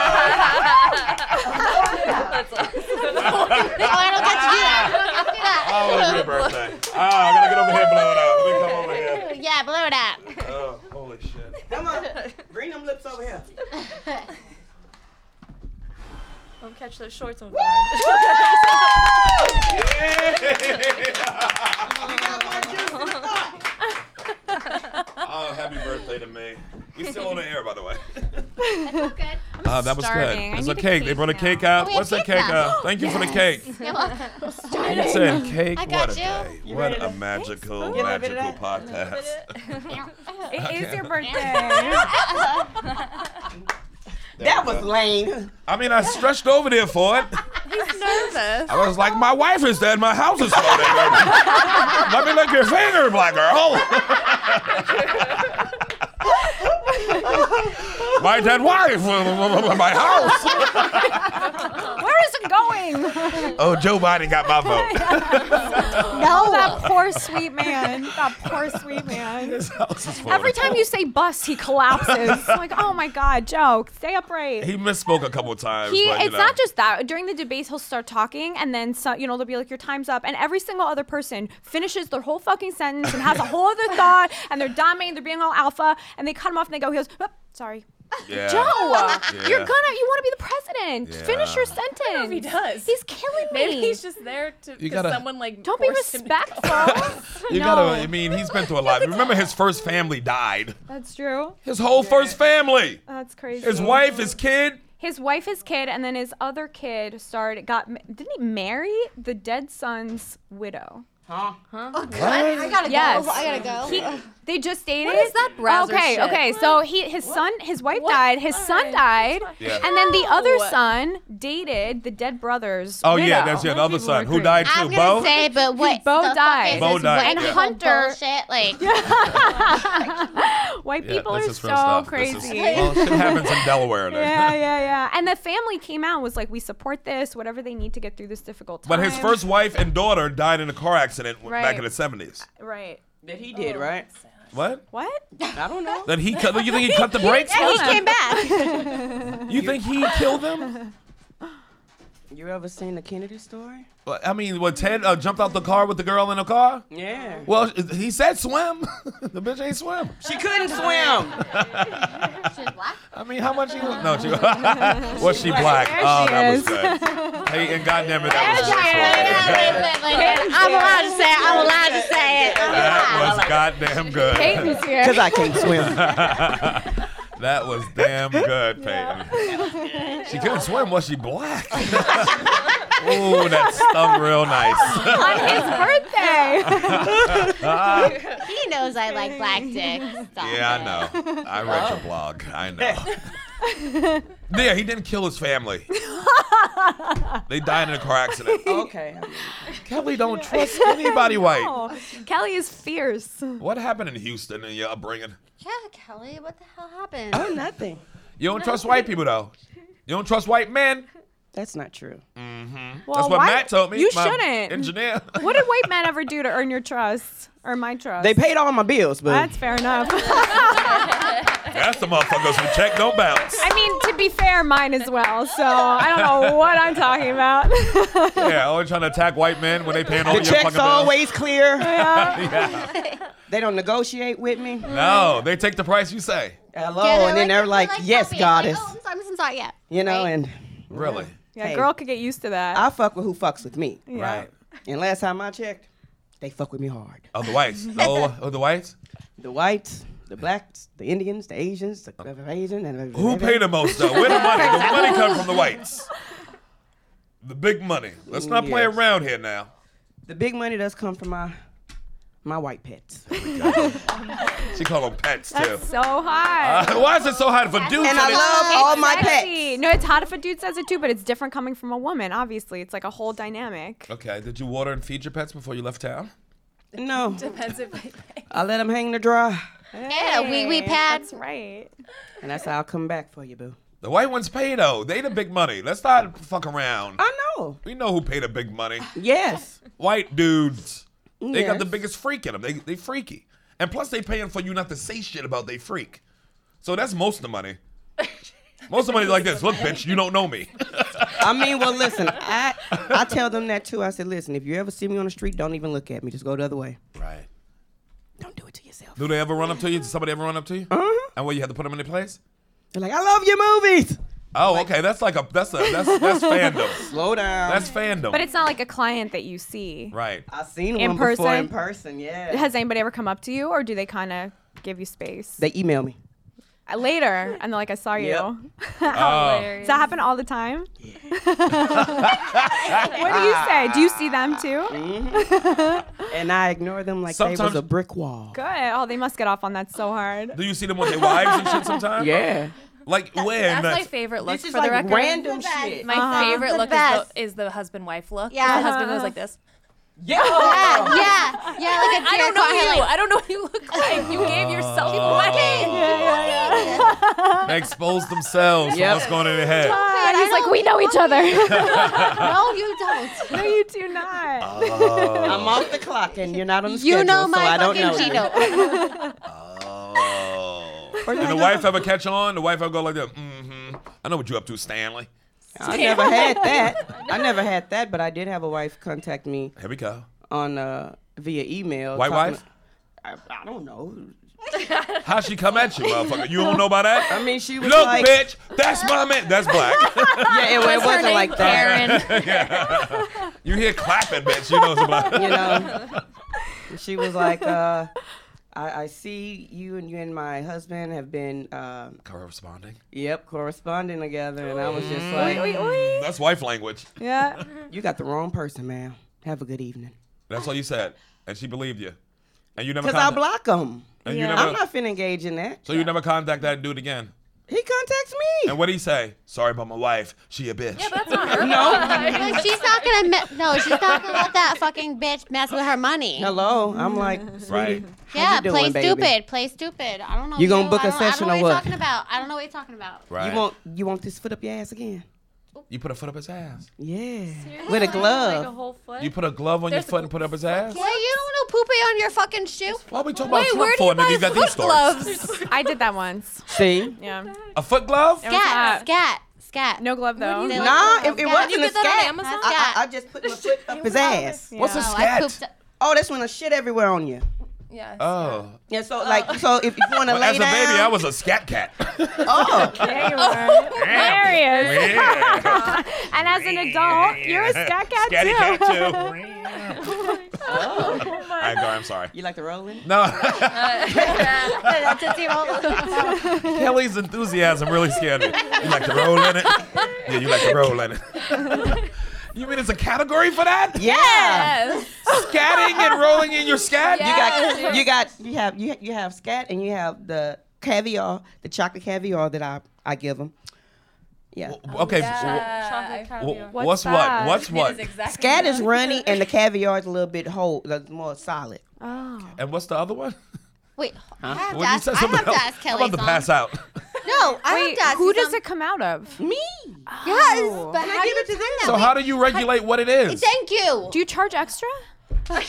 Speaker 2: [laughs] I
Speaker 6: Oh, I don't get to do that. I don't get to do that.
Speaker 2: gotta do? Oh, it's your birthday. Oh, I gotta get over here and blow it out. Let me come over here.
Speaker 6: Yeah, blow it up.
Speaker 2: Oh, holy shit.
Speaker 9: Come on, bring them lips over here.
Speaker 11: Don't catch those shorts on
Speaker 2: Oh, happy birthday to me. You still on the air, by the way.
Speaker 6: Good.
Speaker 2: Uh, that was
Speaker 7: starving.
Speaker 2: good.
Speaker 7: I
Speaker 2: It's a
Speaker 7: need a
Speaker 2: cake. They
Speaker 7: cake
Speaker 2: brought a
Speaker 7: now.
Speaker 2: cake out.
Speaker 6: we
Speaker 2: What's
Speaker 6: have
Speaker 2: that cake?
Speaker 6: cake now.
Speaker 2: Uh, thank you for the cake.
Speaker 6: You're welcome.
Speaker 2: You said cake.
Speaker 6: I
Speaker 2: what
Speaker 6: got
Speaker 2: a day. What a magical,
Speaker 9: You wanna bit it
Speaker 2: magical
Speaker 9: up?
Speaker 2: podcast.
Speaker 7: It
Speaker 2: [laughs]
Speaker 7: is your birthday.
Speaker 9: That was lame.
Speaker 2: I mean, I stretched over there for it.
Speaker 5: nervous.
Speaker 2: I was like, my wife is dead. My house is floating. [laughs] Let me lick your finger, black girl. [laughs] my dead wife. [laughs] my house.
Speaker 7: Where is it going?
Speaker 2: Oh, Joe Biden got my [laughs]
Speaker 7: [laughs]
Speaker 2: vote.
Speaker 7: No, that poor sweet man. That poor sweet man.
Speaker 2: His house is floating.
Speaker 7: Every time you say bus, he [laughs] collapses. like, oh my god, Joe, stay upright.
Speaker 2: He misspoke a couple times.
Speaker 7: He,
Speaker 2: but, you
Speaker 7: it's
Speaker 2: know.
Speaker 7: not just that. During the debates, he'll start talking, and then so, you know they'll be like, "Your time's up," and every single other person finishes their whole fucking sentence and has a whole [laughs] other thought, and they're dominating, they're being all alpha, and they cut him off, and they go, "He goes, "Oh, sorry,
Speaker 2: Yeah.
Speaker 7: Joe, you're
Speaker 2: Yeah.
Speaker 7: gonna, you want to be the president? Just Finish
Speaker 2: Yeah.
Speaker 7: your sentence."
Speaker 11: if he does.
Speaker 7: He's killing me.
Speaker 11: Maybe he's just there to
Speaker 2: You
Speaker 11: because
Speaker 2: gotta-
Speaker 11: someone like
Speaker 7: Don't be
Speaker 11: forced him to
Speaker 5: [laughs]
Speaker 7: respectful.
Speaker 2: [laughs] You
Speaker 7: no,
Speaker 2: gotta. I mean, he's been through a lot. Remember, his first family died.
Speaker 7: that's true.
Speaker 2: His whole first family.
Speaker 7: That's crazy.
Speaker 2: His wife, his kid.
Speaker 7: his wife, his kid, and then his other kid started got ma- didn't he marry the dead son's widow?
Speaker 9: Huh?
Speaker 6: Oh, I gotta
Speaker 7: Yes.
Speaker 6: go. I gotta go.
Speaker 7: They just dated.
Speaker 8: is that browser
Speaker 7: Okay,
Speaker 8: shit?
Speaker 7: okay. So he, his son, his wife died. His son died,
Speaker 2: Yeah.
Speaker 7: and then the other son dated the dead brother's.
Speaker 2: Oh yeah,
Speaker 7: widow.
Speaker 2: that's yeah, the other son who
Speaker 7: crazy.
Speaker 2: died
Speaker 6: I'm
Speaker 2: too.
Speaker 6: gonna
Speaker 2: Bo.
Speaker 6: say, but what?
Speaker 7: Bo
Speaker 6: the fuck
Speaker 7: died.
Speaker 6: is
Speaker 2: Bo
Speaker 6: this
Speaker 2: died,
Speaker 6: white
Speaker 2: yeah.
Speaker 6: people
Speaker 7: Hunter-
Speaker 6: Bullshit, [laughs] like
Speaker 7: [laughs] White
Speaker 2: Yeah,
Speaker 7: people
Speaker 2: this
Speaker 7: are
Speaker 2: is
Speaker 7: so
Speaker 2: real stuff. This is-
Speaker 7: crazy.
Speaker 2: well, shit happens in Delaware. Then. [laughs]
Speaker 7: [laughs] yeah, yeah, yeah. And the family came out and was like, "We support this. Whatever they need to get through this difficult time."
Speaker 2: But his first wife and daughter died in a car accident w- back
Speaker 7: Right.
Speaker 2: in the seventies.
Speaker 7: right.
Speaker 9: That he did, right?
Speaker 2: What?
Speaker 7: What?
Speaker 9: I don't know.
Speaker 2: That he cut? You think he cut the brakes?
Speaker 7: He came back.
Speaker 2: You think he killed them?
Speaker 9: You ever seen the Kennedy story?
Speaker 2: Well, I mean, what Ted uh, jumped out the car with the girl in the car?
Speaker 9: Yeah.
Speaker 2: Well, he said swim. [laughs] the bitch ain't swim.
Speaker 9: She couldn't [laughs] swim.
Speaker 2: I mean, how much you? No, she. was she [laughs] black? Oh, that was
Speaker 7: is.
Speaker 2: good. Hey, and goddamn it, that was.
Speaker 6: I'm allowed to say it. I'm allowed to say it.
Speaker 2: That was
Speaker 7: [laughs]
Speaker 2: goddamn good.
Speaker 7: Peyton's here.
Speaker 9: Because I can't swim.
Speaker 2: That was damn good, Peyton.
Speaker 6: [laughs]
Speaker 2: She couldn't swim. Was she black? [laughs] Ooh, that stung real
Speaker 7: [laughs]
Speaker 2: nice.
Speaker 7: on his birthday.
Speaker 2: [laughs]
Speaker 6: He knows I like black dick. Stop it.
Speaker 2: Yeah, I know. I read
Speaker 7: Oh.
Speaker 2: your blog. I know.
Speaker 7: [laughs]
Speaker 2: yeah, he didn't kill his family. They died in a car accident.
Speaker 9: [laughs] okay.
Speaker 2: [laughs] Kelly, don't trust anybody white.
Speaker 7: Oh, Kelly is fierce.
Speaker 2: What happened in Houston in your upbringing?
Speaker 6: Yeah, Kelly, what the hell happened?
Speaker 9: [laughs] Oh, nothing.
Speaker 2: You don't trust white people, though. You don't trust white men.
Speaker 9: That's not true.
Speaker 7: Well,
Speaker 2: That's what
Speaker 7: why-
Speaker 2: Matt told me.
Speaker 7: You
Speaker 2: my
Speaker 7: shouldn't.
Speaker 2: Engineer.
Speaker 7: What did white men ever do to earn your trust or my trust?
Speaker 9: They paid all my bills, but
Speaker 7: That's
Speaker 9: [laughs]
Speaker 7: fair enough.
Speaker 2: That's the motherfuckers who check don't bounce.
Speaker 7: I mean, to be fair, mine as well. So I don't know what I'm talking about. [laughs]
Speaker 2: Yeah, always trying to attack white men when they paying all
Speaker 9: the
Speaker 2: your fucking
Speaker 9: check's
Speaker 2: bills.
Speaker 9: always [laughs] clear.
Speaker 2: Yeah.
Speaker 9: They don't negotiate with me.
Speaker 2: No, they take the price you say.
Speaker 9: Hello,
Speaker 6: Yeah,
Speaker 9: and then they're like, "Yes,
Speaker 6: puppy." It's
Speaker 9: goddess,"
Speaker 6: Like, oh, I'm sorry, I'm sorry, yeah.
Speaker 9: you know.
Speaker 6: Right.
Speaker 9: And
Speaker 2: Really?
Speaker 7: yeah,
Speaker 9: Hey.
Speaker 7: girl could get used to that.
Speaker 9: I fuck with who fucks with me.
Speaker 7: Yeah.
Speaker 2: Right.
Speaker 9: And last time I checked, they fuck with me hard.
Speaker 2: Oh, the
Speaker 7: [laughs]
Speaker 2: whites. Oh, oh, the whites.
Speaker 9: The whites, the blacks, the Indians, the Asians, the Asian, and
Speaker 2: Who paid the most though? Where the money?
Speaker 9: [laughs]
Speaker 2: The money come from the whites. The big money. Let's not play
Speaker 9: Yes.
Speaker 2: around here now.
Speaker 9: The big money does come from my my white pets.
Speaker 2: She called them pets too.
Speaker 7: That's so hot.
Speaker 2: Uh, [laughs] why is it so hard for dudes?
Speaker 9: And I
Speaker 2: it-
Speaker 9: love
Speaker 6: Oh,
Speaker 9: all my pets.
Speaker 7: Sexy. No, it's hot if a dude says it too, but it's different coming from a woman. Obviously, it's like a whole dynamic.
Speaker 2: Okay, did you water and feed your pets before you left town?
Speaker 7: [laughs]
Speaker 9: No,
Speaker 11: depends if they pay.
Speaker 9: I let them hang to dry,
Speaker 6: Yeah, wee wee pad.
Speaker 7: That's right.
Speaker 9: and I said I'll come back for you, boo.
Speaker 2: The white ones pay though. They the big money. Let's not fuck around.
Speaker 9: I know.
Speaker 2: We know who pay the big money.
Speaker 9: Yes.
Speaker 2: White dudes. They got the
Speaker 9: Yes.
Speaker 2: biggest freak in them. They they freaky. And plus they paying for you not to say shit about they freak. So that's most of the
Speaker 9: [laughs]
Speaker 2: money. Most of the money is like this. Look, bitch, you don't know me.
Speaker 9: I mean, well, listen, I I tell them that too. I said, listen, if you ever see me on the street, don't even look at me. Just go the other way.
Speaker 2: Right. Do they ever run up to you? Did somebody ever run up to you?
Speaker 7: Mm-hmm.
Speaker 2: And what you had to put them in their place?
Speaker 9: They're like, I love your movies.
Speaker 2: Oh, okay. That's like a that's a that's
Speaker 9: [laughs]
Speaker 2: that's fandom.
Speaker 9: Slow down.
Speaker 2: That's fandom.
Speaker 7: But it's not like a client that you see.
Speaker 2: right.
Speaker 9: I've seen
Speaker 7: In
Speaker 9: one before
Speaker 7: person?
Speaker 9: in person. Yeah.
Speaker 7: Has anybody ever come up to you, or do they kind of give you space
Speaker 9: They email me.
Speaker 7: Uh, later? And they're like, "I saw you."
Speaker 9: Yep.
Speaker 2: Oh,
Speaker 7: Does that happen all the time? [laughs] what do you say? Do you see them too?
Speaker 9: and I ignore them like they
Speaker 2: Sometimes-
Speaker 9: was a brick wall.
Speaker 7: Good. Oh, they must get off on that so hard.
Speaker 2: do you see them with their wives and shit sometimes?
Speaker 9: Yeah.
Speaker 2: Like when?
Speaker 5: That's my favorite look
Speaker 9: This is
Speaker 5: for
Speaker 9: like
Speaker 5: the record.
Speaker 9: random
Speaker 6: The best.
Speaker 9: shit.
Speaker 5: My favorite
Speaker 6: Uh-huh. The
Speaker 5: look is
Speaker 6: best.
Speaker 5: the, is the husband wife look.
Speaker 6: Yeah.
Speaker 5: the husband goes
Speaker 6: [laughs]
Speaker 5: like this.
Speaker 9: Yeah.
Speaker 6: Yeah, yeah, yeah. Like a deer
Speaker 5: I don't know
Speaker 6: caught
Speaker 5: you.
Speaker 6: headlight.
Speaker 5: I don't know what you look like.
Speaker 6: [laughs]
Speaker 5: You gave yourself away.
Speaker 2: They expose themselves
Speaker 9: Yep.
Speaker 2: to what's going in their head.
Speaker 6: But
Speaker 8: He's
Speaker 6: I
Speaker 8: like,
Speaker 6: don't-
Speaker 8: we know each
Speaker 7: [laughs]
Speaker 8: other.
Speaker 6: No, you don't.
Speaker 7: No, you do not.
Speaker 9: I'm off the clock and you're not on the schedule,
Speaker 6: You know
Speaker 9: so
Speaker 6: my
Speaker 9: I don't
Speaker 6: fucking
Speaker 9: know. you.
Speaker 6: Gino.
Speaker 9: Or
Speaker 2: And the
Speaker 9: like,
Speaker 2: wife ever catch on? The wife ever go like that? Mm-hmm. I know what you up to, Stanley.
Speaker 9: I never
Speaker 6: [laughs]
Speaker 9: had that. I never had that, but I did have a wife contact me
Speaker 2: Here we go.
Speaker 9: on uh, via email.
Speaker 2: White
Speaker 9: talking-
Speaker 2: wife?
Speaker 9: I, I don't know.
Speaker 2: How she come at you, motherfucker? You don't know about that?
Speaker 9: I mean, she was
Speaker 2: Look,
Speaker 9: like,
Speaker 2: bitch, that's my man. That's
Speaker 5: [laughs]
Speaker 2: black.
Speaker 9: yeah, it, it wasn't like that.
Speaker 2: you hear clapping, bitch. You know it's black.
Speaker 9: You know, she was like, uh, I, I see you and you and my husband have been, uh,
Speaker 2: Corresponding.
Speaker 9: yep, corresponding together, and I was just
Speaker 6: Mm.
Speaker 9: like,
Speaker 2: That's wife language.
Speaker 7: Yeah.
Speaker 9: you got the wrong person, man. Have a good evening.
Speaker 2: That's all you said, and she believed you, and you never.
Speaker 9: Cause I
Speaker 2: contact-
Speaker 9: block him.
Speaker 2: And you
Speaker 7: Yeah.
Speaker 2: never.
Speaker 9: I'm not finna engage in that.
Speaker 2: so you never contact that dude again.
Speaker 9: He contacts me.
Speaker 2: And what do you say? Sorry about my wife. She a bitch.
Speaker 6: Like, she's not gonna. Me- no, she's not gonna let that fucking bitch mess with her money.
Speaker 9: Hello, I'm like,
Speaker 2: right.
Speaker 6: yeah,
Speaker 9: you
Speaker 6: play
Speaker 9: doing, baby?
Speaker 6: stupid. Play stupid. I don't know.
Speaker 9: You gonna book a
Speaker 6: I don't- I don't
Speaker 9: session or
Speaker 6: know
Speaker 9: what?
Speaker 6: what? You're talking about. I don't know what you're talking about.
Speaker 2: Right.
Speaker 9: you want you want this foot up your ass again?
Speaker 2: You put a foot up his ass.
Speaker 9: Yeah, with a glove.
Speaker 11: Like a whole foot.
Speaker 2: You put a glove on your foot and put up his ass.
Speaker 6: Well, you don't know poopy on your fucking shoe.
Speaker 2: Why are we talking about Trump
Speaker 5: where do
Speaker 2: for?
Speaker 5: you
Speaker 2: And then
Speaker 5: buy
Speaker 2: you got these
Speaker 5: foot
Speaker 2: stories.
Speaker 5: gloves?
Speaker 7: I did that once.
Speaker 9: See?
Speaker 7: Yeah.
Speaker 2: A foot glove?
Speaker 7: It was
Speaker 6: Scat,
Speaker 7: hot.
Speaker 6: scat, scat.
Speaker 7: No glove though.
Speaker 6: They
Speaker 9: Nah,
Speaker 6: like-
Speaker 9: Ah, it, it
Speaker 6: Scat.
Speaker 9: wasn't a
Speaker 6: You get that on
Speaker 9: scat.
Speaker 6: Amazon?
Speaker 9: I, I, I just put my foot up his ass.
Speaker 2: What's a
Speaker 6: Oh, I
Speaker 2: scat?
Speaker 6: pooped.
Speaker 9: Oh, that's when there's shit everywhere on you.
Speaker 5: Yeah.
Speaker 2: Oh.
Speaker 9: Yeah, so like, so if you want to
Speaker 2: As
Speaker 9: lay
Speaker 2: a
Speaker 9: down,
Speaker 2: baby, I was a scat cat.
Speaker 9: oh,
Speaker 7: There you are. There he is.
Speaker 2: Yeah.
Speaker 7: [laughs] And as an adult, you're a scat cat
Speaker 2: Scatty
Speaker 7: too.
Speaker 2: cat [laughs]
Speaker 7: [laughs]
Speaker 2: too. I go, I'm sorry.
Speaker 9: you like to roll in? it?
Speaker 2: No, [laughs]
Speaker 6: That's a zero.
Speaker 2: Kelly's enthusiasm really scared me. You like to roll in it? Yeah, you like to roll in it. [laughs] You mean it's a category for that?
Speaker 9: Yeah.
Speaker 2: Scatting and rolling in your scat?
Speaker 9: You got, you got, you have, you you have scat, and you have the caviar, the chocolate caviar that I I give them. Yeah.
Speaker 2: Okay.
Speaker 5: Uh,
Speaker 11: Chocolate
Speaker 2: wh-
Speaker 11: caviar.
Speaker 2: wh- What's,
Speaker 7: that?
Speaker 2: what? What's what?
Speaker 9: Scat is runny and the caviar is a little bit whole, like more solid.
Speaker 2: And what's the other one?
Speaker 6: Wait, I have to
Speaker 2: Well, you
Speaker 6: ask.
Speaker 2: said
Speaker 6: I have
Speaker 2: something
Speaker 6: to
Speaker 2: else.
Speaker 6: ask
Speaker 2: I'm
Speaker 6: Kelly.
Speaker 2: about to pass out.
Speaker 6: No, I have
Speaker 7: Wait,
Speaker 6: to ask.
Speaker 7: who
Speaker 6: you
Speaker 7: does
Speaker 6: something.
Speaker 7: it come out of?
Speaker 9: Me.
Speaker 6: Yes, but how do
Speaker 9: give
Speaker 6: you
Speaker 9: it to
Speaker 6: tell
Speaker 9: them.
Speaker 6: them?
Speaker 2: So how do you regulate what it is?
Speaker 6: Thank you.
Speaker 7: Do you charge extra? I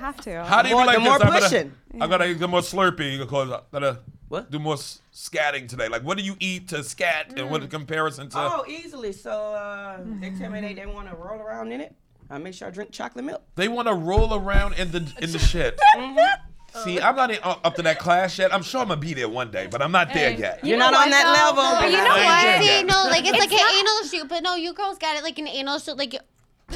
Speaker 7: have to.
Speaker 2: How do you
Speaker 9: More-
Speaker 2: like
Speaker 9: the more
Speaker 2: this? I'm
Speaker 9: pushing.
Speaker 2: Gonna, I gotta get more slurpy because I gotta
Speaker 9: What?
Speaker 2: do more s- scatting today. Like, what do you eat to scat, and
Speaker 6: Mm.
Speaker 2: what in comparison to?
Speaker 9: Oh, easily. So uh, they tell me they, they want to roll around in it. I make sure I drink chocolate milk.
Speaker 2: They want to roll around in the in
Speaker 6: [laughs]
Speaker 2: the shit.
Speaker 6: Mm-hmm.
Speaker 2: See, I'm not in, uh, up to that class yet. I'm sure I'm gonna be there one day, but I'm not there yet.
Speaker 9: You're not on that level.
Speaker 6: But
Speaker 9: [laughs]
Speaker 6: you Mm. know
Speaker 2: Thank
Speaker 6: what?
Speaker 2: you.
Speaker 6: See, no,
Speaker 2: [laughs]
Speaker 6: like it's, like an anal shoot, but no, you girls got it like an anal shoot, like.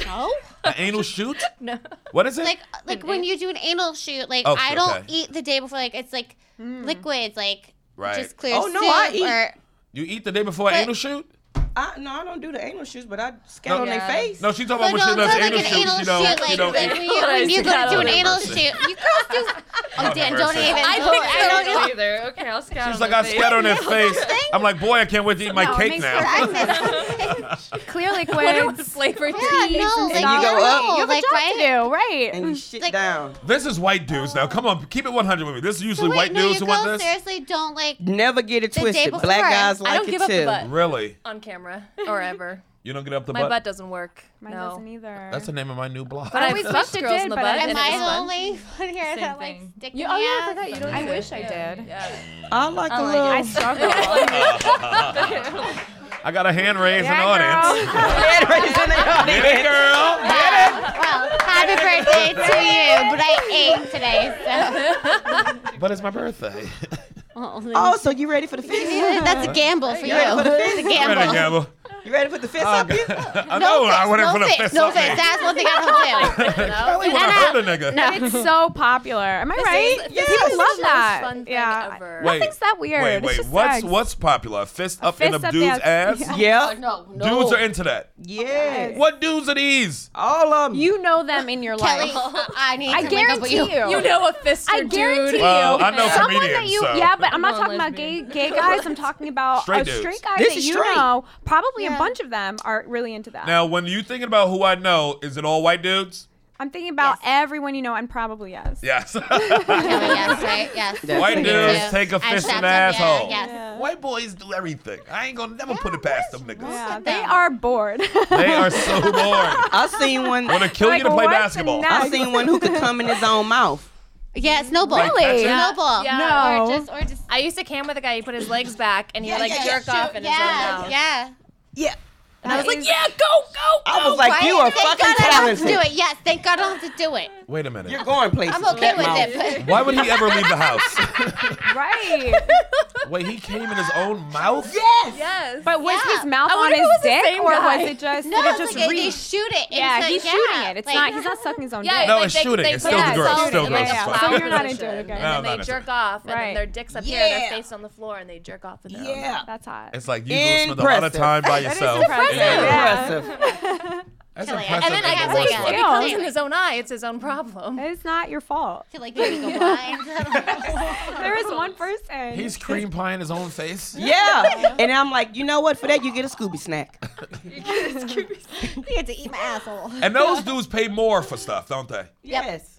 Speaker 6: No,
Speaker 2: An
Speaker 6: [laughs]
Speaker 2: anal shoot? No. What is it?
Speaker 6: like like when you do an anal shoot, like
Speaker 2: Okay,
Speaker 6: I don't
Speaker 2: okay.
Speaker 6: eat the day before. Like it's like
Speaker 9: Mm.
Speaker 6: liquids, like
Speaker 2: Right.
Speaker 6: just clear
Speaker 9: Oh, no, I
Speaker 6: soup
Speaker 9: eat.
Speaker 6: or
Speaker 2: you eat the day before an
Speaker 6: But-
Speaker 2: anal shoot?
Speaker 9: I, no, I don't do the anal shoes, but I scat
Speaker 2: No.
Speaker 9: on
Speaker 2: Yeah.
Speaker 9: their face.
Speaker 2: No, she's talking
Speaker 6: But
Speaker 2: about when she
Speaker 6: no, not
Speaker 2: does
Speaker 6: like
Speaker 2: anal
Speaker 6: an
Speaker 2: shoots.
Speaker 6: anal
Speaker 2: you
Speaker 6: shoot.
Speaker 2: know,
Speaker 6: Like,
Speaker 2: you know,
Speaker 6: like when you, when you go to do an anal
Speaker 2: mercy.
Speaker 6: shoot, you girls do. Oh, Dan, don't
Speaker 2: mercy.
Speaker 6: even.
Speaker 11: I
Speaker 6: don't-
Speaker 11: don't
Speaker 6: don't
Speaker 11: know either. Okay, I'll scout.
Speaker 2: She's like, I scat on her face. I'm like, boy, I can't wait to eat my
Speaker 7: No, it
Speaker 2: cake
Speaker 6: [laughs]
Speaker 7: makes
Speaker 2: now.
Speaker 11: [laughs]
Speaker 7: Clear
Speaker 11: What
Speaker 7: liquids.
Speaker 11: flavor
Speaker 6: Yeah, no, like
Speaker 9: you go up.
Speaker 6: no,
Speaker 9: You
Speaker 7: You have a
Speaker 6: like
Speaker 7: job
Speaker 6: right.
Speaker 7: to do, right?
Speaker 9: And you shit
Speaker 6: Like-
Speaker 9: down.
Speaker 2: This is white dudes now. Come on, keep it 100 with me. This is usually
Speaker 6: Wait,
Speaker 2: white
Speaker 6: no,
Speaker 2: dudes
Speaker 6: you
Speaker 2: who want
Speaker 6: girls
Speaker 2: this.
Speaker 6: seriously don't like.
Speaker 9: Never get it
Speaker 6: day
Speaker 9: twisted.
Speaker 6: before,
Speaker 9: Black guys
Speaker 6: I
Speaker 9: like
Speaker 11: I don't
Speaker 9: it
Speaker 11: give
Speaker 9: too.
Speaker 11: up the butt
Speaker 2: Really?
Speaker 5: [laughs]
Speaker 11: on camera or ever.
Speaker 6: You don't get up the
Speaker 5: My
Speaker 6: butt.
Speaker 5: butt doesn't work.
Speaker 7: Mine
Speaker 5: no.
Speaker 7: doesn't either.
Speaker 6: That's the name of my new blog.
Speaker 5: But I always fucked
Speaker 7: it
Speaker 5: girls
Speaker 7: did,
Speaker 5: in the
Speaker 7: but
Speaker 5: butt.
Speaker 7: I
Speaker 5: and it
Speaker 8: Am
Speaker 5: was
Speaker 8: I the
Speaker 5: fun.
Speaker 8: only one here
Speaker 12: Same
Speaker 8: that like
Speaker 12: thing.
Speaker 8: stick
Speaker 7: You-
Speaker 8: in
Speaker 7: oh
Speaker 8: the
Speaker 7: yeah, I
Speaker 8: ass?
Speaker 7: forgot you don't.
Speaker 5: Yeah.
Speaker 7: I wish I
Speaker 5: Yeah.
Speaker 7: did.
Speaker 5: Yeah.
Speaker 9: I
Speaker 8: Oh,
Speaker 9: like a little.
Speaker 7: I struggle.
Speaker 6: I got a hand raised
Speaker 7: Yeah,
Speaker 6: an audience.
Speaker 7: girl.
Speaker 6: Get it, girl.
Speaker 8: [laughs] Well, happy birthday to you, but I ate today, so.
Speaker 6: But it's my birthday.
Speaker 8: Oh,
Speaker 9: [laughs] Oh, so you ready for the fist?
Speaker 8: that's a gamble for you. [laughs] It's a
Speaker 6: Ready,
Speaker 8: gamble.
Speaker 6: Gamble?
Speaker 9: You ready for the fist up? You?
Speaker 6: I know. I
Speaker 8: fist,
Speaker 6: went in
Speaker 8: no
Speaker 6: for the
Speaker 8: fist,
Speaker 6: fist.
Speaker 8: No
Speaker 6: up me.
Speaker 8: fist. That's one thing I don't do.
Speaker 6: Probably would have hurt a nigga.
Speaker 7: [laughs] It's so popular. Am I right?
Speaker 5: is- this
Speaker 7: People
Speaker 5: is
Speaker 7: love
Speaker 5: the most
Speaker 7: that.
Speaker 5: fun thing
Speaker 7: yeah.
Speaker 5: ever.
Speaker 6: Wait.
Speaker 7: Nothing's that weird.
Speaker 6: Wait,
Speaker 7: It's
Speaker 6: wait.
Speaker 7: just
Speaker 6: What's
Speaker 7: sex.
Speaker 6: what's popular? A fist up
Speaker 7: fist
Speaker 6: in a
Speaker 7: up
Speaker 6: dude's ass.
Speaker 7: ass. Yeah.
Speaker 9: [laughs] Yeah.
Speaker 8: No, no.
Speaker 6: Dudes are into that.
Speaker 9: Yeah.
Speaker 6: What dudes are these?
Speaker 9: All of them.
Speaker 7: You know them in your
Speaker 8: Kelly,
Speaker 7: life.
Speaker 8: I need
Speaker 7: I
Speaker 8: to link up with
Speaker 7: guarantee
Speaker 8: you.
Speaker 7: you.
Speaker 5: You know a fister
Speaker 7: I guarantee
Speaker 5: dude.
Speaker 6: Well, I know
Speaker 7: Someone
Speaker 6: comedians.
Speaker 7: that you,
Speaker 6: so.
Speaker 7: yeah, but I'm not
Speaker 12: Well,
Speaker 7: talking about gay
Speaker 12: lesbian.
Speaker 7: gay guys. I'm talking about
Speaker 6: Straight
Speaker 7: a
Speaker 6: dudes.
Speaker 7: straight guy
Speaker 9: This
Speaker 7: that
Speaker 9: is
Speaker 7: you
Speaker 9: straight.
Speaker 7: know. Probably a
Speaker 8: Yeah.
Speaker 7: bunch of them are really into that.
Speaker 6: Now, when you thinking about who I know, is it all white dudes?
Speaker 7: I'm thinking about
Speaker 8: Yes.
Speaker 7: everyone you know, and probably yes.
Speaker 6: Yes. [laughs]
Speaker 8: Kelly, yes, right? Yes.
Speaker 6: White
Speaker 9: Me
Speaker 6: dudes
Speaker 8: too.
Speaker 6: take a
Speaker 8: I
Speaker 6: fist in the
Speaker 8: slapped him, yeah,
Speaker 6: asshole.
Speaker 8: yes.
Speaker 6: White boys do everything. I ain't gonna never put it past them niggas.
Speaker 7: Yeah,
Speaker 8: at
Speaker 7: they
Speaker 8: them.
Speaker 7: are bored. [laughs]
Speaker 6: They are so
Speaker 9: [laughs]
Speaker 6: bored.
Speaker 9: I seen one.
Speaker 6: Wanna kill you
Speaker 7: Like,
Speaker 6: to play
Speaker 7: what's
Speaker 6: basketball.
Speaker 7: enough?
Speaker 9: I seen one who could come in his own mouth.
Speaker 8: Yeah, snowball.
Speaker 6: Really? Yeah.
Speaker 8: Snowball.
Speaker 5: Yeah.
Speaker 8: Or just, or just.
Speaker 5: I used to cam with a guy. He put his legs back and he would like
Speaker 8: yeah,
Speaker 5: jerk
Speaker 8: shoot,
Speaker 5: off in his own
Speaker 8: Yeah,
Speaker 5: mouth.
Speaker 8: yeah.
Speaker 9: Yeah.
Speaker 5: And I was like,
Speaker 7: is-
Speaker 5: yeah, go, go, go.
Speaker 8: Oh,
Speaker 9: I was like, you are
Speaker 8: Thank
Speaker 9: fucking
Speaker 8: God I don't have to do
Speaker 9: talented.
Speaker 8: it. Yes, thank God I don't have to do it.
Speaker 6: Wait a minute.
Speaker 9: You're going places.
Speaker 8: I'm okay
Speaker 9: that
Speaker 8: with
Speaker 9: mouth.
Speaker 8: it. But
Speaker 6: Why would he ever leave the house?
Speaker 7: [laughs] right.
Speaker 6: Wait, he came in his own mouth?
Speaker 5: yes.
Speaker 7: But was
Speaker 8: Yeah.
Speaker 7: his mouth
Speaker 5: I
Speaker 7: on
Speaker 5: wonder if
Speaker 7: his
Speaker 5: it was the
Speaker 7: dick,
Speaker 5: same
Speaker 7: or
Speaker 5: guy.
Speaker 7: was it just
Speaker 8: no,
Speaker 7: did it
Speaker 8: it's
Speaker 7: just
Speaker 8: like they
Speaker 7: reach?
Speaker 8: shoot it.
Speaker 7: Yeah,
Speaker 8: It's
Speaker 7: he's
Speaker 8: like,
Speaker 7: shooting
Speaker 8: yeah,
Speaker 7: it. It's
Speaker 8: like-
Speaker 7: not. He's not sucking his own
Speaker 5: Yeah,
Speaker 7: dick.
Speaker 6: No,
Speaker 5: like,
Speaker 6: it's
Speaker 5: they-
Speaker 6: shooting.
Speaker 5: They
Speaker 6: It's
Speaker 5: put
Speaker 6: still
Speaker 5: their
Speaker 7: gross.
Speaker 5: phone
Speaker 7: Still
Speaker 5: in,
Speaker 7: gross.
Speaker 5: Like,
Speaker 7: Yeah.
Speaker 5: a
Speaker 7: So
Speaker 5: flower
Speaker 7: you're not into
Speaker 5: position,
Speaker 7: it, okay.
Speaker 5: And
Speaker 6: No,
Speaker 5: then
Speaker 6: I'm
Speaker 5: they
Speaker 6: not into
Speaker 5: jerk off, and
Speaker 7: Right.
Speaker 5: then their dicks up here, and
Speaker 9: Yeah.
Speaker 5: their face on the floor, and they jerk off in their own
Speaker 9: Yeah.
Speaker 5: That's hot.
Speaker 6: It's like you gonna spend a lot of
Speaker 9: Impressive.
Speaker 6: time by yourself.
Speaker 7: impressive.
Speaker 6: Yeah.
Speaker 7: Yeah.
Speaker 8: [laughs]
Speaker 9: Impressive.
Speaker 6: That's
Speaker 8: Kelly,
Speaker 6: impressive.
Speaker 8: and then I
Speaker 6: that
Speaker 8: got
Speaker 6: boy's
Speaker 8: like
Speaker 6: like-
Speaker 5: If
Speaker 8: a-
Speaker 5: he comes
Speaker 8: Yeah.
Speaker 5: in his own eye, it's his own problem.
Speaker 7: It's not your fault.
Speaker 8: To like make you go blind.
Speaker 7: There is one person.
Speaker 6: He's cream pieing his own face.
Speaker 9: Yeah. And I'm like, you know what? For that, you get a Scooby snack.
Speaker 8: you get to eat my asshole.
Speaker 6: And those dudes pay more for stuff, don't they?
Speaker 9: Yes.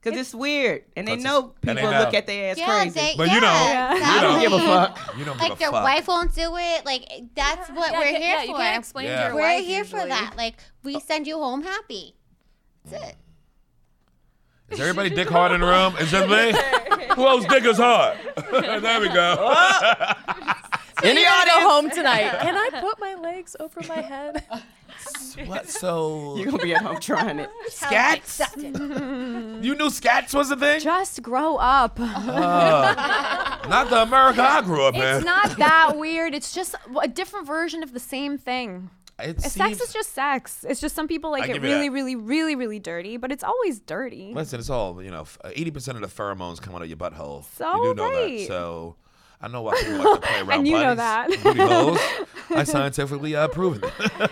Speaker 9: Because it's weird. And they
Speaker 6: That's
Speaker 9: know
Speaker 6: just-
Speaker 9: people
Speaker 6: and they know.
Speaker 9: look at their ass
Speaker 8: Yeah,
Speaker 9: crazy.
Speaker 8: they,
Speaker 6: But
Speaker 8: yeah,
Speaker 6: you know-
Speaker 9: I don't
Speaker 8: exactly.
Speaker 9: give a fuck.
Speaker 6: [laughs] You don't give
Speaker 8: Like
Speaker 6: a
Speaker 8: their
Speaker 6: fuck.
Speaker 8: wife won't do it. Like that's what
Speaker 5: Yeah,
Speaker 8: we're
Speaker 5: yeah,
Speaker 8: here
Speaker 5: yeah,
Speaker 8: for.
Speaker 5: You can't explain
Speaker 6: Yeah.
Speaker 5: to your
Speaker 8: we're
Speaker 5: wife
Speaker 8: here for
Speaker 5: usually.
Speaker 8: that. Like
Speaker 9: Oh.
Speaker 8: we send you home happy. That's it.
Speaker 6: Is everybody dick hard in the room? Is that me? Who else dick is hard? [laughs] there we go. [laughs]
Speaker 9: In the audience.
Speaker 5: Go home tonight. Can I put my legs over
Speaker 2: [laughs]
Speaker 5: my head?
Speaker 6: What? So
Speaker 9: You're going to be at home
Speaker 6: [laughs]
Speaker 9: trying it.
Speaker 6: scats? [laughs] You knew scats was a thing?
Speaker 7: Just grow
Speaker 6: [laughs]
Speaker 7: up.
Speaker 6: Not the America I grew up in.
Speaker 7: It's not that weird. It's just a different version of the same thing.
Speaker 6: It
Speaker 7: Sex
Speaker 6: seems-
Speaker 7: is just sex. It's just some people like
Speaker 6: I
Speaker 7: it
Speaker 6: give you
Speaker 7: really,
Speaker 6: that.
Speaker 7: really, really, really dirty, but it's always dirty.
Speaker 6: Listen, it's all you know. uh, Eighty percent of the pheromones come out of your butthole.
Speaker 7: So
Speaker 6: you do know
Speaker 7: right.
Speaker 6: that. So I know why people like to play
Speaker 7: [laughs]
Speaker 6: around.
Speaker 7: And you know
Speaker 6: bodies,
Speaker 7: that.
Speaker 6: booty holes. I scientifically uh, proven it.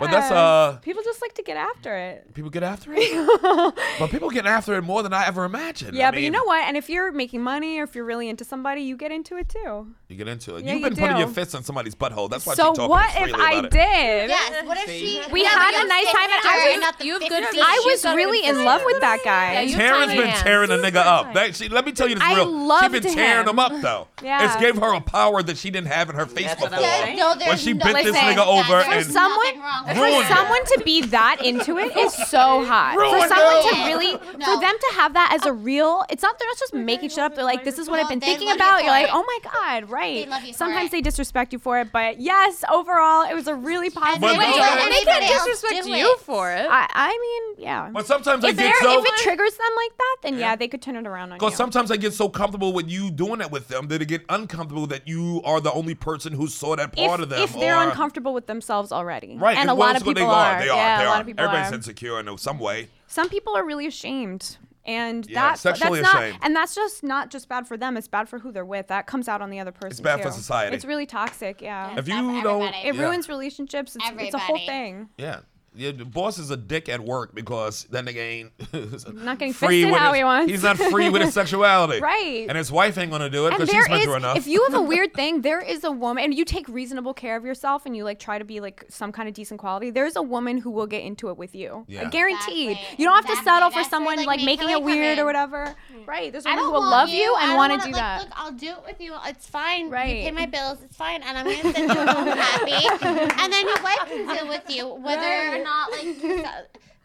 Speaker 6: But that's uh,
Speaker 7: [laughs] People just like to get after
Speaker 6: [laughs]
Speaker 7: it.
Speaker 6: people get after
Speaker 7: [laughs]
Speaker 6: it. but people get after it more than I ever imagined.
Speaker 7: Yeah,
Speaker 6: I
Speaker 7: but you
Speaker 6: mean,
Speaker 7: know what? And if you're making money or if you're really into somebody, you get into it too.
Speaker 6: You get into it.
Speaker 7: Yeah,
Speaker 6: You've
Speaker 7: you
Speaker 6: been putting
Speaker 7: do.
Speaker 6: your fists in somebody's butthole. That's why
Speaker 7: so
Speaker 6: she talking
Speaker 7: what
Speaker 6: freely
Speaker 7: if I
Speaker 6: about it.
Speaker 7: did?
Speaker 8: Yes. What if she?
Speaker 7: We
Speaker 8: Yeah,
Speaker 7: had
Speaker 8: but
Speaker 7: a
Speaker 8: you're
Speaker 7: nice time and I
Speaker 8: sister
Speaker 7: was-
Speaker 8: not the
Speaker 5: you've
Speaker 8: 50.
Speaker 5: good feet.
Speaker 7: I
Speaker 5: She's
Speaker 7: was
Speaker 5: got a good
Speaker 7: really in
Speaker 5: sister.
Speaker 7: love with that guy.
Speaker 5: Yeah, you
Speaker 6: Taryn's
Speaker 5: tie
Speaker 6: been
Speaker 5: hands.
Speaker 6: tearing a nigga up.
Speaker 5: Sometimes.
Speaker 6: That, she, let me tell you this
Speaker 7: I
Speaker 6: real. She's
Speaker 7: loved
Speaker 6: been tearing
Speaker 7: him.
Speaker 6: him up though.
Speaker 7: Yeah.
Speaker 6: It's gave her a power that she didn't have in her face before.
Speaker 8: There's no, there's
Speaker 6: When she
Speaker 8: no,
Speaker 6: bent this
Speaker 7: Listen,
Speaker 6: nigga over
Speaker 8: for
Speaker 6: and
Speaker 7: someone-
Speaker 8: Nothing
Speaker 7: for
Speaker 8: wrong.
Speaker 6: ruined it.
Speaker 7: someone to be that into it is
Speaker 8: [laughs]
Speaker 7: so hot. for
Speaker 6: Ruined
Speaker 7: someone
Speaker 8: it.
Speaker 7: to really,
Speaker 8: No.
Speaker 7: for them to have that as a real, it's not they're not just making shit up. They're like, this is what
Speaker 8: No,
Speaker 7: I've been
Speaker 8: they
Speaker 7: thinking
Speaker 8: love you
Speaker 7: about.
Speaker 8: for
Speaker 7: You're like,
Speaker 8: it.
Speaker 7: oh my god, right?
Speaker 8: They love you for
Speaker 7: Sometimes
Speaker 8: it.
Speaker 7: they disrespect you for it, but yes, overall, it was a really positive.
Speaker 8: But
Speaker 7: day.
Speaker 8: don't let
Speaker 5: and they can't
Speaker 8: anybody else
Speaker 5: disrespect
Speaker 8: do
Speaker 5: you
Speaker 8: it.
Speaker 5: for it.
Speaker 7: I, I mean, yeah.
Speaker 6: But sometimes they
Speaker 7: If, they're-
Speaker 6: get so
Speaker 7: if it triggers them like that, then yeah, they could turn it around on you.
Speaker 6: because sometimes they get so comfortable with you doing that with them that it get uncomfortable that you are the only person who saw that
Speaker 7: if,
Speaker 6: part of them.
Speaker 7: if they're
Speaker 6: or-
Speaker 7: uncomfortable with themselves already,
Speaker 6: Right,
Speaker 7: and
Speaker 6: 'cause
Speaker 7: a
Speaker 6: what
Speaker 7: lot
Speaker 6: else
Speaker 7: of
Speaker 6: would
Speaker 7: people
Speaker 6: they are. They are.
Speaker 7: yeah,
Speaker 6: they
Speaker 7: a
Speaker 6: are.
Speaker 7: lot of people
Speaker 6: Everybody's
Speaker 7: are.
Speaker 6: insecure in some way.
Speaker 7: some people are really ashamed and
Speaker 6: Yeah,
Speaker 7: that's
Speaker 6: sexually
Speaker 7: that's not
Speaker 6: ashamed.
Speaker 7: and that's just not just bad for them it's bad for who they're with that comes out on the other person
Speaker 6: It's bad for
Speaker 7: too.
Speaker 6: society.
Speaker 7: it's really toxic yeah
Speaker 6: If
Speaker 8: Not
Speaker 6: you
Speaker 8: for
Speaker 6: don't,
Speaker 8: everybody.
Speaker 7: it
Speaker 6: yeah.
Speaker 7: ruins relationships it's, it's a whole
Speaker 8: Everybody.
Speaker 7: thing
Speaker 6: Yeah.
Speaker 2: Your boss is a dick at work because that nigga ain't
Speaker 7: [laughs] Not getting
Speaker 2: free
Speaker 7: fisted
Speaker 2: with
Speaker 7: how
Speaker 2: his,
Speaker 7: he wants.
Speaker 2: He's not free with
Speaker 7: [laughs]
Speaker 2: his sexuality.
Speaker 7: Right.
Speaker 2: And his wife ain't gonna do it
Speaker 7: And
Speaker 2: because
Speaker 7: there
Speaker 2: she's been
Speaker 7: is,
Speaker 2: through enough.
Speaker 7: if you have
Speaker 6: [laughs]
Speaker 7: a weird thing, there is a woman, and you take reasonable care of yourself, and you like try to be like some kind of decent quality. There is a woman who will get into it with you,
Speaker 2: Yeah.
Speaker 7: guaranteed. You don't have to settle for someone like, making
Speaker 6: Kelly
Speaker 7: it
Speaker 6: come in.
Speaker 7: weird
Speaker 6: Mm.
Speaker 7: or whatever, right? There's a
Speaker 6: I
Speaker 7: woman
Speaker 6: don't
Speaker 7: who will
Speaker 6: want
Speaker 7: love you
Speaker 6: I
Speaker 7: and
Speaker 6: don't
Speaker 7: want
Speaker 6: wanna-
Speaker 7: to do
Speaker 6: like,
Speaker 7: that.
Speaker 6: Look, I'll do it with you. It's fine. You pay
Speaker 7: Right.
Speaker 6: my bills. It's fine, and I'm gonna send you home happy. And then your wife can deal with you, whether
Speaker 7: Right.
Speaker 6: or not like. so-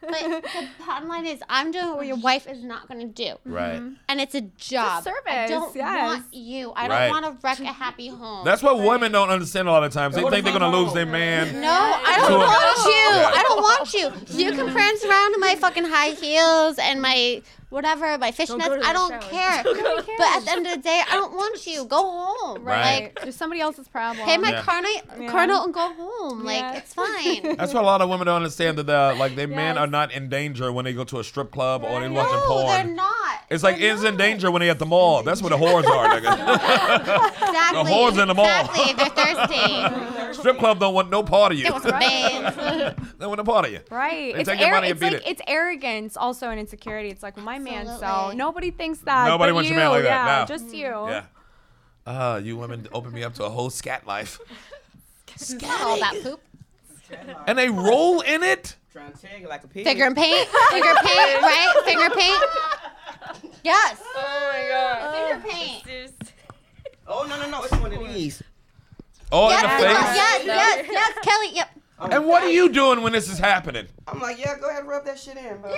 Speaker 6: [laughs] But the bottom line is, I'm doing what your wife is not gonna do.
Speaker 2: Right.
Speaker 6: And it's a job. I
Speaker 7: service,
Speaker 6: don't
Speaker 7: yes.
Speaker 6: want you. I
Speaker 2: Right.
Speaker 6: don't want to wreck a happy home.
Speaker 2: That's what women don't understand a lot of times. They
Speaker 9: What
Speaker 2: think
Speaker 9: if
Speaker 2: they're gonna
Speaker 9: I'm
Speaker 2: lose their man.
Speaker 6: No, I don't
Speaker 2: Sure.
Speaker 6: want you.
Speaker 2: Yeah.
Speaker 6: I don't want you. You can prance around in my fucking high heels and my whatever, my fishnets. I don't care. But at the end of the day, I don't want you. Go home.
Speaker 2: Right.
Speaker 6: Like,
Speaker 7: There's somebody else's problem.
Speaker 6: pay my
Speaker 2: Yeah.
Speaker 6: carnal,
Speaker 7: Yeah.
Speaker 6: carnal and go home. Like,
Speaker 7: Yeah.
Speaker 6: it's
Speaker 2: [laughs]
Speaker 6: fine.
Speaker 2: That's what a lot of women don't understand that uh, like their men
Speaker 7: Yes.
Speaker 2: are not in danger when they go to a strip club or they
Speaker 6: no,
Speaker 2: watching
Speaker 6: they're
Speaker 2: porn.
Speaker 6: not.
Speaker 2: It's like
Speaker 6: They're
Speaker 2: is in
Speaker 6: not.
Speaker 2: danger when they at the mall. That's where the whores are,
Speaker 6: [laughs]
Speaker 2: nigga.
Speaker 6: Exactly.
Speaker 2: The whore's in the mall.
Speaker 6: Exactly. They're thirsty. [laughs]
Speaker 2: strip club don't want no part of you.
Speaker 6: They want some bands.
Speaker 2: [laughs] They want no part of you.
Speaker 7: Right.
Speaker 2: They
Speaker 7: It's,
Speaker 2: take your
Speaker 7: arro-
Speaker 2: money and
Speaker 7: it's
Speaker 2: beat
Speaker 7: like
Speaker 2: it.
Speaker 7: it's arrogance also and insecurity. It's like well, my man so
Speaker 6: Absolutely.
Speaker 7: nobody thinks that.
Speaker 2: Nobody
Speaker 7: but
Speaker 2: wants
Speaker 7: you.
Speaker 2: your man like that,
Speaker 7: yeah,
Speaker 2: no.
Speaker 7: Just you.
Speaker 2: Yeah. Ah, you women open me up to a whole scat life.
Speaker 6: [laughs] It's not all about poop.
Speaker 2: And they roll in it?
Speaker 9: Trying to tell you like a pig.
Speaker 6: Finger and paint. Finger paint, right? Finger paint. Yes.
Speaker 4: Oh my god.
Speaker 6: Finger paint.
Speaker 9: Oh no no no! It's one of these.
Speaker 2: Oh,
Speaker 6: Yes,
Speaker 2: in the face?
Speaker 6: yes, yes, yes, Kelly. Yep.
Speaker 2: And what are you doing when this is happening?
Speaker 9: I'm like, yeah, go ahead, rub that shit in, bro.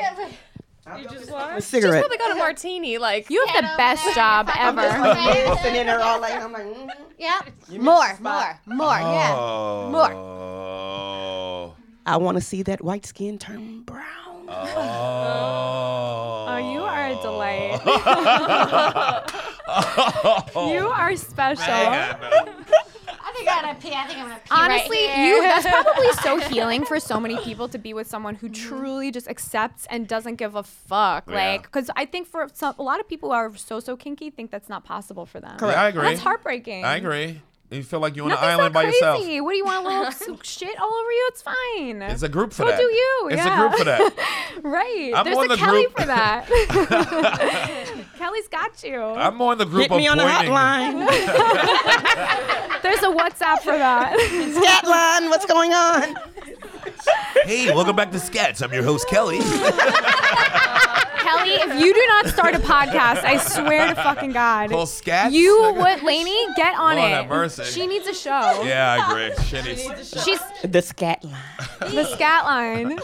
Speaker 9: You just what? A
Speaker 11: She's
Speaker 9: cigarette.
Speaker 11: probably got a martini. Like
Speaker 7: You have
Speaker 6: Get
Speaker 7: the
Speaker 6: over
Speaker 7: best
Speaker 6: there.
Speaker 7: job
Speaker 6: [laughs] I'm just
Speaker 2: [laughs]
Speaker 7: ever.
Speaker 6: like-
Speaker 9: I'm sitting in there all like, I'm like, mm
Speaker 6: Yep. More, more, more. Yeah.
Speaker 2: Oh.
Speaker 6: More.
Speaker 2: Oh.
Speaker 9: I want to see that white skin turn brown.
Speaker 7: Oh, you are a delight.
Speaker 2: Oh.
Speaker 7: [laughs] you are special.
Speaker 2: Man.
Speaker 6: [laughs] I think I'm gonna pee. I think I'm gonna pee
Speaker 7: Honestly,
Speaker 6: right
Speaker 7: you
Speaker 6: here. [laughs]
Speaker 7: that's probably so healing for so many people to be with someone who truly just accepts and doesn't give a fuck.
Speaker 2: Yeah.
Speaker 7: Like, because I think for some, a lot of people who are so so kinky think that's not possible for them.
Speaker 2: Yeah, I agree.
Speaker 7: That's heartbreaking.
Speaker 2: I agree. You feel like you're on
Speaker 7: Nothing's
Speaker 2: an island
Speaker 7: not
Speaker 2: by
Speaker 7: crazy.
Speaker 2: yourself.
Speaker 7: What do you want a little
Speaker 2: [laughs]
Speaker 7: s- shit all over you? It's fine.
Speaker 2: It's a
Speaker 7: [laughs]
Speaker 2: group for
Speaker 7: Go
Speaker 2: that.
Speaker 7: do you,
Speaker 2: It's
Speaker 7: yeah.
Speaker 2: a group for
Speaker 7: [laughs]
Speaker 2: that.
Speaker 7: right.
Speaker 2: I'm
Speaker 7: There's
Speaker 2: on
Speaker 7: a
Speaker 2: the
Speaker 7: Kelly
Speaker 2: group.
Speaker 7: for
Speaker 2: [laughs]
Speaker 7: that. [laughs] Kelly's got you.
Speaker 2: I'm on the group
Speaker 9: Hit me
Speaker 2: of
Speaker 9: on the
Speaker 2: pointing.
Speaker 9: hotline.
Speaker 7: There's a WhatsApp for
Speaker 2: [laughs]
Speaker 7: that.
Speaker 9: Scat line. What's going on?
Speaker 2: Hey, welcome back to Sketch. I'm your host, Kelly.
Speaker 7: [laughs] Kelly, if you do not start a podcast, I swear to fucking God.
Speaker 2: Called Scats?
Speaker 7: You would, Lainey, get on
Speaker 2: Lord
Speaker 7: it.
Speaker 2: have mercy.
Speaker 7: She needs a show.
Speaker 2: yeah, I
Speaker 7: [laughs]
Speaker 2: agree. Shitty.
Speaker 7: She's
Speaker 9: The scat [laughs] line.
Speaker 7: the scat line.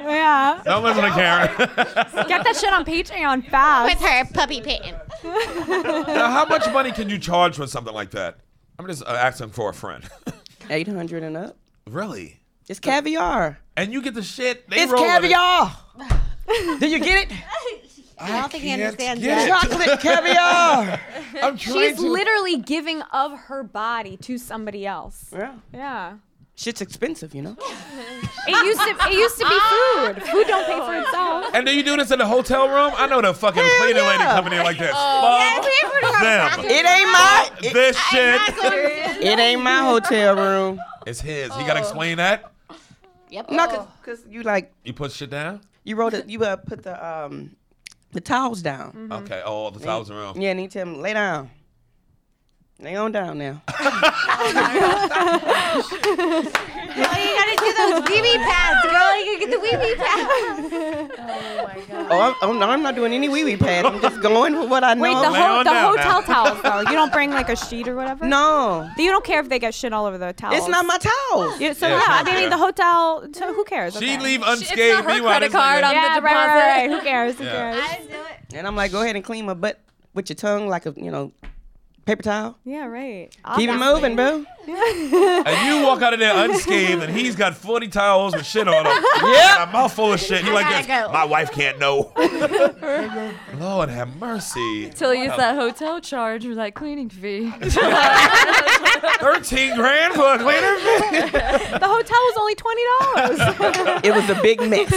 Speaker 7: Yeah.
Speaker 2: Don't listen to
Speaker 7: [laughs]
Speaker 2: Karen. [laughs]
Speaker 7: Get that shit on Patreon fast.
Speaker 6: with her puppy painting.
Speaker 2: now, how much money can you charge for something like that? I'm just uh, asking for a friend. [laughs]
Speaker 9: Eight hundred and up.
Speaker 2: really?
Speaker 9: It's caviar.
Speaker 2: And you get the shit. They
Speaker 9: It's
Speaker 2: roll in it.
Speaker 9: caviar. [laughs] Do you get it?
Speaker 2: I don't think he
Speaker 6: understands
Speaker 9: Chocolate [laughs] caviar.
Speaker 2: I'm trying
Speaker 7: She's
Speaker 2: to.
Speaker 7: literally giving of her body to somebody else.
Speaker 9: Yeah.
Speaker 7: Yeah.
Speaker 9: Shit's expensive, you know.
Speaker 7: It used to it used to be food. Food don't pay for [laughs] itself.
Speaker 2: and do you do this in the hotel room? I know the fucking cleaning lady
Speaker 9: yeah.
Speaker 2: coming in like this.
Speaker 9: Oh,
Speaker 6: Yes, we have to
Speaker 2: Them.
Speaker 6: go back to-
Speaker 9: It ain't [laughs] my.
Speaker 2: Fuck
Speaker 9: It,
Speaker 2: this shit.
Speaker 9: it ain't my hotel room.
Speaker 2: It's his. He got
Speaker 9: Oh.
Speaker 2: to explain that.
Speaker 9: No, cause, 'cause you like
Speaker 2: You put shit down?
Speaker 9: you wrote it. You uh, put the um the towels down.
Speaker 2: Okay. Oh, the thousand room.
Speaker 9: Yeah, and he tell him lay down. Lay on down now.
Speaker 6: You gotta do those weeby pads, girl. You gotta get the
Speaker 5: [laughs]
Speaker 6: weeby pads.
Speaker 9: Oh, I'm, oh no, I'm not doing any wee wee pad. I'm just going with what I know.
Speaker 7: Wait, the
Speaker 2: Lay
Speaker 7: ho-
Speaker 2: on
Speaker 7: the
Speaker 2: down now.
Speaker 7: hotel towels though. You don't bring like a sheet or whatever.
Speaker 9: no,
Speaker 7: You don't care if they get shit all over the towels.
Speaker 9: it's not my towels.
Speaker 7: Yeah, so
Speaker 2: Yeah,
Speaker 7: yeah,
Speaker 2: it's
Speaker 7: I
Speaker 2: not
Speaker 7: mean
Speaker 2: fair.
Speaker 7: the hotel. So who cares?
Speaker 2: She
Speaker 7: Okay.
Speaker 2: leave
Speaker 11: it's
Speaker 2: unscathed.
Speaker 11: not her
Speaker 2: Meanwhile,
Speaker 11: credit
Speaker 2: this nigga-
Speaker 11: card on
Speaker 7: Yeah,
Speaker 11: the
Speaker 7: right, right, right.
Speaker 11: deposit.
Speaker 7: Who cares? Who
Speaker 2: Yeah.
Speaker 7: cares?
Speaker 9: And I'm like, go ahead and clean my butt with your tongue like a you know paper towel.
Speaker 7: Yeah, [laughs] right.
Speaker 9: Keep it moving, bro.
Speaker 2: And you walk out of there unscathed, and he's got 40 towels with shit on him. Yeah. A mouthful of shit. You like this. My wife can't
Speaker 11: [laughs]
Speaker 2: know. Lord have mercy.
Speaker 8: Till
Speaker 6: Oh,
Speaker 8: you use that hotel charge or that cleaning fee.
Speaker 2: 13 grand for a cleaner?
Speaker 7: The hotel was only twenty dollars. [laughs]
Speaker 9: It was a
Speaker 5: [laughs]
Speaker 9: big mess.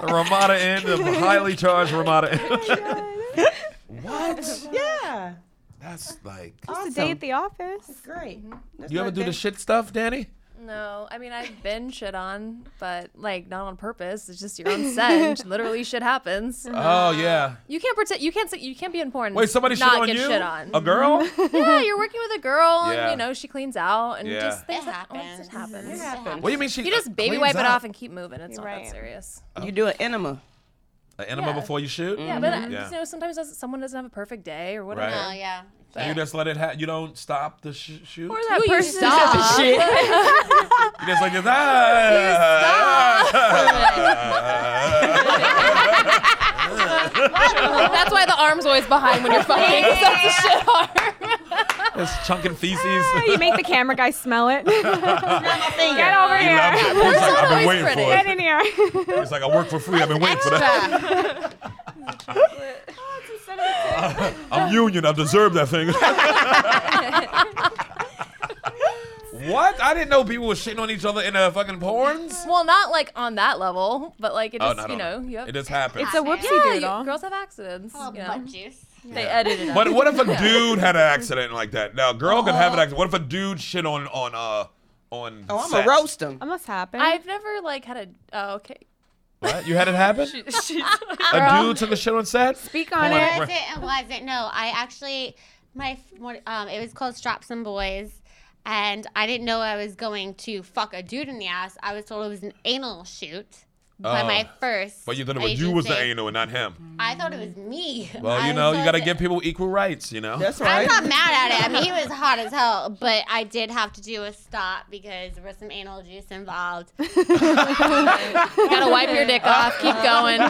Speaker 2: A Ramada Inn, a highly charged Ramada Inn.
Speaker 5: Oh
Speaker 2: what?
Speaker 9: yeah,
Speaker 2: That's like.
Speaker 7: Just a day at the office.
Speaker 9: great.
Speaker 5: Mm-hmm.
Speaker 9: That's
Speaker 2: You ever
Speaker 9: not
Speaker 2: do
Speaker 9: bad.
Speaker 2: the shit stuff, Danny?
Speaker 5: No, I mean I've been shit on, but like not on purpose. It's just you're on set. and Literally, shit happens.
Speaker 2: Oh yeah.
Speaker 5: You can't pretend. You can't. say- You can't be in porn.
Speaker 2: Wait, somebody
Speaker 5: and
Speaker 2: shit
Speaker 5: not
Speaker 2: on
Speaker 5: get
Speaker 2: you?
Speaker 5: Shit on.
Speaker 2: A
Speaker 5: [laughs]
Speaker 2: girl?
Speaker 5: yeah, you're working with a girl,
Speaker 2: Yeah.
Speaker 5: and you know she cleans out, and
Speaker 2: Yeah.
Speaker 5: just things
Speaker 9: It
Speaker 5: that happens. It happens.
Speaker 9: It happens.
Speaker 2: What do you mean she? uh,
Speaker 5: You just baby
Speaker 2: cleans
Speaker 5: wipe it
Speaker 2: out?
Speaker 5: off and keep moving. It's not that serious.
Speaker 6: You do an enema.
Speaker 2: An enema
Speaker 5: Yeah.
Speaker 2: before you shoot?
Speaker 5: Yeah, but uh,
Speaker 2: yeah.
Speaker 5: you know sometimes doesn't- someone doesn't have a perfect day or whatever.
Speaker 2: Right. Oh,
Speaker 9: yeah.
Speaker 2: You just let it happen. You don't stop the sh- shoot.
Speaker 8: Or that
Speaker 5: you
Speaker 8: person
Speaker 5: stop.
Speaker 6: [laughs]
Speaker 8: said the shit.
Speaker 2: You just like this. [laughs]
Speaker 5: [laughs]
Speaker 2: Ah,
Speaker 5: That's why the arm's always behind when you're fucking. 'cause That's a shit arm.
Speaker 2: It's chunking
Speaker 9: [laughs]
Speaker 2: feces. [laughs]
Speaker 7: you make the camera guy smell [laughs] it. Get over
Speaker 2: He loved it.
Speaker 7: here.
Speaker 2: He's like, I've been waiting for
Speaker 7: Get
Speaker 2: it.
Speaker 7: in here.
Speaker 2: It's like I work for free. I've been waiting for that. [laughs]
Speaker 11: Oh,
Speaker 2: I'm union. I deserve
Speaker 11: [laughs]
Speaker 2: that thing. what? I didn't know people were shitting on each other in a fucking porns.
Speaker 5: Well, not like on that level, but like it
Speaker 2: Oh,
Speaker 5: just
Speaker 2: no, no,
Speaker 5: you know
Speaker 2: no.
Speaker 5: you have
Speaker 2: It just happens.
Speaker 7: It's a whoopsie
Speaker 5: yeah, you-
Speaker 7: doodle.
Speaker 5: girls have accidents.
Speaker 9: Oh,
Speaker 5: You know?
Speaker 9: butt juice.
Speaker 5: They edited it.
Speaker 2: But what
Speaker 9: [laughs]
Speaker 2: if a dude had an accident like that? Now, a girl could
Speaker 9: Oh.
Speaker 2: have an accident. What if a dude shit on on uh on?
Speaker 6: Oh, I'm
Speaker 2: set?
Speaker 6: gonna roast him.
Speaker 7: That must happen.
Speaker 5: I've never like had a. Oh, okay.
Speaker 2: What? You had it happen? a [laughs]
Speaker 7: Girl.
Speaker 2: dude took a shit on set.
Speaker 7: Speak on
Speaker 2: Hold
Speaker 7: it.
Speaker 2: on.
Speaker 9: Was it and was it? No, I actually, my f- one- um, it was called Straps and Boys, and I didn't know I was going to fuck a dude in the ass. I was told it was an anal shoot by
Speaker 2: Oh.
Speaker 9: my first.
Speaker 2: But you thought it was you was the
Speaker 9: agency.
Speaker 2: anal and not him.
Speaker 9: I thought it was me.
Speaker 2: Well,
Speaker 9: Mm-hmm. I
Speaker 2: you
Speaker 9: was
Speaker 2: know, you
Speaker 9: told
Speaker 2: gotta
Speaker 9: that-
Speaker 2: give people equal rights. You know.
Speaker 6: That's
Speaker 9: I'm
Speaker 6: right.
Speaker 9: [laughs] not mad at it. I mean, he was hot as hell, but I did have to do a stop because there was some anal juice involved.
Speaker 5: [laughs]
Speaker 9: [laughs]
Speaker 5: Gotta wipe your dick off. Keep going.
Speaker 9: I,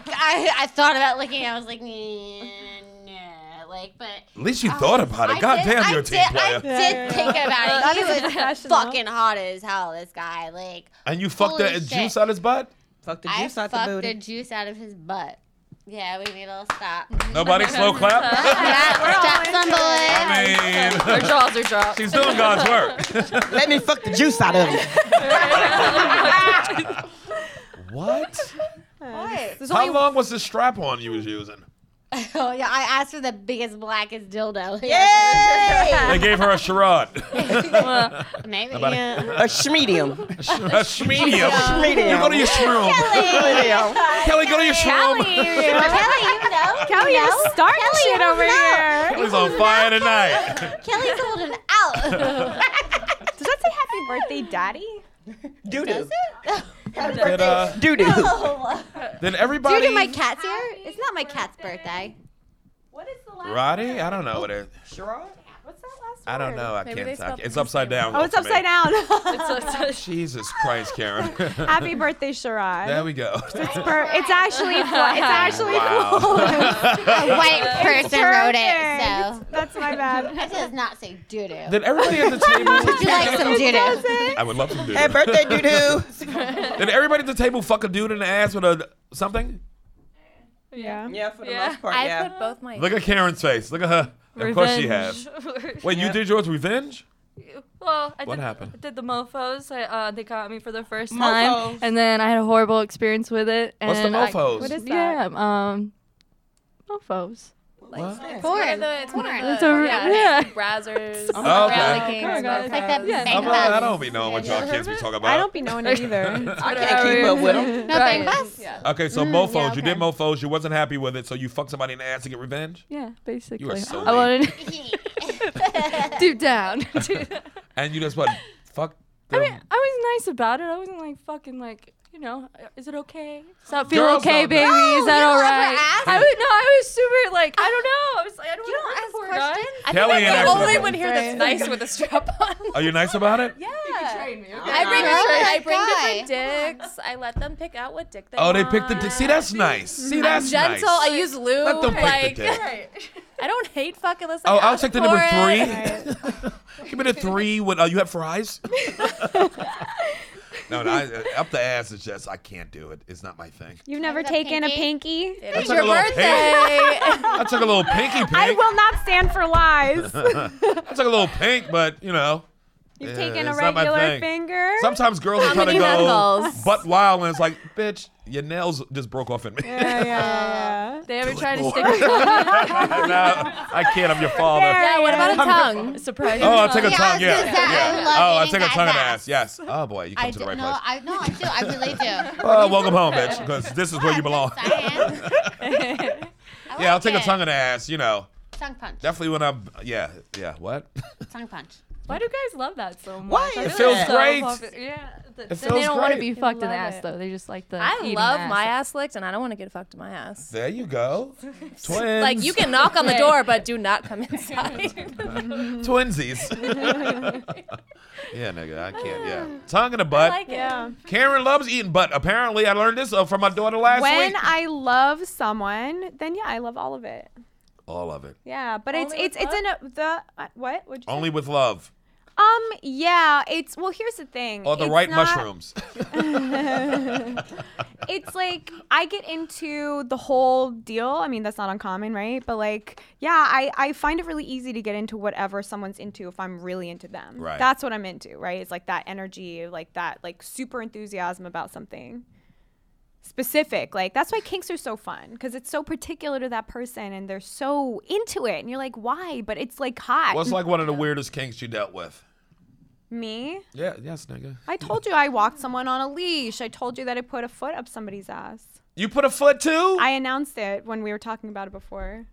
Speaker 9: I, I, I thought about looking. I was like, nah, like, but
Speaker 2: At least you thought about it.
Speaker 9: I
Speaker 2: God
Speaker 9: did-
Speaker 2: damn,
Speaker 9: I
Speaker 2: you're a team
Speaker 9: did-
Speaker 2: player.
Speaker 9: I did think about it. He was
Speaker 7: professional.
Speaker 9: fucking hot as hell. This guy, like,
Speaker 2: And you fucked
Speaker 9: Holy
Speaker 2: that
Speaker 9: shit.
Speaker 2: juice out his butt.
Speaker 9: [laughs]
Speaker 6: Fuck the
Speaker 9: I
Speaker 6: juice out
Speaker 9: fucked
Speaker 6: the
Speaker 9: the,
Speaker 6: booty.
Speaker 9: juice out of his butt. Yeah, we need a little stop. Ah,
Speaker 2: Nobody slow clap.
Speaker 9: Stop some boy.
Speaker 2: [laughs] I mean,
Speaker 8: Jaws are dropped.
Speaker 2: she's doing God's
Speaker 9: [laughs]
Speaker 2: work.
Speaker 6: Let me fuck the juice out of him.
Speaker 2: What?
Speaker 7: There's
Speaker 2: How
Speaker 7: only
Speaker 2: long was this strap on you was using?
Speaker 9: [laughs] Oh yeah, I asked for the biggest blackest dildo. [laughs]
Speaker 2: They gave her a charade.
Speaker 9: maybe.
Speaker 2: Nobody-
Speaker 9: Yeah.
Speaker 6: A schmedium.
Speaker 2: [laughs] a medium.
Speaker 6: Schmedium.
Speaker 2: You go to your shroom. Kelly, go to your shroom.
Speaker 9: Kelly, you know.
Speaker 7: Kelly, you're starting shit over here.
Speaker 2: Kelly's on fire
Speaker 9: [laughs]
Speaker 2: tonight.
Speaker 9: Kelly's holding out.
Speaker 7: [laughs] Does that say happy birthday, daddy?
Speaker 6: Doo doo.
Speaker 2: Did, uh, [laughs]
Speaker 6: Doo doo.
Speaker 2: did
Speaker 9: Due
Speaker 2: everybody?
Speaker 9: to my cat's here, it's not my cat's birthday.
Speaker 2: Roddy? I don't know what it. I don't know. I
Speaker 5: Maybe
Speaker 2: can't.
Speaker 5: they
Speaker 2: I
Speaker 5: spelled
Speaker 2: can't. It's
Speaker 5: the
Speaker 2: upside down.
Speaker 7: Oh, it's upside down. [laughs]
Speaker 9: [laughs]
Speaker 2: Jesus Christ, Karen. [laughs]
Speaker 7: happy birthday, Sharad.
Speaker 2: there we
Speaker 9: [laughs]
Speaker 2: go.
Speaker 7: Per- it's actually fl- it's
Speaker 2: [laughs]
Speaker 7: actually
Speaker 2: Wow.
Speaker 9: A white person wrote it, so
Speaker 7: Perfect. That's my bad.
Speaker 9: [laughs] it does not say doo doo.
Speaker 2: Did everybody at the table?
Speaker 9: Would you like some doo doo?
Speaker 2: I would love to do
Speaker 6: Happy
Speaker 2: that.
Speaker 6: birthday, doo doo.
Speaker 2: Did everybody at the table fuck a dude in the ass with a something?
Speaker 6: [laughs]
Speaker 7: Yeah.
Speaker 6: Yeah, for the most part,
Speaker 5: I
Speaker 6: yeah.
Speaker 5: put both my.
Speaker 2: Look at Karen's face. Look at her. Of course she has. Wait, you did yours revenge?
Speaker 8: [laughs] Well, I
Speaker 2: What
Speaker 8: did,
Speaker 2: happened?
Speaker 8: Did the mofos? I, uh, they got me for the first
Speaker 6: Mofos.
Speaker 8: time, and then I had a horrible experience with it. And
Speaker 2: What's the
Speaker 8: I-
Speaker 2: mofos?
Speaker 7: What is that?
Speaker 8: yeah, um, mofos.
Speaker 5: It's one of the. It's one of the.
Speaker 8: It's a-
Speaker 5: yeah.
Speaker 8: yeah.
Speaker 5: Brazzers.
Speaker 2: Oh, okay.
Speaker 5: [laughs] Rally Kings,
Speaker 7: Come on,
Speaker 5: Mofos.
Speaker 9: Like the
Speaker 7: Yeah,
Speaker 9: bang
Speaker 2: I'm not, I
Speaker 9: bus.
Speaker 2: don't be knowing what y'all kids be talking
Speaker 7: I
Speaker 2: about.
Speaker 7: don't be knowing it either.
Speaker 6: I can't keep up with him.
Speaker 9: No bang bus.
Speaker 2: Okay, so mofos. You did mofos. You wasn't happy with it, so you fucked somebody in the ass to get revenge.
Speaker 8: Yeah, basically.
Speaker 2: so
Speaker 8: I wanted [laughs] deep down.
Speaker 2: And you just what? Fuck.
Speaker 8: I
Speaker 2: them?
Speaker 8: mean, I was nice about it. I wasn't like fucking like you know. "Uh, Is it okay? Does that feel
Speaker 2: Girls
Speaker 8: okay,
Speaker 2: don't
Speaker 8: baby?
Speaker 2: know.
Speaker 8: Is that
Speaker 9: No,
Speaker 8: all
Speaker 9: you don't
Speaker 8: right?
Speaker 9: ever ask.
Speaker 8: I was no. I was super like I don't know. I was like I don't
Speaker 9: You don't ask
Speaker 8: want to
Speaker 9: questions.
Speaker 5: I
Speaker 2: Kelly
Speaker 5: think
Speaker 2: and
Speaker 5: I'm the
Speaker 2: everyone.
Speaker 5: only one here that's nice with a strap on.
Speaker 2: Are you nice about it? Yeah.
Speaker 5: I bring,
Speaker 9: Oh,
Speaker 5: different-
Speaker 9: my
Speaker 5: I bring
Speaker 9: God.
Speaker 5: different dicks. I let them pick out what dick they
Speaker 2: Oh,
Speaker 5: want.
Speaker 2: they picked the. Di- See, that's nice. See,
Speaker 5: I'm
Speaker 2: that's
Speaker 5: gentle.
Speaker 2: nice.
Speaker 5: I use lube.
Speaker 2: Let them pick
Speaker 5: like,
Speaker 2: the dick.
Speaker 5: I don't hate fuck unless I
Speaker 2: Oh, I'll
Speaker 5: ask
Speaker 2: take the
Speaker 5: for
Speaker 2: number
Speaker 5: it.
Speaker 2: three. [laughs] Give me the three. With uh, you have fries? [laughs] no, no I, uh, up the ass is just I can't do it. It's not my thing.
Speaker 7: You've never
Speaker 9: Is that
Speaker 7: taken
Speaker 9: pinky?
Speaker 7: a pinky?
Speaker 2: I took
Speaker 5: Your
Speaker 2: a little
Speaker 11: [laughs]
Speaker 2: pink.
Speaker 5: [laughs] birthday.
Speaker 2: I took a little pinky pink. [laughs]
Speaker 7: I will not stand for lies.
Speaker 2: I took a little pink, but you know,
Speaker 7: You've
Speaker 2: Yeah,
Speaker 7: taken a
Speaker 2: it's not my
Speaker 7: regular
Speaker 2: thing.
Speaker 7: finger.
Speaker 2: Sometimes girls are
Speaker 7: How
Speaker 2: trying to
Speaker 7: many
Speaker 2: go
Speaker 7: knuckles?
Speaker 2: butt wild, and it's like, bitch, your nails just broke off in me. [laughs]
Speaker 7: Yeah, yeah, yeah.
Speaker 8: They ever try to
Speaker 2: more.
Speaker 8: stick a tongue?
Speaker 2: Nah, I can't. I'm your father.
Speaker 8: Yeah, what about a
Speaker 7: I'm-
Speaker 8: tongue? Surprising.
Speaker 6: [laughs]
Speaker 2: Oh, I'll take a
Speaker 6: Yeah, I
Speaker 2: tongue.
Speaker 6: was
Speaker 2: Yeah.
Speaker 6: gonna say, I
Speaker 2: yeah.
Speaker 6: love
Speaker 2: oh, I'll
Speaker 6: eating
Speaker 2: take a
Speaker 6: guy's
Speaker 2: tongue and
Speaker 6: ass.
Speaker 2: ass. Yes. Oh boy, you come
Speaker 6: I
Speaker 2: to
Speaker 6: do,
Speaker 2: the right
Speaker 6: no,
Speaker 2: place.
Speaker 6: I no, I do. I
Speaker 2: [laughs]
Speaker 6: really do.
Speaker 2: Oh, welcome home, bitch. Because this is where you belong. [laughs]
Speaker 6: Science. I
Speaker 2: Yeah, I'll take a
Speaker 6: like
Speaker 2: tongue
Speaker 6: it.
Speaker 2: and ass. You know,
Speaker 6: Tongue punch.
Speaker 2: definitely when I'm. Yeah, yeah. What?
Speaker 6: Tongue punch.
Speaker 8: Why do guys love that so much?
Speaker 9: Why
Speaker 8: I
Speaker 9: is
Speaker 8: feel
Speaker 9: It feels
Speaker 8: like so
Speaker 2: great.
Speaker 8: popular- Yeah. The, they
Speaker 2: feels
Speaker 8: don't want
Speaker 2: great.
Speaker 8: to be fucked in
Speaker 11: love
Speaker 8: the ass
Speaker 11: it.
Speaker 8: though. They just like the.
Speaker 11: I
Speaker 8: eating
Speaker 11: love
Speaker 8: ass.
Speaker 11: my ass licked, and I don't want to get fucked in my ass.
Speaker 2: There you
Speaker 7: [laughs]
Speaker 2: go. Twins.
Speaker 11: Like you can knock
Speaker 5: [laughs]
Speaker 11: on the door, but do not come inside.
Speaker 7: [laughs]
Speaker 2: twinsies. yeah, nigga, I can't.
Speaker 7: Ah.
Speaker 2: Yeah, tongue in the butt.
Speaker 11: like
Speaker 7: Yeah.
Speaker 2: Karen loves eating butt. Apparently, I learned this uh, from my daughter last
Speaker 7: When
Speaker 2: week.
Speaker 7: I love someone, then yeah, I love all of it.
Speaker 2: All of it.
Speaker 7: Yeah, but it's
Speaker 11: Only
Speaker 7: it's
Speaker 11: with
Speaker 7: it's in a, the uh, what? Would you say?
Speaker 2: Only with love
Speaker 7: Um, yeah, it's well. Here's the thing.
Speaker 2: or Oh, the
Speaker 7: It's
Speaker 2: right
Speaker 7: not-
Speaker 2: mushrooms.
Speaker 7: [laughs] It's like I get into the whole deal. I mean, that's not uncommon, right? But like, yeah, I I find it really easy to get into whatever someone's into if I'm really into them.
Speaker 2: Right.
Speaker 7: That's what I'm into, right? It's like that energy, like that like super enthusiasm about something specific. Like that's why kinks are so fun because it's so particular to that person and they're so into it, and you're like, why? But it's like hot.
Speaker 2: What's like one of the weirdest kinks you dealt with?
Speaker 7: Me?
Speaker 2: Yeah, yes, nigga.
Speaker 7: I told you I walked someone on a leash. I told you that I put a foot up somebody's ass.
Speaker 2: You put a foot too?
Speaker 7: I announced it when we were talking about it before.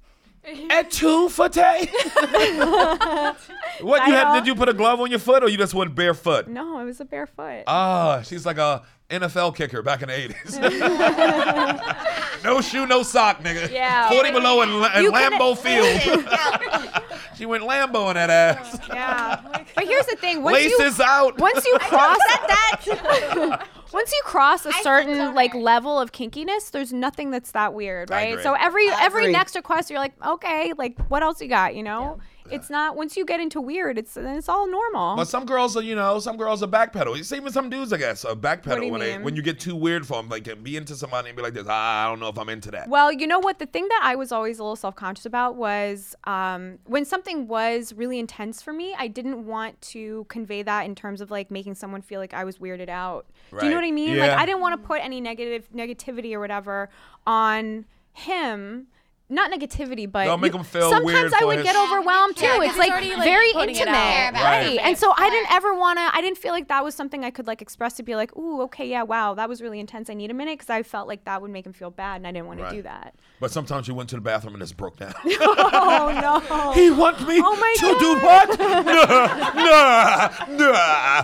Speaker 2: At two foot?
Speaker 7: [laughs]
Speaker 2: what you had?
Speaker 7: Dial.
Speaker 2: Did you put a glove on your foot, or you just went barefoot?
Speaker 7: No, it was
Speaker 2: [laughs]
Speaker 7: a barefoot.
Speaker 2: Ah, she's like a NFL kicker back in the
Speaker 7: [laughs]
Speaker 2: '80s. no shoe, no sock, nigga.
Speaker 7: Yeah.
Speaker 2: Forty below in, La- in
Speaker 7: You couldn't-
Speaker 2: Lambeau Field.
Speaker 6: [laughs]
Speaker 2: she went Lambo in that ass.
Speaker 7: Oh, yeah. But here's the thing. Once you
Speaker 2: Laces out.
Speaker 7: once you cross that [laughs] once you cross a certain like level of kinkiness, there's nothing that's that weird,
Speaker 2: I
Speaker 7: right?
Speaker 2: agree.
Speaker 7: So every every
Speaker 9: agree.
Speaker 7: next request, you're like, okay, like what else you got? You know, it's not once you get into weird, it's then it's all normal.
Speaker 2: But some girls are, you know, some girls are backpedal. It's even some dudes, I guess, are
Speaker 7: do
Speaker 2: backpedal
Speaker 7: you
Speaker 2: when they,
Speaker 7: mean?
Speaker 2: when you get too weird for them. Like, can be into somebody and be like this. Ah, I don't know if I'm into that.
Speaker 7: Well, you know what? The thing that I was always a little self conscious about was um, when something was really intense for me, I didn't want to convey that in terms of like making someone feel like I was weirded out. Do you know
Speaker 2: Right.
Speaker 7: what I mean?
Speaker 2: Yeah.
Speaker 7: Like, I didn't want to put any negative negativity or whatever on him. Not negativity, but
Speaker 2: Don't make
Speaker 7: you-
Speaker 2: him feel
Speaker 7: sometimes
Speaker 2: weird
Speaker 7: I
Speaker 2: for
Speaker 7: would
Speaker 2: his-
Speaker 7: get overwhelmed too.
Speaker 6: Yeah, 'cause
Speaker 7: it's
Speaker 6: he's
Speaker 7: like
Speaker 6: already, like,
Speaker 7: very
Speaker 6: putting it
Speaker 7: intimate,
Speaker 6: out there about
Speaker 7: right?
Speaker 6: it.
Speaker 7: And so I didn't ever wanna. I didn't feel like that was something I could like express to be like, ooh, okay, yeah, wow, that was really intense. I need a minute because I felt like that would make him feel bad, and I didn't want
Speaker 2: Right.
Speaker 7: to do that.
Speaker 2: But sometimes you went to the bathroom and just broke down.
Speaker 7: Oh no. [laughs]
Speaker 2: he want me
Speaker 7: Oh my
Speaker 2: to do what? nah, nah,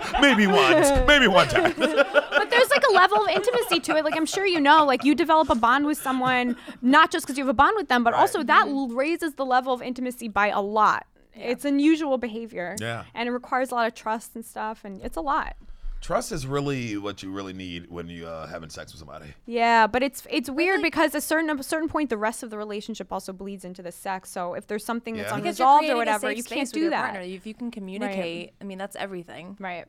Speaker 2: nah. Maybe once, maybe one time.
Speaker 7: But there's like a level of intimacy to it. Like I'm sure you know, like you develop a bond with someone not just because you have a bond with them, but also that l- raises the level of intimacy by a lot. It's unusual behavior.
Speaker 2: Yeah.
Speaker 7: And it requires a lot of trust and stuff and it's a lot.
Speaker 2: Trust is really what you really need when you uh, having sex with somebody.
Speaker 7: Yeah, but it's it's weird because a certain a certain point the rest of the relationship also bleeds into the sex. So if there's something that's
Speaker 2: Yeah.
Speaker 11: Because
Speaker 7: unresolved
Speaker 11: you're creating
Speaker 7: or
Speaker 11: a
Speaker 7: whatever,
Speaker 11: safe
Speaker 7: you
Speaker 11: space
Speaker 7: can't
Speaker 11: with
Speaker 7: do
Speaker 11: your
Speaker 7: that.
Speaker 11: partner. If you can communicate, I mean that's everything.
Speaker 7: Right.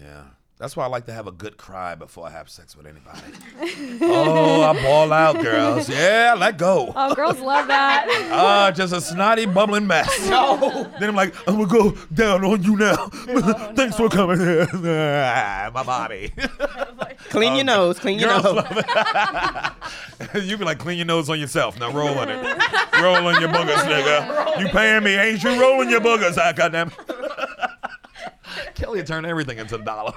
Speaker 2: Yeah. That's why I like to have a good cry before I have sex with anybody. oh, I ball out, girls. Yeah, let go.
Speaker 7: Oh, girls love that.
Speaker 2: [laughs] Ah, just a snotty, bubbling mess. No. Then I'm like, I'm gonna go down on you now. [laughs] Thanks for coming [laughs] here. Ah, My body.
Speaker 9: Clean
Speaker 2: Um,
Speaker 9: your nose. Clean your nose.
Speaker 2: [laughs] you be like, clean your nose on yourself. Now roll on it. roll on your [laughs] boogers, nigga. You paying me, ain't you? Rolling your boogers, I goddamn. [laughs] Kelly turned everything into a dollar.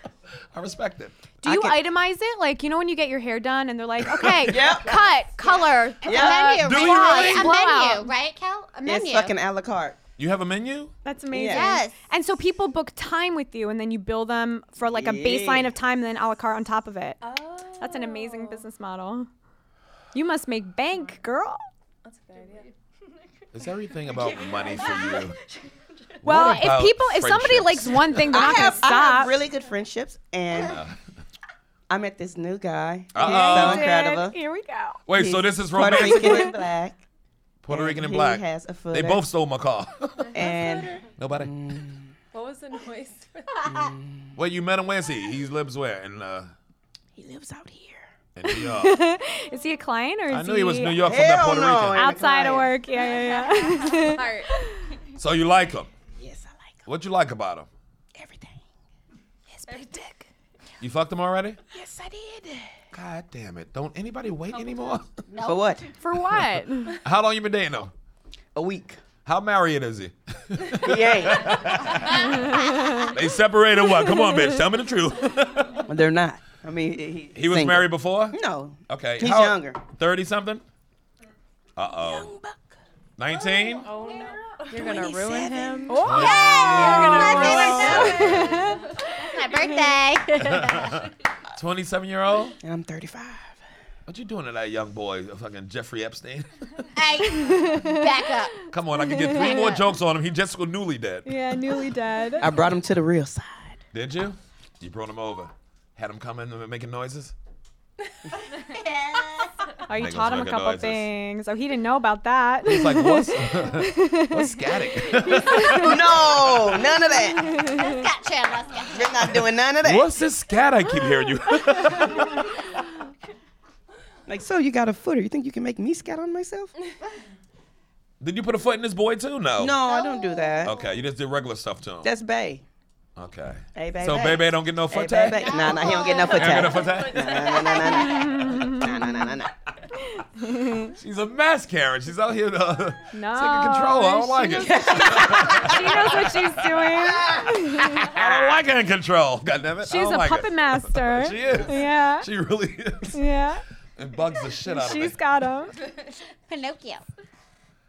Speaker 2: [laughs] I respect it.
Speaker 7: Do
Speaker 9: I
Speaker 7: you
Speaker 9: can-
Speaker 7: itemize it? Like, you know, when you get your hair done and
Speaker 2: [laughs]
Speaker 7: they're like, okay,
Speaker 9: [laughs] Yep.
Speaker 7: cut, color,
Speaker 9: Yeah.
Speaker 6: A menu,
Speaker 2: Do we
Speaker 6: right?
Speaker 2: really?
Speaker 6: A
Speaker 7: Wow.
Speaker 6: menu, right, Cal? A menu.
Speaker 9: It's fucking a la carte.
Speaker 2: You have a menu?
Speaker 7: That's amazing.
Speaker 6: Yes.
Speaker 7: And so people book time with you, and then you bill them for like a baseline of time, and then a la carte on top of it. Oh. That's an amazing business model. You must make bank, girl.
Speaker 2: Is everything about money for you?
Speaker 7: Well,
Speaker 2: What about
Speaker 7: if people, if somebody
Speaker 2: friendships?
Speaker 7: likes one thing, they're
Speaker 9: I
Speaker 7: not going
Speaker 9: have,
Speaker 7: to
Speaker 9: I have
Speaker 7: stop.
Speaker 9: really good friendships, and I met this new guy. He's
Speaker 2: Uh. Uh-oh.
Speaker 9: so incredible.
Speaker 7: Here we go.
Speaker 2: Wait,
Speaker 9: He's
Speaker 2: [laughs] so this is
Speaker 9: Puerto
Speaker 2: romantic.
Speaker 9: Rican and black.
Speaker 2: Puerto Rican and
Speaker 9: He
Speaker 2: black.
Speaker 9: has a
Speaker 2: They
Speaker 9: footer.
Speaker 2: both stole my car.
Speaker 9: And
Speaker 2: Nobody.
Speaker 11: What was the noise?
Speaker 2: Well, you met him where's he? He lives where? In uh,
Speaker 9: he lives out here.
Speaker 2: in New York.
Speaker 7: Is he a client or is
Speaker 2: I knew [laughs] he was New
Speaker 7: he
Speaker 2: York from that
Speaker 9: Hell
Speaker 2: Puerto
Speaker 9: no.
Speaker 2: Rican.
Speaker 7: outside of work? Yeah,
Speaker 6: [laughs]
Speaker 7: yeah, yeah.
Speaker 2: So you like him?
Speaker 9: Yes, I like him.
Speaker 2: What you like about him?
Speaker 9: Everything.
Speaker 2: his big dick.
Speaker 6: You fucked him already?
Speaker 2: Yes, I did.
Speaker 6: God damn it. Don't anybody wait anymore?
Speaker 8: No.
Speaker 9: For what?
Speaker 13: For what?
Speaker 6: [laughs] How long you been dating though?
Speaker 9: A week.
Speaker 6: How married is he?
Speaker 9: [laughs] Yeah.
Speaker 6: They separated what? Come on, bitch. Tell me the truth.
Speaker 9: They're not. I mean, he,
Speaker 6: He was
Speaker 9: single.
Speaker 6: married before?
Speaker 9: No.
Speaker 6: Okay.
Speaker 9: He's
Speaker 6: how-
Speaker 9: younger.
Speaker 6: 30 something? Uh oh. 19?
Speaker 2: Oh no. You're gonna ruin him.
Speaker 7: Oh,
Speaker 8: My birthday.
Speaker 6: 27 year old?
Speaker 9: And I'm 35.
Speaker 6: What you doing to that young boy? Fucking Jeffrey Epstein?
Speaker 8: hey, back up.
Speaker 6: Come on, I can get three more jokes on him. He just was newly dead.
Speaker 7: [laughs] Yeah, newly
Speaker 6: [laughs]
Speaker 7: dead.
Speaker 9: I brought him to the real side.
Speaker 6: Did you? You brought him over. Had him come in and making noises?
Speaker 7: Oh, you
Speaker 6: Make
Speaker 7: taught
Speaker 6: those fucking
Speaker 7: him a couple
Speaker 6: noises.
Speaker 7: things. Oh, he didn't know
Speaker 6: [laughs]
Speaker 7: about that.
Speaker 6: He's like, what's, what's scatting?
Speaker 9: [laughs] no, none of that.
Speaker 8: Got Chandler. Got
Speaker 9: You're not doing none of that.
Speaker 6: What's this scat I keep hearing you?
Speaker 9: Like, so you got a footer. You think you can make me scat on myself?
Speaker 6: Did you put a foot in this boy too? No.
Speaker 9: No, I don't do that.
Speaker 6: Okay, you just did regular stuff to him.
Speaker 9: That's Bay.
Speaker 6: okay.
Speaker 9: Hey, Bay.
Speaker 6: So
Speaker 9: Bay.
Speaker 6: baby don't get no
Speaker 9: Hey,
Speaker 6: foot
Speaker 9: Bay,
Speaker 6: tag?
Speaker 9: Bay. Nah, nah, he don't get no foot
Speaker 6: Don't get no
Speaker 9: tag.
Speaker 6: foot tag?
Speaker 9: Nah, nah, nah, nah, nah. Nah, nah, nah, nah,
Speaker 6: She's a mess, Karen. She's out [laughs] here uh, taking control.
Speaker 7: no.
Speaker 6: I don't like it.
Speaker 7: She
Speaker 6: [laughs]
Speaker 7: knows what she's doing.
Speaker 6: I don't like her in control. God damn it. I
Speaker 7: She's
Speaker 6: don't
Speaker 7: a
Speaker 6: like her.
Speaker 7: puppet master.
Speaker 6: [laughs] She is.
Speaker 7: Yeah.
Speaker 6: She really is.
Speaker 7: [laughs] yeah.
Speaker 6: It bugs the shit out
Speaker 7: She's
Speaker 6: of me.
Speaker 7: got
Speaker 6: [laughs]
Speaker 7: him.
Speaker 8: Pinocchio.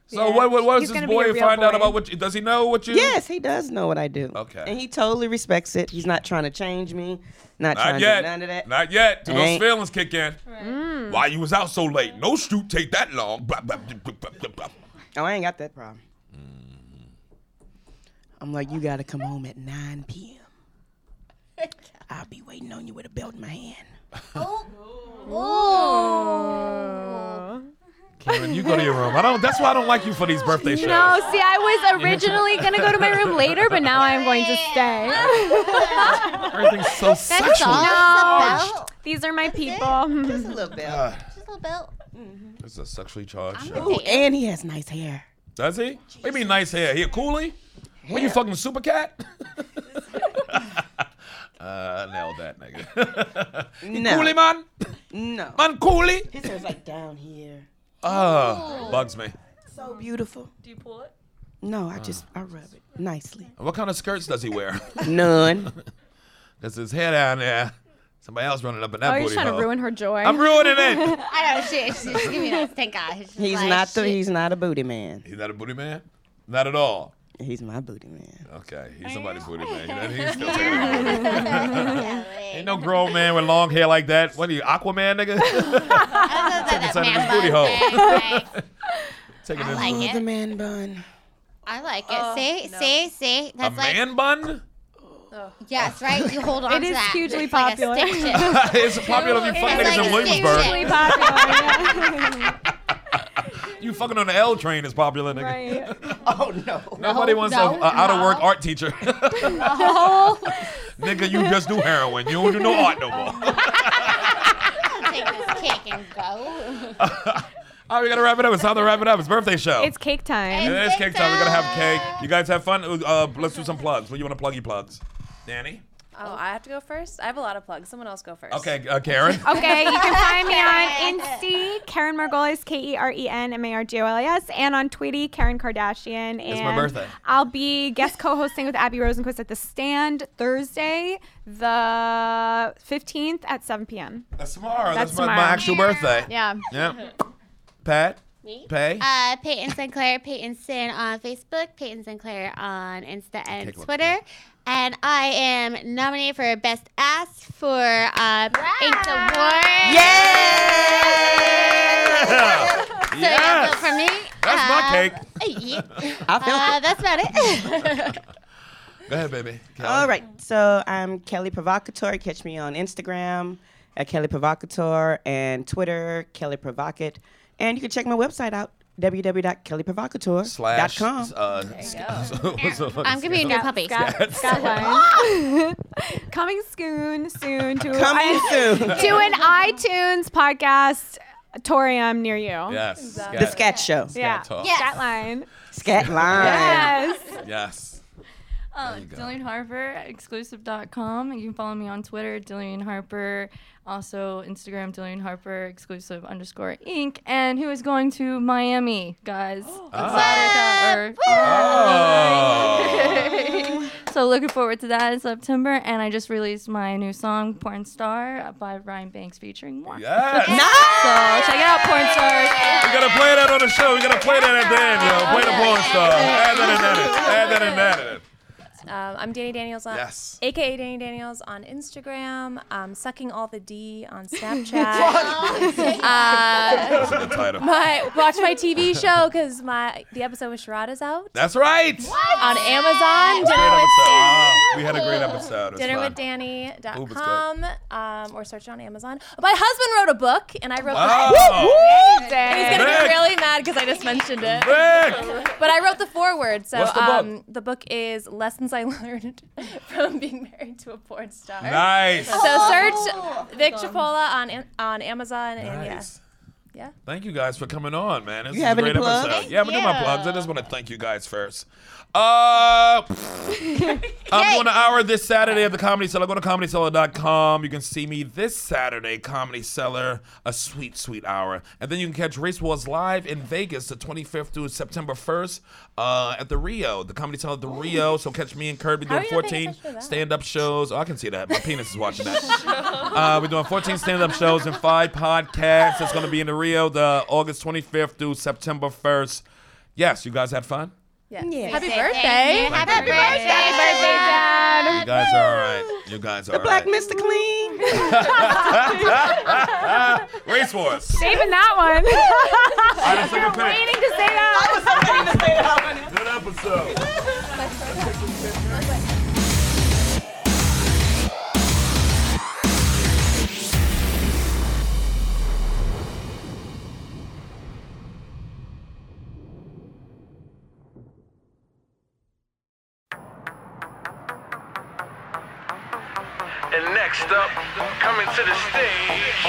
Speaker 6: So what? What, what does
Speaker 7: He's
Speaker 6: this
Speaker 7: gonna be a
Speaker 6: boy
Speaker 7: real
Speaker 6: find out
Speaker 7: boy.
Speaker 6: about? What you, does he know? What you?
Speaker 9: Yes, he does know what I do.
Speaker 6: Okay.
Speaker 9: And he totally respects it. He's not trying to change me. Not,
Speaker 6: Not
Speaker 9: trying to do
Speaker 6: yet.
Speaker 9: none of that.
Speaker 6: Not yet. Till those
Speaker 9: Ain't.
Speaker 6: feelings kick in. Why
Speaker 7: Mm.
Speaker 6: you was out so late? No shoot take that long. Blah, blah, blah, blah, blah, blah.
Speaker 9: Oh, I ain't got that problem. Mm-hmm. I'm like, you gotta come home at 9 p.m. [laughs] I'll be waiting on you with a belt in my hand.
Speaker 6: Karen, you go to your room. I don't. That's why I don't like you for these birthday shows.
Speaker 7: No, Oh, see, I
Speaker 6: [laughs]
Speaker 7: was originally gonna go to my room later, but now I'm going to stay. [laughs]
Speaker 6: Everything's so
Speaker 8: That's
Speaker 6: sexual.
Speaker 8: all.
Speaker 7: No. These are my people. [laughs]
Speaker 9: Just a little belt.
Speaker 8: Just a little belt.
Speaker 6: It's a sexually charged show.
Speaker 9: Ooh, and he has nice hair.
Speaker 6: Does he? What do you mean nice hair? He a coolie? What you fucking super cat? [laughs] uh, nailed that nigga. [laughs]
Speaker 9: No.
Speaker 6: coolie man? [laughs]
Speaker 9: No.
Speaker 6: Man coolie?
Speaker 9: His hair's like down here.
Speaker 6: Uh, bugs me.
Speaker 9: So beautiful. Oh. Do you pull it? No, I just I rub it nicely.
Speaker 6: What kind of skirts does he wear? [laughs]
Speaker 9: [laughs] None.
Speaker 6: That's his hair down there. Somebody else running up in that
Speaker 7: Oh, you're
Speaker 6: booty
Speaker 7: trying to
Speaker 6: hole.
Speaker 7: ruining her joy.
Speaker 6: I'm ruining it.
Speaker 8: I know. She, she, she give me that stink eye. She's, just
Speaker 9: He's
Speaker 8: like,
Speaker 9: not the
Speaker 8: shit.
Speaker 9: he's not a booty man.
Speaker 6: He's not a booty man? Not at all.
Speaker 9: He's my booty man.
Speaker 6: Okay, he's somebody's booty man. You know, he's still taking a booty.
Speaker 8: Yeah, [laughs]
Speaker 6: Ain't no grown man with long hair like that. What are you, Aquaman, nigga? [laughs]
Speaker 8: that
Speaker 6: son of
Speaker 8: man
Speaker 6: a booty
Speaker 8: [laughs] bun
Speaker 6: hole.
Speaker 8: thing, like,
Speaker 6: Taking
Speaker 8: I
Speaker 6: a-
Speaker 8: like
Speaker 9: Oh, the
Speaker 8: it.
Speaker 9: man bun.
Speaker 8: I like it.
Speaker 7: Oh,
Speaker 8: see, see, see.
Speaker 6: a
Speaker 8: That's like
Speaker 6: man bun?
Speaker 8: yes, right.
Speaker 7: [laughs]
Speaker 8: You hold on to
Speaker 7: is
Speaker 8: that.
Speaker 7: hugely
Speaker 8: It's like a
Speaker 7: popular.
Speaker 6: [laughs]
Speaker 8: stick
Speaker 6: [laughs]
Speaker 8: shift.
Speaker 6: it's popular if you fuck
Speaker 8: It's
Speaker 6: niggas in
Speaker 8: like a stick
Speaker 6: Williamsburg.
Speaker 8: shift.
Speaker 7: Really popular. yeah.
Speaker 6: You fucking on the L train is popular, nigga.
Speaker 7: [laughs]
Speaker 6: [laughs]
Speaker 7: Right.
Speaker 9: Oh no.
Speaker 6: Nobody wants
Speaker 8: no,
Speaker 6: a, a out of work
Speaker 8: no.
Speaker 6: art
Speaker 8: [laughs]
Speaker 6: teacher. [laughs] nigga, you just do heroin. You don't do no art no more.
Speaker 8: Take this cake and go.
Speaker 6: All right, we gotta wrap it up. It's time to wrap it up. It's birthday show.
Speaker 7: It's cake time.
Speaker 6: it is cake time. We're gonna have cake. You guys have fun. Uh, let's do some plugs. What do you want to plug? You plugs, Danny.
Speaker 5: Oh, I have to go first. I have a lot of plugs. Someone else go first.
Speaker 6: Okay, uh, Karen.
Speaker 7: Okay, you can find me on
Speaker 6: [laughs]
Speaker 7: Insta, Karen Margolis, K E R E N M A R G O L I S, and on Tweety, Karen Kardashian. And
Speaker 6: It's my birthday.
Speaker 7: I'll be guest co hosting with Abby Rosenquist at the stand Thursday, the 15th at 7 p.m.
Speaker 6: That's tomorrow. That's,
Speaker 7: That's
Speaker 6: my, my
Speaker 7: tomorrow.
Speaker 6: actual birthday.
Speaker 7: Yeah.
Speaker 6: Yeah. Pat.
Speaker 8: Me?
Speaker 6: Pay.
Speaker 8: Uh, Peyton Sinclair, Peyton Sin on Facebook, Peyton Sinclair on Insta and
Speaker 6: Cake looks
Speaker 8: Twitter. And I am nominated for Best Ass for uh, Inked Award.
Speaker 6: Yeah.
Speaker 8: So
Speaker 6: Yes.
Speaker 8: that's it for me. Um,
Speaker 6: That's my cake.
Speaker 8: [laughs] Yeah.
Speaker 9: I felt
Speaker 8: Uh,
Speaker 9: it.
Speaker 8: that's about it. [laughs]
Speaker 6: Go ahead, baby. Kelly.
Speaker 9: All right. So I'm Kelly Provocateur. Catch me on Instagram at Kelly Provocateur and Twitter, Kelly Provocate. And you can check my website out,
Speaker 6: Slash.
Speaker 9: www.kellyprovocateur.com.
Speaker 6: Uh,
Speaker 2: [laughs]
Speaker 6: what's the fucking
Speaker 8: I'm gonna be a new puppy.
Speaker 6: [laughs]
Speaker 7: Scott, Scott Lang. Coming soon, soon to,
Speaker 9: Coming soon. [laughs]
Speaker 7: to an iTunes podcast, Torium near you.
Speaker 6: Yes.
Speaker 9: The Scat Show.
Speaker 7: Yeah.
Speaker 6: Talk.
Speaker 8: Yes.
Speaker 7: Scott Line.
Speaker 9: Scat Line.
Speaker 7: Yes.
Speaker 6: Yes.
Speaker 8: Uh, Dillian Harper, exclusive.com. You can follow me on Twitter, Dillian Harper. Also, Instagram, Dillian Harper, exclusive underscore inc. And who is going to Miami, guys? It's Saturday, or- so, looking forward to that in September. And I just released my new song, Porn Star, by Ryan Banks featuring Mark.
Speaker 2: Yes.
Speaker 8: So, check it out Porn Stars.
Speaker 2: We gotta play that on the show. We gotta play that at the end, yo. Play the porn star. Add that and that. Add that and that.
Speaker 5: Um, I'm Danny Daniels on,
Speaker 2: Yes.
Speaker 5: aka Danny Daniels on Instagram. Um, sucking all the D
Speaker 2: [laughs]
Speaker 5: on Snapchat. uh,
Speaker 2: That's in the title.
Speaker 5: my watch my TV show because my the episode with Sharada's out
Speaker 2: That's right.
Speaker 5: on Amazon.
Speaker 2: Great episode.
Speaker 5: Dinner with
Speaker 6: Uh,
Speaker 2: Ah, we had a great episode. It was fun. Ooh, it's
Speaker 5: dinnerwithdanny.com um, or search it on Amazon. My husband wrote a book and I wrote
Speaker 2: Wow.
Speaker 5: the
Speaker 6: Oh,
Speaker 5: And he's gonna
Speaker 2: Nick.
Speaker 5: get really mad because I just mentioned it.
Speaker 2: Vic!
Speaker 5: But I wrote the foreword, so
Speaker 2: What's the book?
Speaker 5: um, the book is lessons I learned [laughs] from being married to a porn star.
Speaker 2: Nice.
Speaker 5: So search Vic Chipola on Am- on Amazon and yeah.
Speaker 2: Nice.
Speaker 5: Yeah.
Speaker 2: Thank you guys for coming on, man. This
Speaker 9: You
Speaker 2: is
Speaker 9: have
Speaker 2: a
Speaker 9: any
Speaker 2: great
Speaker 9: plugs?
Speaker 2: episode.
Speaker 9: Thank
Speaker 2: Yeah, I'm gonna do my plugs. I just want to thank you guys first.
Speaker 5: [laughs]
Speaker 2: Uh, I'm doing an hour this Saturday at the Comedy Cellar. Go to comedycellar.com. You can see me this Saturday, Comedy Cellar, a sweet, sweet hour. And then you can catch Race Wars live in Vegas the 25th through September 1st uh, at the Rio, the Comedy Cellar at the Rio. So catch me and Kirby
Speaker 5: How
Speaker 2: doing
Speaker 5: are you paying
Speaker 2: 14
Speaker 5: attention to that?
Speaker 2: stand-up shows. Oh, I can see that. My penis is watching that. Uh, we're doing 14 stand-up shows and five podcasts. It's going to be in the Rio, the August 25th through September 1st. Yes, you guys had fun.
Speaker 5: yeah.
Speaker 9: Yeah.
Speaker 5: Happy
Speaker 6: Say thank
Speaker 5: birthday.
Speaker 6: you. Happy birthday. Happy birthday.
Speaker 2: You guys are all right. You guys are all
Speaker 9: Black
Speaker 2: right.
Speaker 9: Mr. Clean.
Speaker 2: Race wars.
Speaker 7: Saving that one.
Speaker 2: I just took a
Speaker 7: You're
Speaker 2: pic.
Speaker 7: waiting to say that.
Speaker 2: Good episode.
Speaker 14: And next up, coming to the stage,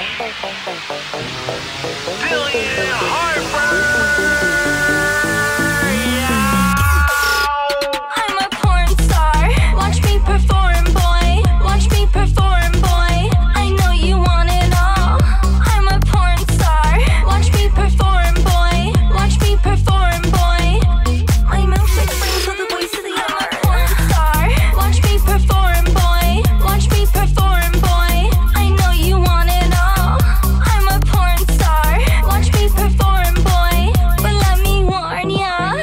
Speaker 14: Dillian Harper.
Speaker 8: I'm a porn star. Watch me perform, boy. Watch me perform, boy. I know you want it all. I'm a porn star. Watch me perform, boy. Watch me perform, boy. My mouth makes sounds of the voice of the I'm a porn star. Watch me perform, boy. Watch me perform, boy. I know you want it all. I'm a porn star. Watch me perform, boy. But let me warn ya.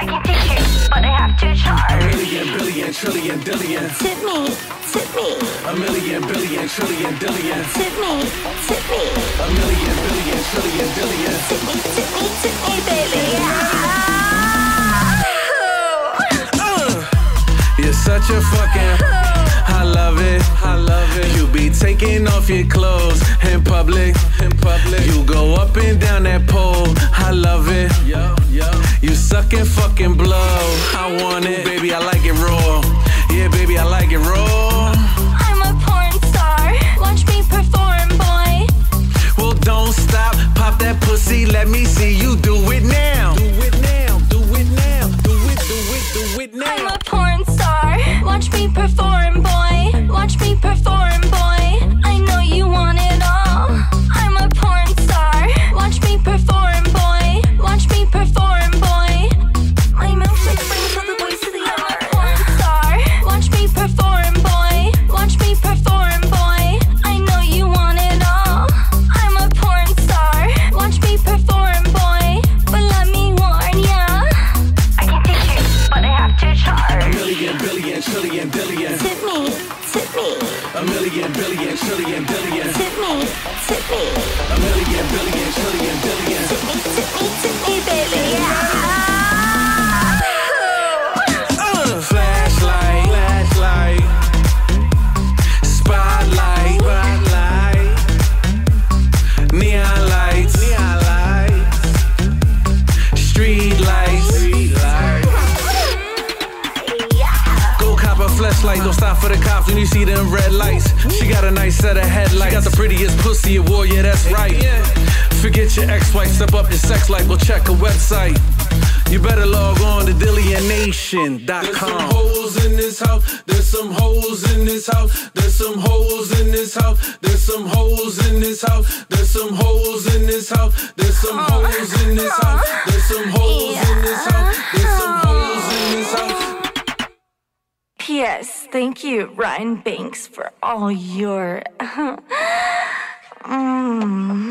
Speaker 8: I can take it, but I have to charge.
Speaker 3: Billion, billion, trillion, billion.
Speaker 8: Tip me, tip me,
Speaker 3: A million, billion, trillion, billion.
Speaker 8: tip me, tip me.
Speaker 3: A million, billion, trillion, billion.
Speaker 8: Tip me, tip me, tip me, baby. Ah.
Speaker 14: You're such a fucking. I love it, I love it. You be taking off your clothes in public, in public. You go up and down that pole, I love it. Yo, yo. You suck and fucking blow, I want it. Baby, I like it raw. Yeah, baby, I like it raw.
Speaker 8: I'm a porn star. Watch me perform, boy.
Speaker 14: Well, don't stop, pop that pussy, let me see you do it now. Do it now, do it now, do it, do it, do it
Speaker 8: I'm a porn star. Watch me perform, boy. Watch me perform, boy. I know you want it all. I'm a porn star. Watch me perform, boy. Watch me perform, boy. My mouth makes sounds of the voice of the I'm a porn star. Watch me perform, boy. Watch me perform, boy. I know you want it all. I'm a porn star. Watch me perform, boy. But let me warn ya. I can take it, but I have to charge.
Speaker 3: Billion, billion, trillion, billion.
Speaker 8: Tip me, tip me,
Speaker 3: A million, billion, trillion, billion.
Speaker 8: tip me, tip me,
Speaker 3: A million, billion, trillion, billion.
Speaker 8: tip me, tip me, tip me, baby. Ah.
Speaker 14: Uh, flashlight, flashlight, spotlight, spotlight, neon lights, neon lights, street lights, street lights. Go cop a flashlight, don't stop for the cops when you see them red lights. She got a nice set of headlights. She got the prettiest pussy award, yeah, that's right. Forget your ex-wife, step up your sex life, go check her website.
Speaker 15: You better log on to DillionNation.com.
Speaker 14: holes in this house. There's some holes in this house. There's some holes in this house. There's some holes in this house. There's some holes in this house. There's some holes in this house. There's some holes in this house. There's some holes in this house.
Speaker 8: P.S. Thank you, [laughs] Ryan Banks, for all your. mm.